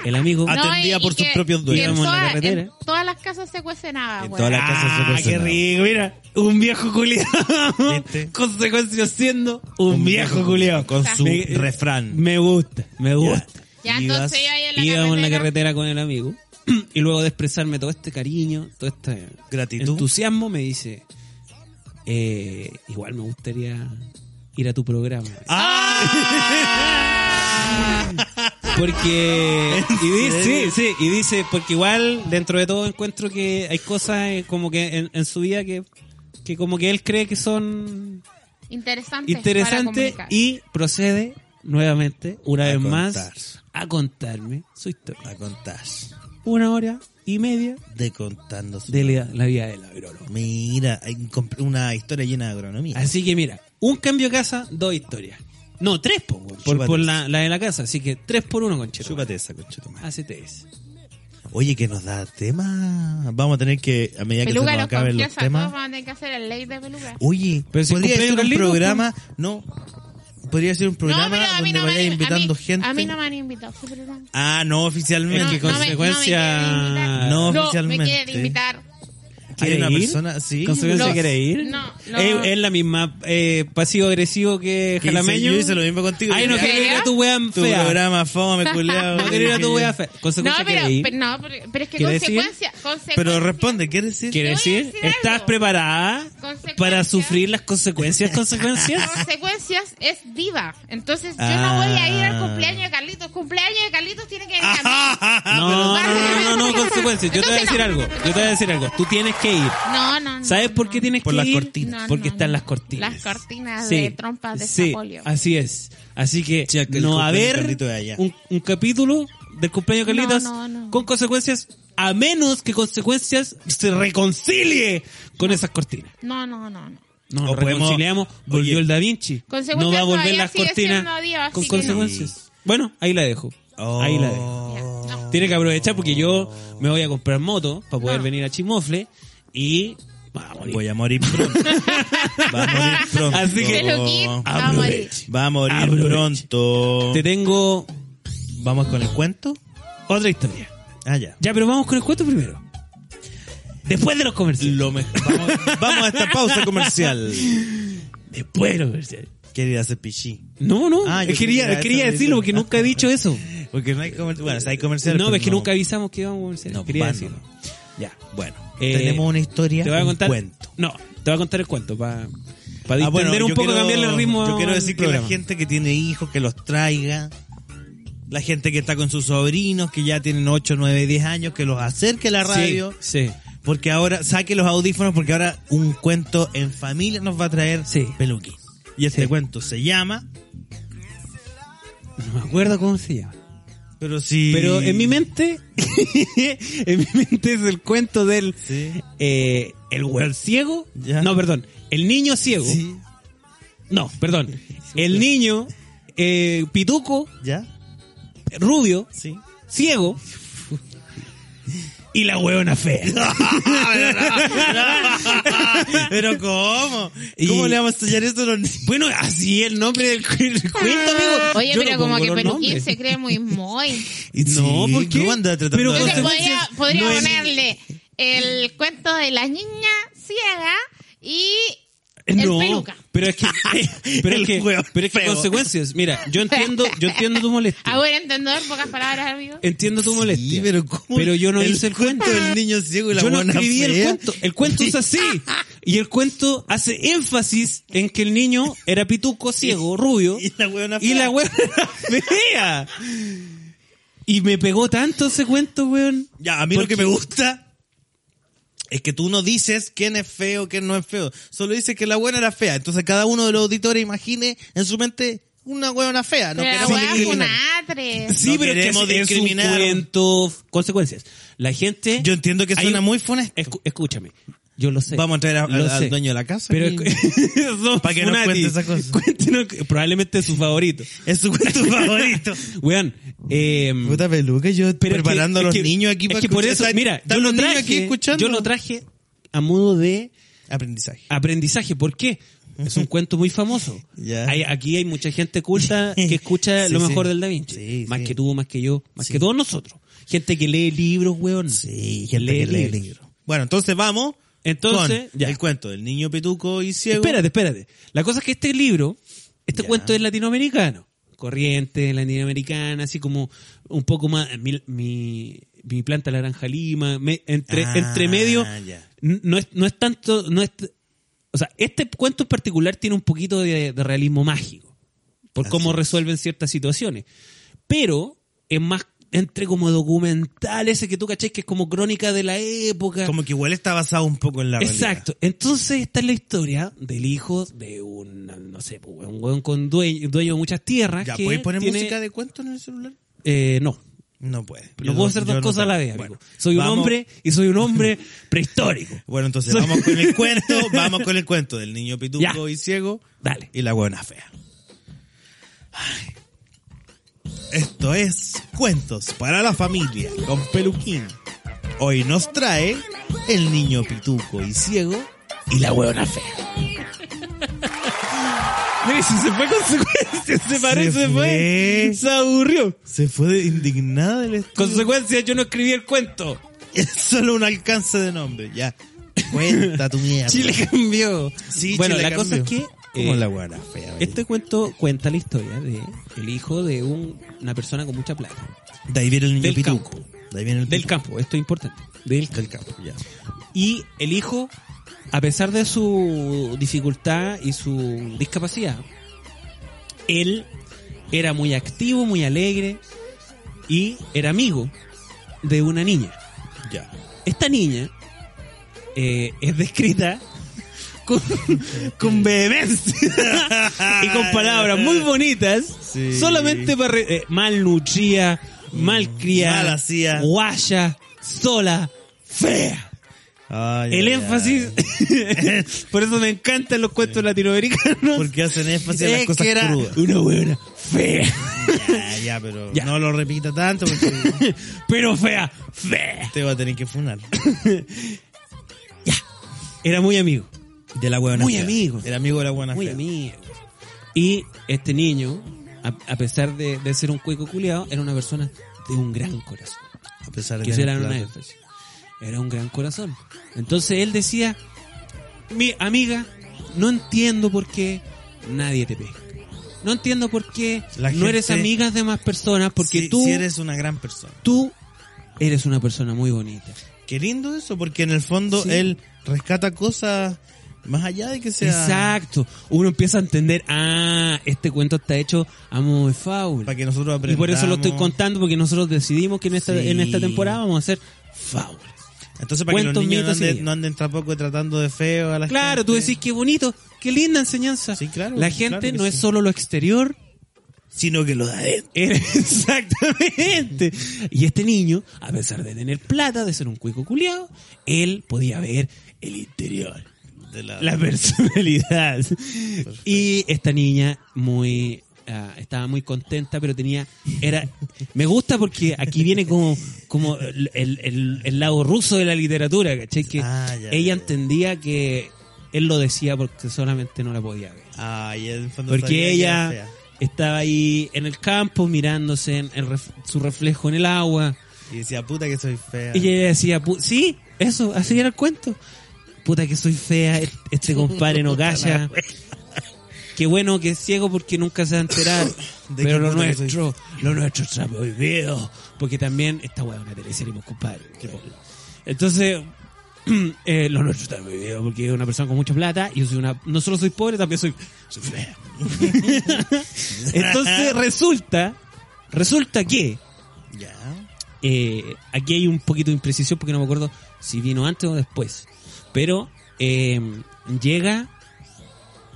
Speaker 3: El amigo.
Speaker 2: No,
Speaker 1: Atendida
Speaker 2: y-
Speaker 1: por
Speaker 2: y
Speaker 1: sus
Speaker 2: que-
Speaker 1: propios
Speaker 2: y en
Speaker 1: dueños.
Speaker 3: Íbamos en la
Speaker 2: todas-
Speaker 3: carretera.
Speaker 2: en todas las casas se cuece nada,
Speaker 1: En
Speaker 2: weón.
Speaker 1: todas las casas se
Speaker 3: Ah,
Speaker 1: cuece
Speaker 3: qué
Speaker 1: nada.
Speaker 3: rico, mira. Un viejo culiado. [laughs]
Speaker 1: ¿Viste?
Speaker 3: Consecuencia siendo un, viejo culiado.
Speaker 1: Con su
Speaker 3: Me-
Speaker 1: refrán.
Speaker 3: Me gusta, me gusta.
Speaker 2: Ya,
Speaker 1: Ibas-
Speaker 2: entonces yo ahí en la
Speaker 3: Íbamos en la
Speaker 2: carretera.
Speaker 3: carretera con el amigo. [clears throat] Y luego de expresarme todo este cariño, todo este
Speaker 1: Gratitud.
Speaker 3: entusiasmo, me dice: eh, Igual me gustaría ir a tu programa.
Speaker 1: Ah.
Speaker 3: [laughs] Porque. Y dice, sí, sí, y dice, porque igual dentro de todo encuentro que hay cosas eh, como que en, en su vida que, que como que él cree que son
Speaker 2: Interesante.
Speaker 3: interesantes
Speaker 2: para comunicar.
Speaker 3: y procede nuevamente, una
Speaker 1: A
Speaker 3: vez
Speaker 1: contar.
Speaker 3: más, a contarme su
Speaker 2: Ah.
Speaker 3: historia.
Speaker 1: A contar.
Speaker 3: Una hora y media
Speaker 1: De contando su-
Speaker 3: de la, la vida del agrónomo.
Speaker 1: Mira, hay un comp- una historia llena de agronomía.
Speaker 3: Así que mira, un cambio de casa, dos historias. No, tres po, weón, por,
Speaker 1: Chúpate
Speaker 3: por
Speaker 1: esa.
Speaker 3: la, la de la casa, así que tres por uno con
Speaker 1: Chúpate esa, conchetumare.
Speaker 3: Hacete eso.
Speaker 1: Oye, que nos da tema. Vamos a tener que, a medida que
Speaker 2: Peluca
Speaker 1: se nos
Speaker 2: los
Speaker 1: acaben los
Speaker 2: confiesa, todos
Speaker 1: temas.
Speaker 2: vamos a tener que hacer el ley de peluca.
Speaker 1: Oye,
Speaker 3: Pero si
Speaker 1: podría
Speaker 3: cumpleaños
Speaker 1: ser un
Speaker 3: Carlitos,
Speaker 1: programa,
Speaker 3: pues.
Speaker 1: no, podría ser un programa
Speaker 2: pero a
Speaker 1: donde
Speaker 2: mí no me
Speaker 1: vaya
Speaker 2: han-
Speaker 1: invitando
Speaker 2: a mí-
Speaker 1: gente.
Speaker 2: A mí no me han invitado. sí, pero no.
Speaker 1: Ah, no oficialmente.
Speaker 2: No,
Speaker 3: que
Speaker 2: no me-
Speaker 3: consecuencia-
Speaker 2: no me quieren invitar.
Speaker 1: No,
Speaker 2: me
Speaker 1: oficialmente.
Speaker 2: quieren invitar.
Speaker 1: Hay
Speaker 3: ¿Quiere
Speaker 1: una
Speaker 3: ir?
Speaker 1: persona, sí.
Speaker 3: ¿Consecuencia
Speaker 2: Los-
Speaker 3: quiere ir?
Speaker 2: no, no.
Speaker 3: Es, es la misma eh, pasivo-agresivo que
Speaker 1: Que hice-
Speaker 3: jalameño.
Speaker 1: Yo hice lo mismo contigo.
Speaker 3: Ay, no
Speaker 1: Dije,
Speaker 3: quiero ir a tu wea
Speaker 1: Tu
Speaker 3: fea.
Speaker 1: programa fome,
Speaker 2: [laughs]
Speaker 1: culiao.
Speaker 3: No quiero ir a tu wea fea.
Speaker 2: No,
Speaker 3: Consecuencia
Speaker 2: pero,
Speaker 3: quiere ir.
Speaker 2: pero- no, pero, pero es que
Speaker 3: ¿Quiere decir?
Speaker 2: consecuencia, consecuencia.
Speaker 1: Pero responde, ¿qué decir?
Speaker 3: Quiere
Speaker 2: Te voy a
Speaker 3: decir,
Speaker 2: decir
Speaker 3: ¿estás
Speaker 2: algo.
Speaker 3: preparada
Speaker 2: Consecuencias.
Speaker 3: para sufrir las consecuencias?
Speaker 2: [laughs]
Speaker 3: ¿Consecuencias?
Speaker 2: Consecuencias es diva. Entonces yo
Speaker 1: Ah.
Speaker 2: no voy a ir al cumpleaños de Carlitos. Cumpleaños de Carlitos tiene que venir a mí.
Speaker 3: No, no, no, no,
Speaker 2: [laughs]
Speaker 3: no, consecuencias. Yo te voy a
Speaker 2: Ah, Entonces
Speaker 3: decir
Speaker 2: no.
Speaker 3: algo. Yo te voy a decir algo. Tú tienes que ir.
Speaker 2: No, no, no.
Speaker 3: ¿Sabes por
Speaker 2: no.
Speaker 3: qué tienes
Speaker 1: Por
Speaker 3: que
Speaker 1: las
Speaker 3: ir?
Speaker 1: cortinas.
Speaker 2: No,
Speaker 3: Porque
Speaker 2: no,
Speaker 3: están
Speaker 2: no.
Speaker 3: las cortinas.
Speaker 2: Las cortinas
Speaker 3: Sí,
Speaker 2: de trompas de
Speaker 3: sí,
Speaker 2: Zapolio.
Speaker 3: así es. Así que
Speaker 1: Sí, el
Speaker 3: no
Speaker 1: cumpleaños
Speaker 3: haber
Speaker 1: Carlito de allá.
Speaker 3: un, un capítulo del cumpleaños de
Speaker 2: No,
Speaker 3: Carlitos
Speaker 2: no, no.
Speaker 3: con consecuencias, a menos que consecuencias se reconcilie con esas cortinas.
Speaker 2: No, no, no, no.
Speaker 3: No,
Speaker 1: O
Speaker 3: nos
Speaker 1: podemos-
Speaker 3: reconciliamos, volvió
Speaker 1: Oye.
Speaker 3: el Da Vinci.
Speaker 2: Consecuencias
Speaker 3: No va a volver
Speaker 2: todavía
Speaker 3: las
Speaker 2: sigue
Speaker 3: cortinas
Speaker 2: siendo Dios, así
Speaker 3: con
Speaker 2: que no.
Speaker 3: consecuencias. Bueno, ahí la dejo.
Speaker 1: Oh.
Speaker 3: Ahí la dejo.
Speaker 2: Ya, no.
Speaker 3: Tiene que aprovechar porque yo me voy a comprar moto para poder
Speaker 2: No.
Speaker 3: venir a Chimofle y va a morir.
Speaker 1: Voy a morir
Speaker 2: [laughs]
Speaker 1: pronto. Va a morir pronto.
Speaker 3: Así que-
Speaker 2: Se lo quita, va a morir.
Speaker 1: Va a morir
Speaker 3: Aproveche.
Speaker 1: pronto.
Speaker 3: Te tengo
Speaker 1: ¿Vamos con el cuento?
Speaker 3: otra historia.
Speaker 1: Ah, ya.
Speaker 3: Ya, pero vamos con el cuento primero. Después de los comerciales.
Speaker 1: Lo mejor.
Speaker 3: [laughs]
Speaker 1: Vamos, vamos a esta pausa comercial.
Speaker 3: Después de los comerciales.
Speaker 1: Quería hacer pichí.
Speaker 3: No, no.
Speaker 1: Ah, yo
Speaker 3: quería
Speaker 1: quería-
Speaker 3: quería
Speaker 1: eso-
Speaker 3: decirlo porque nunca he dicho eso.
Speaker 1: Porque no hay comercial. Bueno, si hay comercial.
Speaker 3: No,
Speaker 1: pero
Speaker 3: es que nunca avisamos que íbamos a comerciales.
Speaker 1: No,
Speaker 3: quería
Speaker 1: van,
Speaker 3: decirlo.
Speaker 1: no.
Speaker 3: Ya.
Speaker 1: Bueno,
Speaker 3: Eh,
Speaker 1: tenemos una historia.
Speaker 3: Te voy a
Speaker 1: un
Speaker 3: contar.
Speaker 1: cuento.
Speaker 3: No, te voy a contar el cuento para para
Speaker 1: Ah,
Speaker 3: distender
Speaker 1: bueno,
Speaker 3: un
Speaker 1: yo
Speaker 3: poco,
Speaker 1: quiero-
Speaker 3: cambiarle el ritmo.
Speaker 1: Yo quiero
Speaker 3: al
Speaker 1: decir que
Speaker 3: programa.
Speaker 1: la gente que tiene hijos, que los traiga. La gente que está con sus sobrinos, que ya tienen 8, 9, 10 años, que los acerque a la radio.
Speaker 3: Sí. sí.
Speaker 1: Porque ahora, saque los audífonos, porque ahora un cuento en familia nos va a traer
Speaker 3: Sí.
Speaker 1: Peluquín. Y este
Speaker 3: Sí.
Speaker 1: cuento se llama,
Speaker 3: No me acuerdo cómo se llama.
Speaker 1: pero sí.
Speaker 3: Pero en mi mente, [laughs] en mi mente es el cuento del
Speaker 1: Sí.
Speaker 3: eh, el weón ciego.
Speaker 1: Ya.
Speaker 3: No, perdón. El niño ciego.
Speaker 1: Sí.
Speaker 3: No, perdón. El niño eh, pituco,
Speaker 1: ¿Ya?
Speaker 3: rubio,
Speaker 1: Sí.
Speaker 3: ciego. Y la huevona
Speaker 1: [laughs]
Speaker 3: fea.
Speaker 1: [laughs] pero ¿cómo?
Speaker 3: Y-
Speaker 1: ¿Cómo le vamos a estudiar esto a los niños?
Speaker 3: Bueno, así el nombre del cu- del cuento, amigo.
Speaker 2: Oye,
Speaker 3: Yo
Speaker 2: pero
Speaker 3: no
Speaker 2: como
Speaker 3: pongo
Speaker 2: que
Speaker 3: los
Speaker 2: Peluquín
Speaker 3: nombres.
Speaker 2: se cree muy
Speaker 3: [laughs]
Speaker 2: muy.
Speaker 3: No,
Speaker 1: Sí,
Speaker 3: ¿por qué?
Speaker 1: ¿cómo anda tratando
Speaker 3: Pero
Speaker 1: de-
Speaker 2: Entonces podría,
Speaker 3: Consecuencias,
Speaker 2: podría
Speaker 3: no es-
Speaker 2: ponerle el cuento de la niña ciega y el
Speaker 3: no,
Speaker 2: peluca.
Speaker 3: pero es
Speaker 1: [laughs]
Speaker 3: que, [laughs] pero es
Speaker 1: El
Speaker 3: que,
Speaker 1: hueón
Speaker 3: pero es que
Speaker 1: feo. Ah,
Speaker 3: consecuencias. Mira, yo entiendo, yo entiendo tu
Speaker 1: [laughs]
Speaker 3: molestia.
Speaker 2: A buen entender, pocas palabras, amigo.
Speaker 3: Entiendo tu molestia.
Speaker 1: Sí, pero ¿cómo?
Speaker 3: Pero yo no
Speaker 1: el
Speaker 3: hice el
Speaker 1: cuento
Speaker 3: cuento.
Speaker 1: del niño ciego y la
Speaker 3: Yo no
Speaker 1: buena
Speaker 3: escribí el
Speaker 1: fea.
Speaker 3: cuento. El cuento es así. Y el cuento hace énfasis en que el niño era pituco, ciego, rubio.
Speaker 1: [laughs] [laughs] Y la huevona
Speaker 3: Y la
Speaker 1: fea.
Speaker 3: weona era
Speaker 1: [laughs]
Speaker 3: fea. Y me pegó tanto ese cuento, weón.
Speaker 1: Ya, a mí lo
Speaker 3: Porque-
Speaker 1: que me gusta es que tú no dices quién es feo, quién no es feo. Solo dices que la buena era fea. Entonces cada uno de los auditores imagine en su mente una buena fea. No
Speaker 2: Pero la
Speaker 1: queremos
Speaker 2: weá fue
Speaker 1: discriminar.
Speaker 2: una atre.
Speaker 3: Sí,
Speaker 1: No
Speaker 3: pero es que
Speaker 1: queremos
Speaker 3: es- es un
Speaker 1: discriminar.
Speaker 3: cuento. Consecuencias. La gente.
Speaker 1: Yo entiendo que
Speaker 3: Hay
Speaker 1: suena
Speaker 3: un-
Speaker 1: muy funesto.
Speaker 3: Escu- escúchame. Yo lo sé.
Speaker 1: Vamos a traer a-
Speaker 3: Lo
Speaker 1: al- al
Speaker 3: sé.
Speaker 1: dueño de la casa.
Speaker 3: Pero
Speaker 1: aquí.
Speaker 3: [laughs] para
Speaker 1: Pa' que nos cuente esas cosas.
Speaker 3: probablemente su favorito.
Speaker 1: [laughs] es su [laughs] cuento favorito.
Speaker 3: Weón, eh,
Speaker 1: Puta peluca, yo
Speaker 3: pero es que-
Speaker 1: preparando a
Speaker 3: es
Speaker 1: los
Speaker 3: que-
Speaker 1: niños aquí
Speaker 3: es
Speaker 1: para
Speaker 3: que por
Speaker 1: escuchar.
Speaker 3: eso,
Speaker 1: Están-
Speaker 3: mira,
Speaker 1: están
Speaker 3: yo lo
Speaker 1: los niños
Speaker 3: traje,
Speaker 1: aquí escuchando.
Speaker 3: yo lo traje a modo de
Speaker 1: Aprendizaje.
Speaker 3: aprendizaje. ¿Por qué?
Speaker 1: [laughs]
Speaker 3: Es un cuento muy famoso.
Speaker 1: Ya.
Speaker 3: Hay- aquí hay mucha gente culta que escucha
Speaker 1: [laughs] Sí,
Speaker 3: lo
Speaker 1: sí.
Speaker 3: mejor del Da Vinci.
Speaker 1: Sí,
Speaker 3: más
Speaker 1: sí.
Speaker 3: que tú, más que yo, más que todos nosotros. Gente que lee libros, weón.
Speaker 1: Sí, gente que lee libros. Bueno, entonces vamos.
Speaker 3: Entonces,
Speaker 1: con
Speaker 3: ya.
Speaker 1: el cuento del niño pituco y ciego.
Speaker 3: Espérate, espérate. La cosa es que este libro, este
Speaker 1: Ya.
Speaker 3: cuento es latinoamericano. Corriente latinoamericana, así como un poco más. Mi, mi, mi planta la granja Lima. me- entre,
Speaker 1: Ah,
Speaker 3: entre medio.
Speaker 1: ya.
Speaker 3: n- No es, no es tanto. No es, o sea, este cuento en particular tiene un poquito de, de realismo mágico. Por
Speaker 1: Así
Speaker 3: cómo
Speaker 1: es.
Speaker 3: resuelven ciertas situaciones. Pero es más entre como documental ese que tú cachés que es como crónica de la época.
Speaker 1: Como que igual está basado un poco en la realidad.
Speaker 3: Exacto. Entonces esta es la historia del hijo de un, no sé, pues, un hueón con dueño, dueño de muchas tierras.
Speaker 1: ¿Ya
Speaker 3: que
Speaker 1: puedes poner
Speaker 3: tiene-
Speaker 1: música de cuento en el celular?
Speaker 3: Eh, no.
Speaker 1: No puede.
Speaker 3: No
Speaker 1: Yo
Speaker 3: puedo hacer
Speaker 1: yo
Speaker 3: dos
Speaker 1: no
Speaker 3: cosas a la
Speaker 1: puedo.
Speaker 3: vez, amigo.
Speaker 1: Bueno,
Speaker 3: soy un
Speaker 1: vamos-
Speaker 3: hombre y soy un hombre [laughs] prehistórico.
Speaker 1: Bueno, entonces vamos con [laughs] el cuento, vamos con el cuento del niño pituco
Speaker 3: Ya.
Speaker 1: y ciego
Speaker 3: Dale.
Speaker 1: y la buena fea. Ay. Esto es Cuentos para la Familia con Peluquín. Hoy nos trae el niño pituco y ciego y la huevona fea. [laughs]
Speaker 3: Mira, si se fue con consecuencias, se parece, se fue.
Speaker 1: fue.
Speaker 3: Se aburrió.
Speaker 1: Se fue de- indignada del estudio.
Speaker 3: Consecuencias, yo no escribí el cuento.
Speaker 1: [laughs] Es solo un alcance de nombre, ya. Cuenta tu mierda.
Speaker 3: Chile cambió.
Speaker 1: Sí,
Speaker 3: bueno,
Speaker 1: Chile
Speaker 3: la
Speaker 1: cambió.
Speaker 3: cosa es que...
Speaker 1: Como
Speaker 3: eh,
Speaker 1: la huevona fea. ¿verdad?
Speaker 3: este cuento cuenta la historia de el hijo de un- una persona con mucha plata.
Speaker 1: De ahí viene el niño
Speaker 3: Del
Speaker 1: pituco.
Speaker 3: campo.
Speaker 1: De ahí viene el
Speaker 3: Del
Speaker 1: pituco.
Speaker 3: campo, esto es importante. Del campo.
Speaker 1: Del campo, ya.
Speaker 3: Y el hijo, a pesar de su dificultad y su discapacidad, él era muy activo, muy alegre y era amigo de una niña.
Speaker 1: Ya.
Speaker 3: Esta niña eh, es descrita con,
Speaker 1: [laughs]
Speaker 3: con vehemencia y con palabras muy bonitas,
Speaker 1: Sí. Mm,
Speaker 3: solamente para... re- eh, malnutrida, malcriada,
Speaker 1: Mal hacía.
Speaker 3: guaya, sola, fea.
Speaker 1: Ay,
Speaker 3: El
Speaker 1: ay, [laughs]
Speaker 3: énfasis,
Speaker 1: ay.
Speaker 3: por eso me encantan los cuentos latinoamericanos.
Speaker 1: Porque hacen énfasis a las
Speaker 3: Es
Speaker 1: cosas
Speaker 3: que era
Speaker 1: crudas.
Speaker 3: una buena
Speaker 1: [laughs]
Speaker 3: fea, [laughs]
Speaker 1: Ya, Ah, ya, pero
Speaker 3: Ya.
Speaker 1: no lo repita tanto porque
Speaker 3: pero fea, fea.
Speaker 1: te va a tener que
Speaker 3: [laughs]
Speaker 1: funar.
Speaker 3: Era muy amigo,
Speaker 1: De la buena
Speaker 3: Muy
Speaker 1: fea.
Speaker 3: amigo.
Speaker 1: El amigo de la buena
Speaker 3: muy
Speaker 1: fea.
Speaker 3: amigo. Y este niño, a, a pesar de, de ser un cuico culiado, era una persona de un gran corazón.
Speaker 1: A pesar de
Speaker 3: Que
Speaker 1: tener
Speaker 3: era una
Speaker 1: plata.
Speaker 3: énfasis. Era un gran corazón. Entonces él decía, mi amiga, no entiendo por qué nadie te pesca. No entiendo por qué
Speaker 1: La
Speaker 3: no eres
Speaker 1: gente-
Speaker 3: amiga de más personas, porque
Speaker 1: Si-
Speaker 3: tú,
Speaker 1: si eres una gran persona.
Speaker 3: tú eres una persona muy bonita.
Speaker 1: Qué lindo eso, porque en el fondo
Speaker 3: Sí.
Speaker 1: él rescata cosas más allá de que sea
Speaker 3: Exacto. Uno empieza a entender, ah, este cuento está hecho a modo de fábula.
Speaker 1: para que nosotros aprendamos.
Speaker 3: Y por eso lo estoy contando, porque nosotros decidimos que en esta,
Speaker 1: Sí.
Speaker 3: en esta temporada vamos a hacer fábulas.
Speaker 1: Entonces para que los
Speaker 3: Cuentos,
Speaker 1: niños no
Speaker 3: mitos y
Speaker 1: anden,
Speaker 3: leyendas.
Speaker 1: no anden tampoco tratando de feo a la
Speaker 3: Claro,
Speaker 1: gente.
Speaker 3: tú decís qué bonito, qué linda enseñanza.
Speaker 1: Sí, claro,
Speaker 3: La
Speaker 1: claro
Speaker 3: gente
Speaker 1: que
Speaker 3: no es
Speaker 1: sí.
Speaker 3: solo lo exterior, [laughs]
Speaker 1: sino que lo da adentro.
Speaker 3: era- exactamente. Y este niño, a pesar de tener plata, de ser un cuico culiado, él podía ver el interior,
Speaker 1: De la-
Speaker 3: la personalidad. Y esta niña muy ah, estaba muy contenta, pero tenía era me gusta porque aquí viene como como el, el- el- el lado ruso de la literatura, ¿cachai? Que
Speaker 1: Ah, ya, ya, ya.
Speaker 3: ella entendía que él lo decía porque solamente no la podía ver.
Speaker 1: Ay, en el fondo sabía
Speaker 3: Porque
Speaker 1: que era
Speaker 3: ella
Speaker 1: fea.
Speaker 3: estaba ahí en el campo mirándose en el ref- su reflejo en el agua.
Speaker 1: Y decía, puta que soy fea.
Speaker 3: Y ella decía, "Pu- sí, eso, así era el cuento. Puta que soy fea, e- este
Speaker 1: [laughs]
Speaker 3: compadre no calla. Qué bueno que es ciego porque nunca se va a enterar.
Speaker 1: [laughs] De qué
Speaker 3: Pero
Speaker 1: puta
Speaker 3: lo
Speaker 1: que
Speaker 3: nuestro, lo nuestro está prohibido. Porque también esta weá es una teleserie, pues, compadre. Entonces, [clears throat] eh, lo nuestro está prohibido porque es una persona con mucha plata. Y yo soy una, no solo soy pobre, también soy, soy fea. [laughs] Entonces resulta, resulta que
Speaker 1: Ya.
Speaker 3: eh, aquí hay un poquito de imprecisión porque no me acuerdo si vino antes o después. Pero eh, llega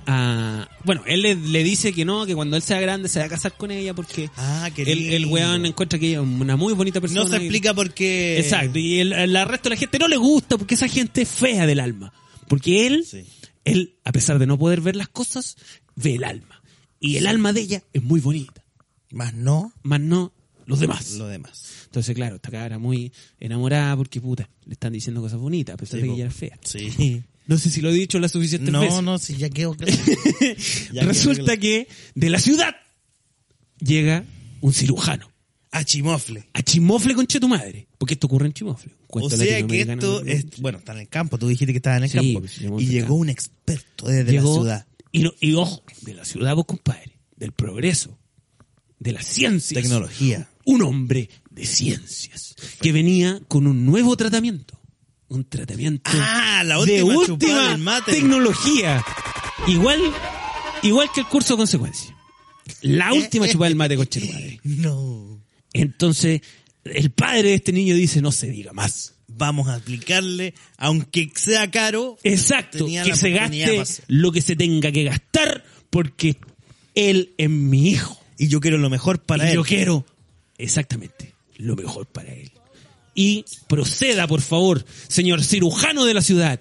Speaker 3: a- Bueno, él le, le dice que no, que cuando él sea grande se va a casar con ella porque
Speaker 1: Ah, qué
Speaker 3: el, el
Speaker 1: lindo.
Speaker 3: weón encuentra que ella es una muy bonita persona.
Speaker 1: No se
Speaker 3: y-
Speaker 1: explica por qué.
Speaker 3: Exacto, y el, el resto de la gente no le gusta porque esa gente es fea del alma. Porque él,
Speaker 1: Sí.
Speaker 3: él, a pesar de no poder ver las cosas, ve el alma. Y el alma de ella es muy bonita,
Speaker 1: Más no
Speaker 3: más no los demás.
Speaker 1: lo demás.
Speaker 3: Entonces, claro, esta cara era muy enamorada porque, puta, le están diciendo cosas bonitas, a pesar de que
Speaker 1: po.
Speaker 3: ella era fea.
Speaker 1: Sí.
Speaker 3: [laughs] No sé si lo he dicho la suficiente
Speaker 1: No,
Speaker 3: [laughs]
Speaker 1: no, si ya quedó claro. Ya
Speaker 3: Resulta
Speaker 1: quedó claro.
Speaker 3: que de la ciudad llega un cirujano.
Speaker 1: [laughs] A chimofle.
Speaker 3: A Chimofle conche tu madre. Porque esto ocurre en Chimofle. un
Speaker 1: O
Speaker 3: cuento
Speaker 1: sea que
Speaker 3: latinoamericano.
Speaker 1: esto es. Bueno, está en el campo. Tú dijiste que estaba en el
Speaker 3: Sí,
Speaker 1: campo.
Speaker 3: pues, llegó
Speaker 1: Y
Speaker 3: acá.
Speaker 1: llegó un experto desde
Speaker 3: Llegó-
Speaker 1: la ciudad.
Speaker 3: Y, no- y ojo, de la ciudad vos, compadre, del progreso, de las ciencias.
Speaker 1: Tecnología.
Speaker 3: Un hombre de ciencias que venía con un nuevo tratamiento. Un tratamiento
Speaker 1: Ah, la
Speaker 3: de
Speaker 1: última chupada
Speaker 3: última
Speaker 1: del mate.
Speaker 3: tecnología. Igual, igual que el curso de consecuencia.
Speaker 1: Eh,
Speaker 3: La última chupada del mate, coche tu madre.
Speaker 1: No.
Speaker 3: Entonces, el padre de este niño dice, no se diga más.
Speaker 1: Vamos a aplicarle, aunque sea caro.
Speaker 3: Exacto,
Speaker 1: Tenía
Speaker 3: que
Speaker 1: la
Speaker 3: se
Speaker 1: oportunidad
Speaker 3: gaste
Speaker 1: para hacer.
Speaker 3: lo que se tenga que gastar porque él es mi hijo.
Speaker 1: Y yo quiero lo mejor para
Speaker 3: y
Speaker 1: él.
Speaker 3: yo quiero exactamente lo mejor para él. Y proceda, por favor, señor cirujano de la ciudad,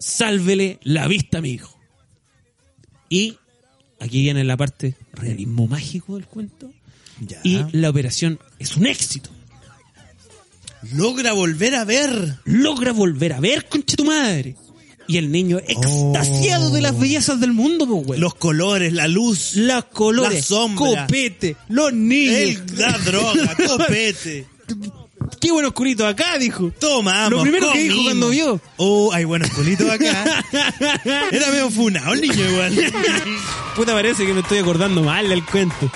Speaker 3: sálvele la vista a mi hijo. Y aquí viene la parte realismo mágico del cuento.
Speaker 1: Ya.
Speaker 3: Y la operación es un éxito.
Speaker 1: Logra volver a ver.
Speaker 3: logra volver a ver, conche tu madre. Y el niño extasiado de las bellezas del mundo, po, güey.
Speaker 1: Oh. Los colores, la luz.
Speaker 3: las colores,
Speaker 1: la sombra.
Speaker 3: copete, los niños.
Speaker 1: Él da
Speaker 3: [laughs]
Speaker 1: droga, copete.
Speaker 3: Qué buen oscurito acá, dijo. [laughs]
Speaker 1: Toma,
Speaker 3: Lo primero que dijo cuando vio.
Speaker 1: Oh, hay buenos colitos
Speaker 3: [laughs]
Speaker 1: acá. Era medio funado el niño igual.
Speaker 3: Puta, parece que me estoy acordando mal del cuento.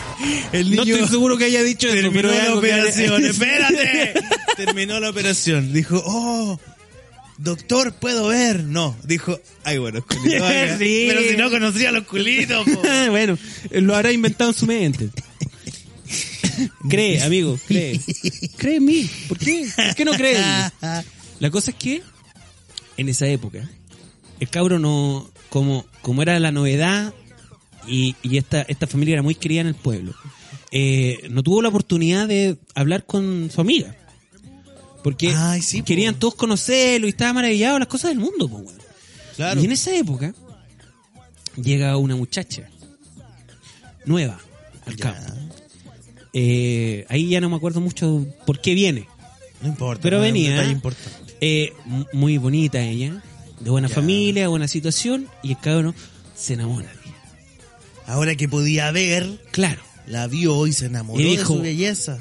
Speaker 1: El
Speaker 3: no
Speaker 1: niño
Speaker 3: estoy seguro que haya dicho eso,
Speaker 1: terminó
Speaker 3: [laughs] pero es
Speaker 1: la
Speaker 3: algo que-
Speaker 1: operación. [laughs]
Speaker 3: [laughs]
Speaker 1: ¡Espérate! Terminó la operación. Dijo, oh, doctor, ¿puedo ver? No. Dijo, ay, buenos culitos acá.
Speaker 3: [laughs] Sí.
Speaker 1: Pero si no conocía los culitos, po.
Speaker 3: [laughs] bueno, lo habrá inventado en su mente. cree, amigo, cree. Cree en mí. ¿Por qué? ¿Por qué no cree en mí? La cosa es que en esa época el cabro no como como era la novedad y, y esta esta familia era muy querida en el pueblo. eh, no tuvo la oportunidad de hablar con su amiga. Porque
Speaker 1: Ay, sí, po.
Speaker 3: querían todos conocerlo y estaba maravillado de las cosas del mundo, po, weón.
Speaker 1: Claro.
Speaker 3: Y en esa época llega una muchacha nueva al
Speaker 1: Ya.
Speaker 3: campo. Eh, ahí ya no me acuerdo mucho por qué viene.
Speaker 1: No importa.
Speaker 3: Pero
Speaker 1: no es un
Speaker 3: venía.
Speaker 1: detalle importante.
Speaker 3: Eh, m- muy bonita ella, de buena
Speaker 1: Ya.
Speaker 3: familia, buena situación, y el cabrón se enamora de ella.
Speaker 1: Ahora que podía ver,
Speaker 3: Claro.
Speaker 1: la vio y se enamoró
Speaker 3: Y dijo,
Speaker 1: de su belleza.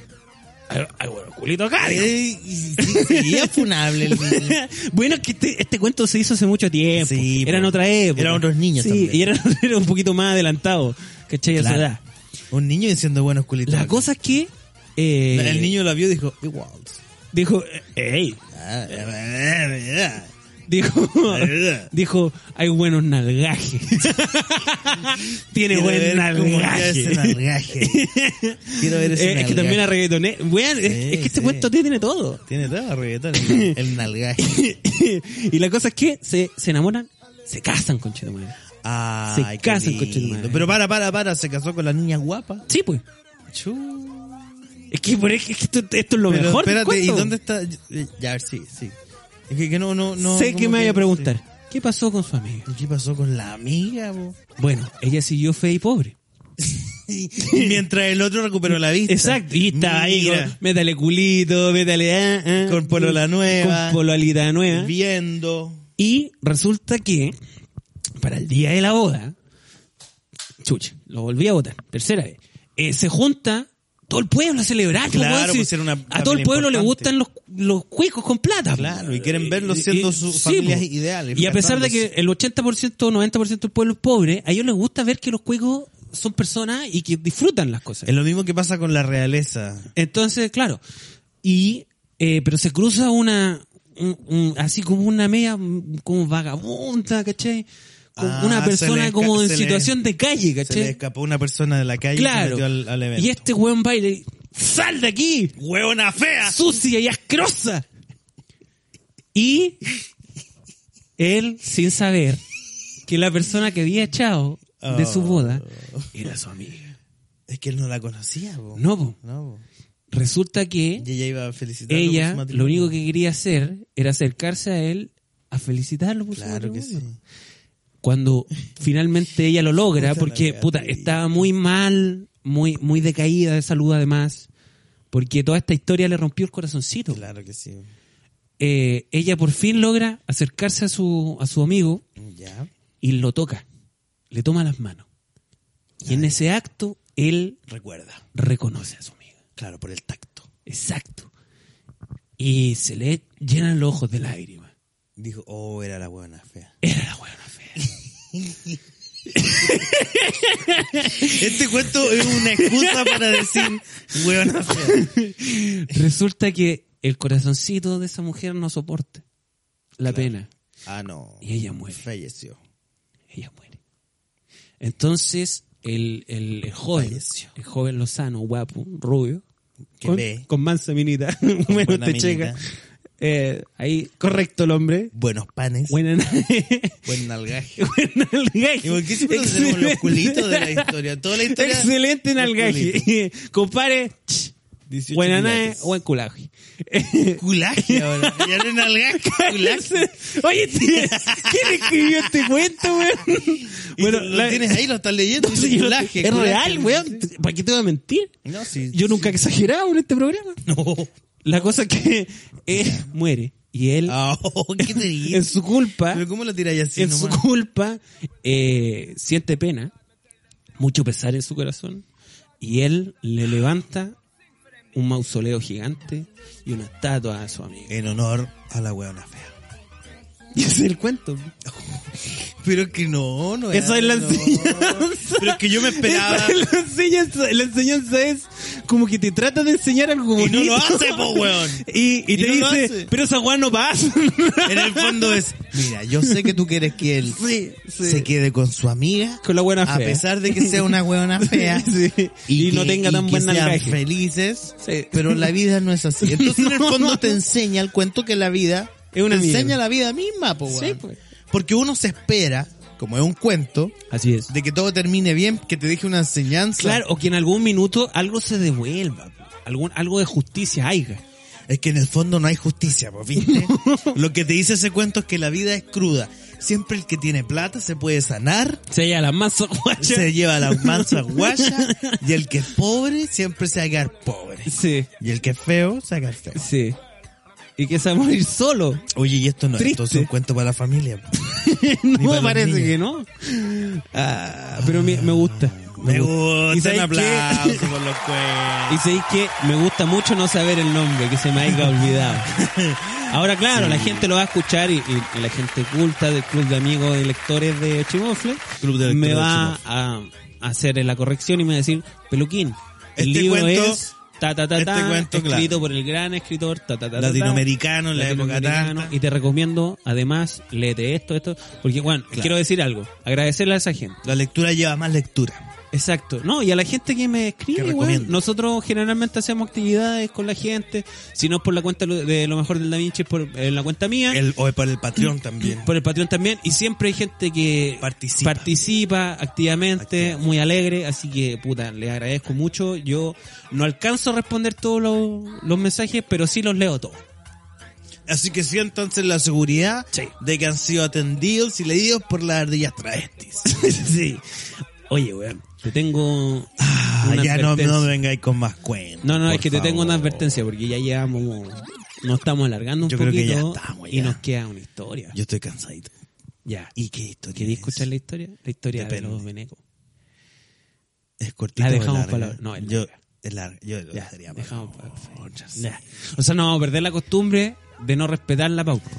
Speaker 3: Ay, ay, bueno, culito acá. dijo.
Speaker 1: Eh, y, sí, seguía funable el niño.
Speaker 3: [laughs] bueno, es que este, este cuento se hizo hace mucho tiempo.
Speaker 1: Sí,
Speaker 3: Eran
Speaker 1: po.
Speaker 3: otra época.
Speaker 1: Eran otros niños
Speaker 3: Sí,
Speaker 1: también.
Speaker 3: y eran, [laughs] eran un poquito más adelantados. ¿Cachai? A su
Speaker 1: Claro.
Speaker 3: edad.
Speaker 1: [laughs] Un niño diciendo buenos culitos.
Speaker 3: La
Speaker 1: acá.
Speaker 3: cosa es que. eh,
Speaker 1: El niño la vio y dijo, igual.
Speaker 3: dijo, "Eh, hey, dijo, dijo, hay
Speaker 1: [laughs]
Speaker 3: buenos nalgajes. Tiene
Speaker 1: Quiero
Speaker 3: buen
Speaker 1: ver cómo queda
Speaker 3: nalgaje.
Speaker 1: ese nalgaje. [laughs] Quiero ver ese
Speaker 3: Eh, es que también a
Speaker 1: nalgaje.
Speaker 3: reggaetoné. Weón, es,
Speaker 1: Sí,
Speaker 3: es que este
Speaker 1: sí.
Speaker 3: cuento tiene todo. [laughs]
Speaker 1: Tiene todo reggaetón. El, el nalgaje.
Speaker 3: y la cosa es que se, se enamoran, se casan con Chetumal.
Speaker 1: Ay,
Speaker 3: Se
Speaker 1: qué
Speaker 3: casa el
Speaker 1: lindo.
Speaker 3: coche de madre.
Speaker 1: Pero para, para, para. Se casó con la niña guapa.
Speaker 3: Sí, pues.
Speaker 1: Chu.
Speaker 3: Es que, por- es que esto, esto es lo
Speaker 1: Pero
Speaker 3: mejor. del
Speaker 1: espérate, ¿y
Speaker 3: cuento.
Speaker 1: dónde está? Ya, a ver, sí, sí. Es que, que no, no, no.
Speaker 3: sé que
Speaker 1: como
Speaker 3: me vaya a preguntar,
Speaker 1: sí.
Speaker 3: ¿qué pasó con su amiga?
Speaker 1: ¿Y qué pasó con la amiga, bo?
Speaker 3: Bueno, ella siguió fe y pobre.
Speaker 1: Y Mientras el otro recuperó la vista.
Speaker 3: Exacto, y estaba ahí
Speaker 1: Mira,
Speaker 3: con métale culito, métale ah, ah,
Speaker 1: Con polola nueva.
Speaker 3: Con poloalita nueva.
Speaker 1: viendo.
Speaker 3: Y resulta que para el día de la boda, chucha, lo volví a votar, tercera vez, eh, se junta todo el pueblo a celebrar. po,
Speaker 1: Claro,
Speaker 3: weón, si
Speaker 1: pues era una
Speaker 3: a todo el
Speaker 1: familia
Speaker 3: pueblo le
Speaker 1: importante.
Speaker 3: gustan los, los cuicos con plata. po.
Speaker 1: Claro, y quieren verlos
Speaker 3: Eh,
Speaker 1: siendo
Speaker 3: eh,
Speaker 1: sus familias
Speaker 3: po.
Speaker 1: ideales,
Speaker 3: Y a pesar de que
Speaker 1: casándose.
Speaker 3: el 80% o 90% del pueblo es pobre, a ellos les gusta ver que los cuicos son personas y que disfrutan las cosas.
Speaker 1: Es lo mismo que pasa con la realeza.
Speaker 3: Entonces, claro. Y, eh, pero se cruza una, un- un- así como una media, mm, como vagabunda, ¿cachai? Como
Speaker 1: Ah,
Speaker 3: una
Speaker 1: se le
Speaker 3: persona
Speaker 1: esca-
Speaker 3: como en
Speaker 1: se le-
Speaker 3: situación de calle,
Speaker 1: Se le
Speaker 3: ¿cachai?
Speaker 1: escapó una persona de la calle y se
Speaker 3: Claro.
Speaker 1: metió al, al evento.
Speaker 3: y este weón va y le dice, ¡Sal de aquí!
Speaker 1: ¡Huevona fea!
Speaker 3: ¡Sucia y asquerosa! Y él, sin saber que la persona que había echado de
Speaker 1: Oh.
Speaker 3: su boda era su amiga.
Speaker 1: Es que él no la conocía, po.
Speaker 3: No, po.
Speaker 1: No, po.
Speaker 3: Resulta que
Speaker 1: Y ella iba a felicitar.
Speaker 3: ella lo único que quería hacer era acercarse a él a felicitarlo por su
Speaker 1: Claro que sí.
Speaker 3: matrimonio.
Speaker 1: [laughs]
Speaker 3: Cuando finalmente ella lo logra,
Speaker 1: Puta la
Speaker 3: porque
Speaker 1: wea,
Speaker 3: puta,
Speaker 1: sí.
Speaker 3: estaba muy mal, muy, muy decaída de salud además, porque toda esta historia le rompió el corazoncito.
Speaker 1: Claro que sí.
Speaker 3: Eh, ella por fin logra acercarse a su, a su amigo
Speaker 1: Ya.
Speaker 3: y lo toca, le toma las manos. Y en ese acto, él
Speaker 1: Recuerda.
Speaker 3: reconoce a su amiga.
Speaker 1: Claro, por el tacto.
Speaker 3: Exacto. Y se le llenan los ojos de lágrimas.
Speaker 1: Dijo, oh, era la buena fea.
Speaker 3: Era la buena fea.
Speaker 1: Este cuento es una excusa para decir buena fea.
Speaker 3: Resulta que el corazoncito de esa mujer no soporta la pena.
Speaker 1: Ah, no.
Speaker 3: Y ella muere.
Speaker 1: Falleció.
Speaker 3: Ella muere. Entonces, el, el, el joven,
Speaker 1: Falleció.
Speaker 3: el joven lozano, guapo, rubio,
Speaker 1: Que
Speaker 3: con,
Speaker 1: ve.
Speaker 3: [laughs] con mansa minita, menos
Speaker 1: buena
Speaker 3: te checa.
Speaker 1: minita.
Speaker 3: Eh, ahí, correcto el hombre.
Speaker 1: Buenos panes. Buen,
Speaker 3: [laughs] Buena,
Speaker 1: nalgaje.
Speaker 3: buena
Speaker 1: ¿Y por qué siempre nos hacemos los culitos de la historia? Toda la historia.
Speaker 3: Excelente
Speaker 1: los
Speaker 3: nalgaje. [laughs] Compare.
Speaker 1: 18
Speaker 3: Buena nave,
Speaker 1: quilates.
Speaker 3: buen culaje.
Speaker 1: Culaje ahora. Ya no es
Speaker 3: [laughs]
Speaker 1: nalgaje, culaje.
Speaker 3: Oye, tío, ¿quién escribió este cuento, weón?
Speaker 1: Y tú lo
Speaker 3: la-
Speaker 1: tienes
Speaker 3: [laughs]
Speaker 1: ahí, lo estás leyendo.
Speaker 3: Sí,
Speaker 1: Dice,
Speaker 3: yo-
Speaker 1: culaje,
Speaker 3: es
Speaker 1: culaje.
Speaker 3: real, weón. ¿Para qué te voy a mentir?
Speaker 1: No, sí.
Speaker 3: Yo nunca he exagerado en este programa.
Speaker 1: No.
Speaker 3: La cosa es que [laughs] él muere y él,
Speaker 1: Ah, oh, ¿Qué
Speaker 3: [laughs]
Speaker 1: te
Speaker 3: en
Speaker 1: dices?
Speaker 3: su culpa,
Speaker 1: ¿Pero cómo lo tiráis así
Speaker 3: en su
Speaker 1: nomás?
Speaker 3: culpa, eh, siente pena, mucho pesar en su corazón, y él le levanta un mausoleo gigante y una estatua a su amigo. [laughs]
Speaker 1: En honor a la weona fea.
Speaker 3: Y ese es el cuento.
Speaker 1: Pero que no, no
Speaker 3: Esa es la
Speaker 1: no.
Speaker 3: enseñanza.
Speaker 1: Pero es que yo
Speaker 3: [laughs]
Speaker 1: me esperaba.
Speaker 3: Esa es la, enseñanza, la enseñanza es como que te trata de enseñar algo
Speaker 1: Y
Speaker 3: bonito.
Speaker 1: no lo hace,
Speaker 3: [laughs]
Speaker 1: po, weón.
Speaker 3: Y, y
Speaker 1: Y
Speaker 3: te
Speaker 1: no lo
Speaker 3: dice,
Speaker 1: hace.
Speaker 3: pero esa weá no pasa. [laughs]
Speaker 1: En el fondo es, mira, yo sé que tú quieres que él
Speaker 3: Sí, sí.
Speaker 1: se quede con su amiga.
Speaker 3: Con la buena
Speaker 1: A
Speaker 3: fea. [laughs]
Speaker 1: pesar de que sea una weona fea.
Speaker 3: Sí. Y no tenga tan
Speaker 1: que
Speaker 3: buen
Speaker 1: sean
Speaker 3: nalgaje.
Speaker 1: felices.
Speaker 3: Sí.
Speaker 1: Pero la vida no es así. Entonces en el
Speaker 3: [laughs] No.
Speaker 1: fondo te enseña el cuento que la vida.
Speaker 3: Es una
Speaker 1: te enseña
Speaker 3: mierda.
Speaker 1: la vida misma, po,
Speaker 3: Sí,
Speaker 1: weón.
Speaker 3: pues.
Speaker 1: Porque uno se espera, como es un cuento,
Speaker 3: Así es.
Speaker 1: de que todo termine bien, que te deje una enseñanza.
Speaker 3: Claro, o que en algún minuto algo se devuelva, algún, algo de justicia haya.
Speaker 1: Es que en el fondo no hay justicia, pues, ¿viste? Lo que te dice ese cuento es que la vida es cruda. Siempre el que tiene plata se puede sanar,
Speaker 3: Se haya la masa [laughs]
Speaker 1: se lleva las mansas guayas, y el que es pobre siempre se va a quedar pobre.
Speaker 3: Sí,
Speaker 1: Y el que es feo se va a quedar feo.
Speaker 3: sí. Y que se va a morir solo.
Speaker 1: Oye, y esto no
Speaker 3: Triste.
Speaker 1: es entonces un cuento para la familia. po.
Speaker 3: [laughs] no
Speaker 1: para los
Speaker 3: parece
Speaker 1: niños.
Speaker 3: que no. Ah, pero me, me gusta.
Speaker 1: Me
Speaker 3: ¿Y
Speaker 1: gusta, un
Speaker 3: sabes
Speaker 1: aplauso
Speaker 3: qué?
Speaker 1: por los
Speaker 3: Y
Speaker 1: cuentos.
Speaker 3: sabéis que me gusta mucho no saber el nombre, que se me
Speaker 1: [laughs]
Speaker 3: haya olvidado. Ahora, claro, la gente lo va a escuchar y, y- y la gente culta del club de amigos y lectores de Chimofle
Speaker 1: Club de Lectores
Speaker 3: me
Speaker 1: de
Speaker 3: va a, a hacer la corrección y me va a decir, Peluquín, el
Speaker 1: Este
Speaker 3: libro
Speaker 1: cuento-
Speaker 3: es ta ta ta
Speaker 1: este
Speaker 3: ta,
Speaker 1: cuento,
Speaker 3: escrito
Speaker 1: claro.
Speaker 3: por el gran escritor ta ta ta ta, ta,
Speaker 1: Latinoamericano en la época
Speaker 3: latinoamericano,
Speaker 1: tanta.
Speaker 3: y te recomiendo además léete esto esto porque bueno quiero decir algo agradecerle a esa gente
Speaker 1: La lectura lleva más lectura.
Speaker 3: Exacto. No, y a la gente que me escribe,
Speaker 1: Que
Speaker 3: weón.
Speaker 1: recomienda.
Speaker 3: Nosotros generalmente hacemos actividades con la gente. Si no es por la cuenta lo- de lo mejor del Da Vinci, es por eh, la cuenta mía.
Speaker 1: El, o para el Patreon también.
Speaker 3: por el Patreon también. Y siempre hay gente que
Speaker 1: Participa.
Speaker 3: participa activamente,
Speaker 1: Activamente.
Speaker 3: muy alegre. Así que, puta, les agradezco mucho. Yo no alcanzo a responder todos los, los mensajes, pero sí los leo todos.
Speaker 1: Así que siéntanse en la seguridad
Speaker 3: Sí.
Speaker 1: de que han sido atendidos y leídos por las ardillas travestis.
Speaker 3: [laughs] sí. Oye, weón, te tengo.
Speaker 1: Ah,
Speaker 3: una
Speaker 1: ya no,
Speaker 3: advertencia.
Speaker 1: no me vengáis con más cuentos.
Speaker 3: No, no, es
Speaker 1: por
Speaker 3: que te tengo
Speaker 1: favor.
Speaker 3: una advertencia porque ya llevamos, nos estamos alargando un
Speaker 1: Yo creo
Speaker 3: poquito
Speaker 1: que ya estamos,
Speaker 3: y
Speaker 1: ya.
Speaker 3: nos queda una historia.
Speaker 1: Yo estoy cansadito.
Speaker 3: ya.
Speaker 1: ¿Y qué historia?
Speaker 3: ¿Queréis
Speaker 1: es?
Speaker 3: escuchar la historia? La historia
Speaker 1: Depende.
Speaker 3: de los venecos.
Speaker 1: Es cortita.
Speaker 3: La
Speaker 1: o
Speaker 3: dejamos
Speaker 1: larga?
Speaker 3: para la- no, es
Speaker 1: yo,
Speaker 3: larga.
Speaker 1: es larga. Yo lo
Speaker 3: Ya,
Speaker 1: dejaría para-
Speaker 3: dejamos para-
Speaker 1: Oh, ya sé.
Speaker 3: Ya. O sea, no vamos a perder la costumbre de no respetar la pauta.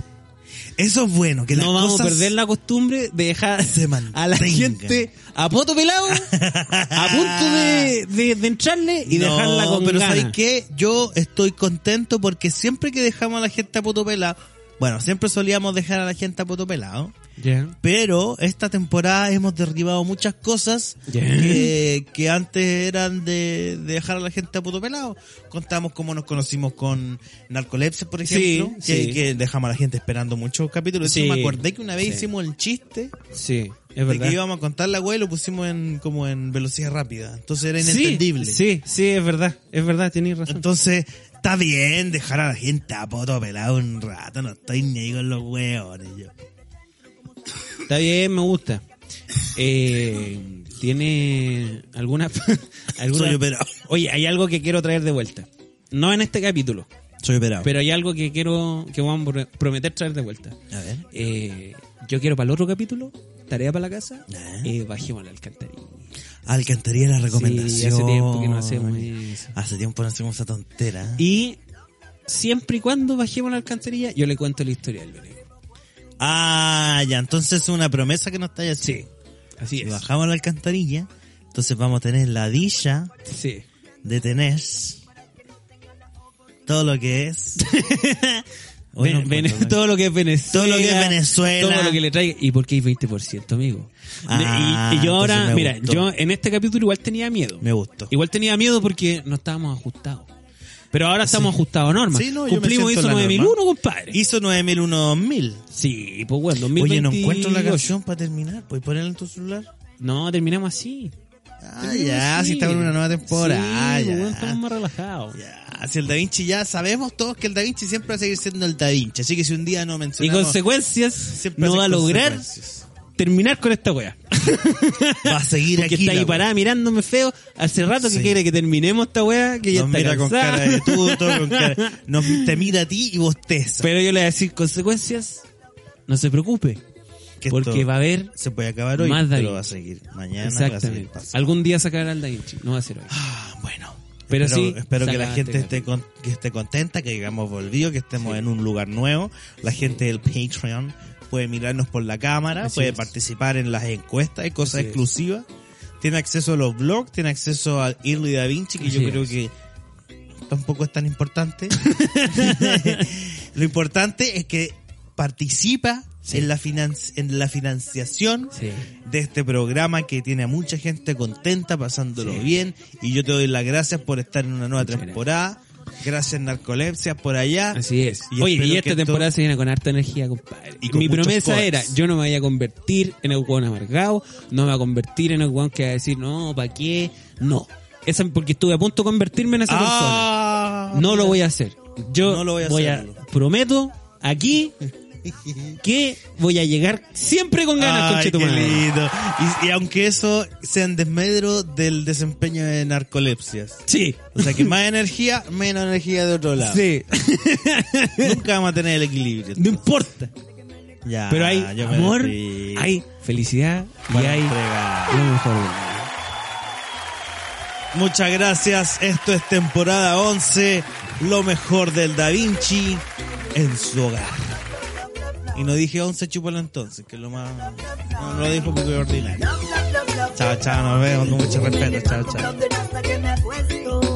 Speaker 1: Eso es bueno, que las
Speaker 3: No vamos a
Speaker 1: cosas-
Speaker 3: perder la costumbre de dejar
Speaker 1: se
Speaker 3: [laughs] a la
Speaker 1: mantengan.
Speaker 3: gente a poto pelado, a punto de, de, de entrarle
Speaker 1: [laughs]
Speaker 3: y
Speaker 1: No,
Speaker 3: dejarla con
Speaker 1: pero ¿sabes
Speaker 3: ganas.
Speaker 1: qué? Yo estoy contento porque siempre que dejamos a la gente a potopelado, bueno, siempre solíamos dejar a la gente a potopelado,
Speaker 3: Ya.
Speaker 1: pero esta temporada hemos derribado muchas cosas
Speaker 3: Ya.
Speaker 1: que, que antes eran de, de dejar a la gente a puto pelado. Contamos cómo nos conocimos con Narcolepsia, por
Speaker 3: Sí,
Speaker 1: ejemplo, que,
Speaker 3: sí.
Speaker 1: que dejamos a la gente esperando muchos capítulos. De hecho,
Speaker 3: Sí.
Speaker 1: me acordé que una vez
Speaker 3: Sí.
Speaker 1: hicimos el chiste
Speaker 3: Sí. Es
Speaker 1: de
Speaker 3: verdad.
Speaker 1: que íbamos a contar la wea y lo pusimos en como en velocidad rápida. Entonces era
Speaker 3: Sí,
Speaker 1: inentendible.
Speaker 3: sí, sí, es verdad. Es verdad, tienes razón.
Speaker 1: Entonces, está bien dejar a la gente a poto pelado un rato, no estoy ni ahí con los weones yo.
Speaker 3: Está bien, me gusta. Eh, tiene alguna, [laughs] alguna-
Speaker 1: Soy operado.
Speaker 3: Oye, hay algo que quiero traer de vuelta. No en este capítulo,
Speaker 1: Soy operado.
Speaker 3: pero hay algo que quiero que vamos a pro- prometer traer de vuelta.
Speaker 1: a ver.
Speaker 3: Eh, yo quiero para el otro capítulo, tarea para la casa,
Speaker 1: Ah.
Speaker 3: eh, bajemos la alcantarilla.
Speaker 1: Alcantarilla la recomendación.
Speaker 3: Sí, hace tiempo que no hacemos eso.
Speaker 1: Hace tiempo no hacemos esa tontera.
Speaker 3: Y siempre y cuando bajemos la alcantarilla, yo le cuento la historia del Benego.
Speaker 1: Ah, ya, entonces es una promesa que no está haciendo.
Speaker 3: Sí, así
Speaker 1: Si
Speaker 3: es.
Speaker 1: bajamos la alcantarilla, entonces vamos a tener la dicha
Speaker 3: Sí.
Speaker 1: de tener todo lo que es. Hoy no
Speaker 3: [laughs] Ven- Vene-
Speaker 1: encuentro,
Speaker 3: [laughs] todo lo que es Venezuela.
Speaker 1: Todo lo que es Venezuela.
Speaker 3: Todo lo que le traiga. ¿Y por qué hay 20%, amigo?
Speaker 1: Ah,
Speaker 3: y, y yo ahora,
Speaker 1: entonces me
Speaker 3: mira,
Speaker 1: gustó.
Speaker 3: yo en este capítulo igual tenía miedo.
Speaker 1: Me gustó.
Speaker 3: Igual tenía miedo porque no estábamos ajustados. Pero ahora estamos ajustados a normas.
Speaker 1: Sí, no, yo me
Speaker 3: Cumplimos
Speaker 1: siento
Speaker 3: ISO
Speaker 1: en la
Speaker 3: 9001,
Speaker 1: norma.
Speaker 3: compadre.
Speaker 1: Hizo 9001 2000.
Speaker 3: Sí, pues bueno, 2020.
Speaker 1: Oye, no encuentro la canción para terminar. ¿Puedes ponerla en tu celular?
Speaker 3: No, terminamos así.
Speaker 1: Ah, ya, si estamos en una nueva temporada.
Speaker 3: Sí,
Speaker 1: ya.
Speaker 3: bueno, estamos más relajados.
Speaker 1: Ya, si el Da Vinci ya sabemos todos que el Da Vinci siempre va a seguir siendo el Da Vinci. Así que si un día no
Speaker 3: Y
Speaker 1: mencionamos.
Speaker 3: consecuencias,
Speaker 1: siempre
Speaker 3: no
Speaker 1: hace
Speaker 3: va a lograr
Speaker 1: consecuencias.
Speaker 3: terminar con esta wea.
Speaker 1: Va a seguir
Speaker 3: [laughs] Porque
Speaker 1: aquí.
Speaker 3: está ahí
Speaker 1: la
Speaker 3: parada mirándome feo. Hace rato
Speaker 1: Sí.
Speaker 3: que quiere que terminemos esta weá, que ya
Speaker 1: Nos
Speaker 3: está
Speaker 1: mira con
Speaker 3: cansada.
Speaker 1: cara de tuto, con cara. Nos, te mira a ti y bosteza.
Speaker 3: [laughs] Pero yo le voy a decir consecuencias. No se preocupe,
Speaker 1: Que esto
Speaker 3: porque va a haber...
Speaker 1: se puede acabar hoy,
Speaker 3: más Da
Speaker 1: pero
Speaker 3: Vinci.
Speaker 1: va a seguir mañana. Va a seguir
Speaker 3: Exactamente.
Speaker 1: pasado.
Speaker 3: Algún día sacará al Da Vinci, no va a ser hoy.
Speaker 1: [laughs] Ah, bueno.
Speaker 3: Pero
Speaker 1: espero,
Speaker 3: sí,
Speaker 1: espero que la
Speaker 3: sacaste,
Speaker 1: gente esté con- que esté contenta, que hayamos volvido, que estemos en un lugar nuevo. La gente del Patreon puede mirarnos por la cámara,
Speaker 3: Así
Speaker 1: puede
Speaker 3: es.
Speaker 1: participar en las encuestas, hay cosas
Speaker 3: Así es.
Speaker 1: exclusivas. Tiene acceso a los blogs, tiene acceso al Early Da Vinci, que
Speaker 3: Así
Speaker 1: yo creo
Speaker 3: es.
Speaker 1: que tampoco es tan importante. [laughs] Lo importante es que participa
Speaker 3: Sí.
Speaker 1: en, la financi- en la financiación
Speaker 3: Sí.
Speaker 1: de este programa que tiene a mucha gente contenta, pasándolo
Speaker 3: Sí.
Speaker 1: bien. Y yo te doy las gracias por estar en una nueva
Speaker 3: Muchas
Speaker 1: temporada. Gracias, Narcolepsia, por allá.
Speaker 3: Así es.
Speaker 1: Ah. Y
Speaker 3: Oye,
Speaker 1: espero
Speaker 3: y
Speaker 1: que
Speaker 3: esta
Speaker 1: esto-
Speaker 3: temporada se viene con harta energía, compadre.
Speaker 1: Y con
Speaker 3: Mi
Speaker 1: muchos
Speaker 3: promesa
Speaker 1: covers.
Speaker 3: era, yo no me vaya a convertir en un weón amargado, no me voy a convertir en un weón que va a decir, no, ¿para qué? No. Esa, porque estuve a punto de convertirme en esa persona.
Speaker 1: Ah,
Speaker 3: No lo voy a hacer. Yo
Speaker 1: No lo voy a hacerlo.
Speaker 3: prometo aquí
Speaker 1: [laughs]
Speaker 3: que voy a llegar siempre con ganas,
Speaker 1: Ay, qué
Speaker 3: conchetumadre.
Speaker 1: lindo. Y, y aunque eso sea en desmedro del desempeño de narcolepsias.
Speaker 3: Sí.
Speaker 1: O
Speaker 3: [laughs]
Speaker 1: sea que más energía, menos energía de otro lado.
Speaker 3: Sí.
Speaker 1: Nunca vamos a tener el equilibrio.
Speaker 3: No importa.
Speaker 1: Ya,
Speaker 3: Pero hay
Speaker 1: Ah, yo me
Speaker 3: amor,
Speaker 1: despido.
Speaker 3: hay felicidad y
Speaker 1: Buena
Speaker 3: hay
Speaker 1: entrega.
Speaker 3: lo mejor.
Speaker 1: Muchas gracias. Esto es temporada 11. Lo mejor del Da Vinci en su hogar. Y no dije 11 chupalo entonces, que es lo más. No no lo dijo porque es ordinario. Chao, chao, nos vemos con mucho respeto. Chao, chao.
Speaker 4: Chao, chao.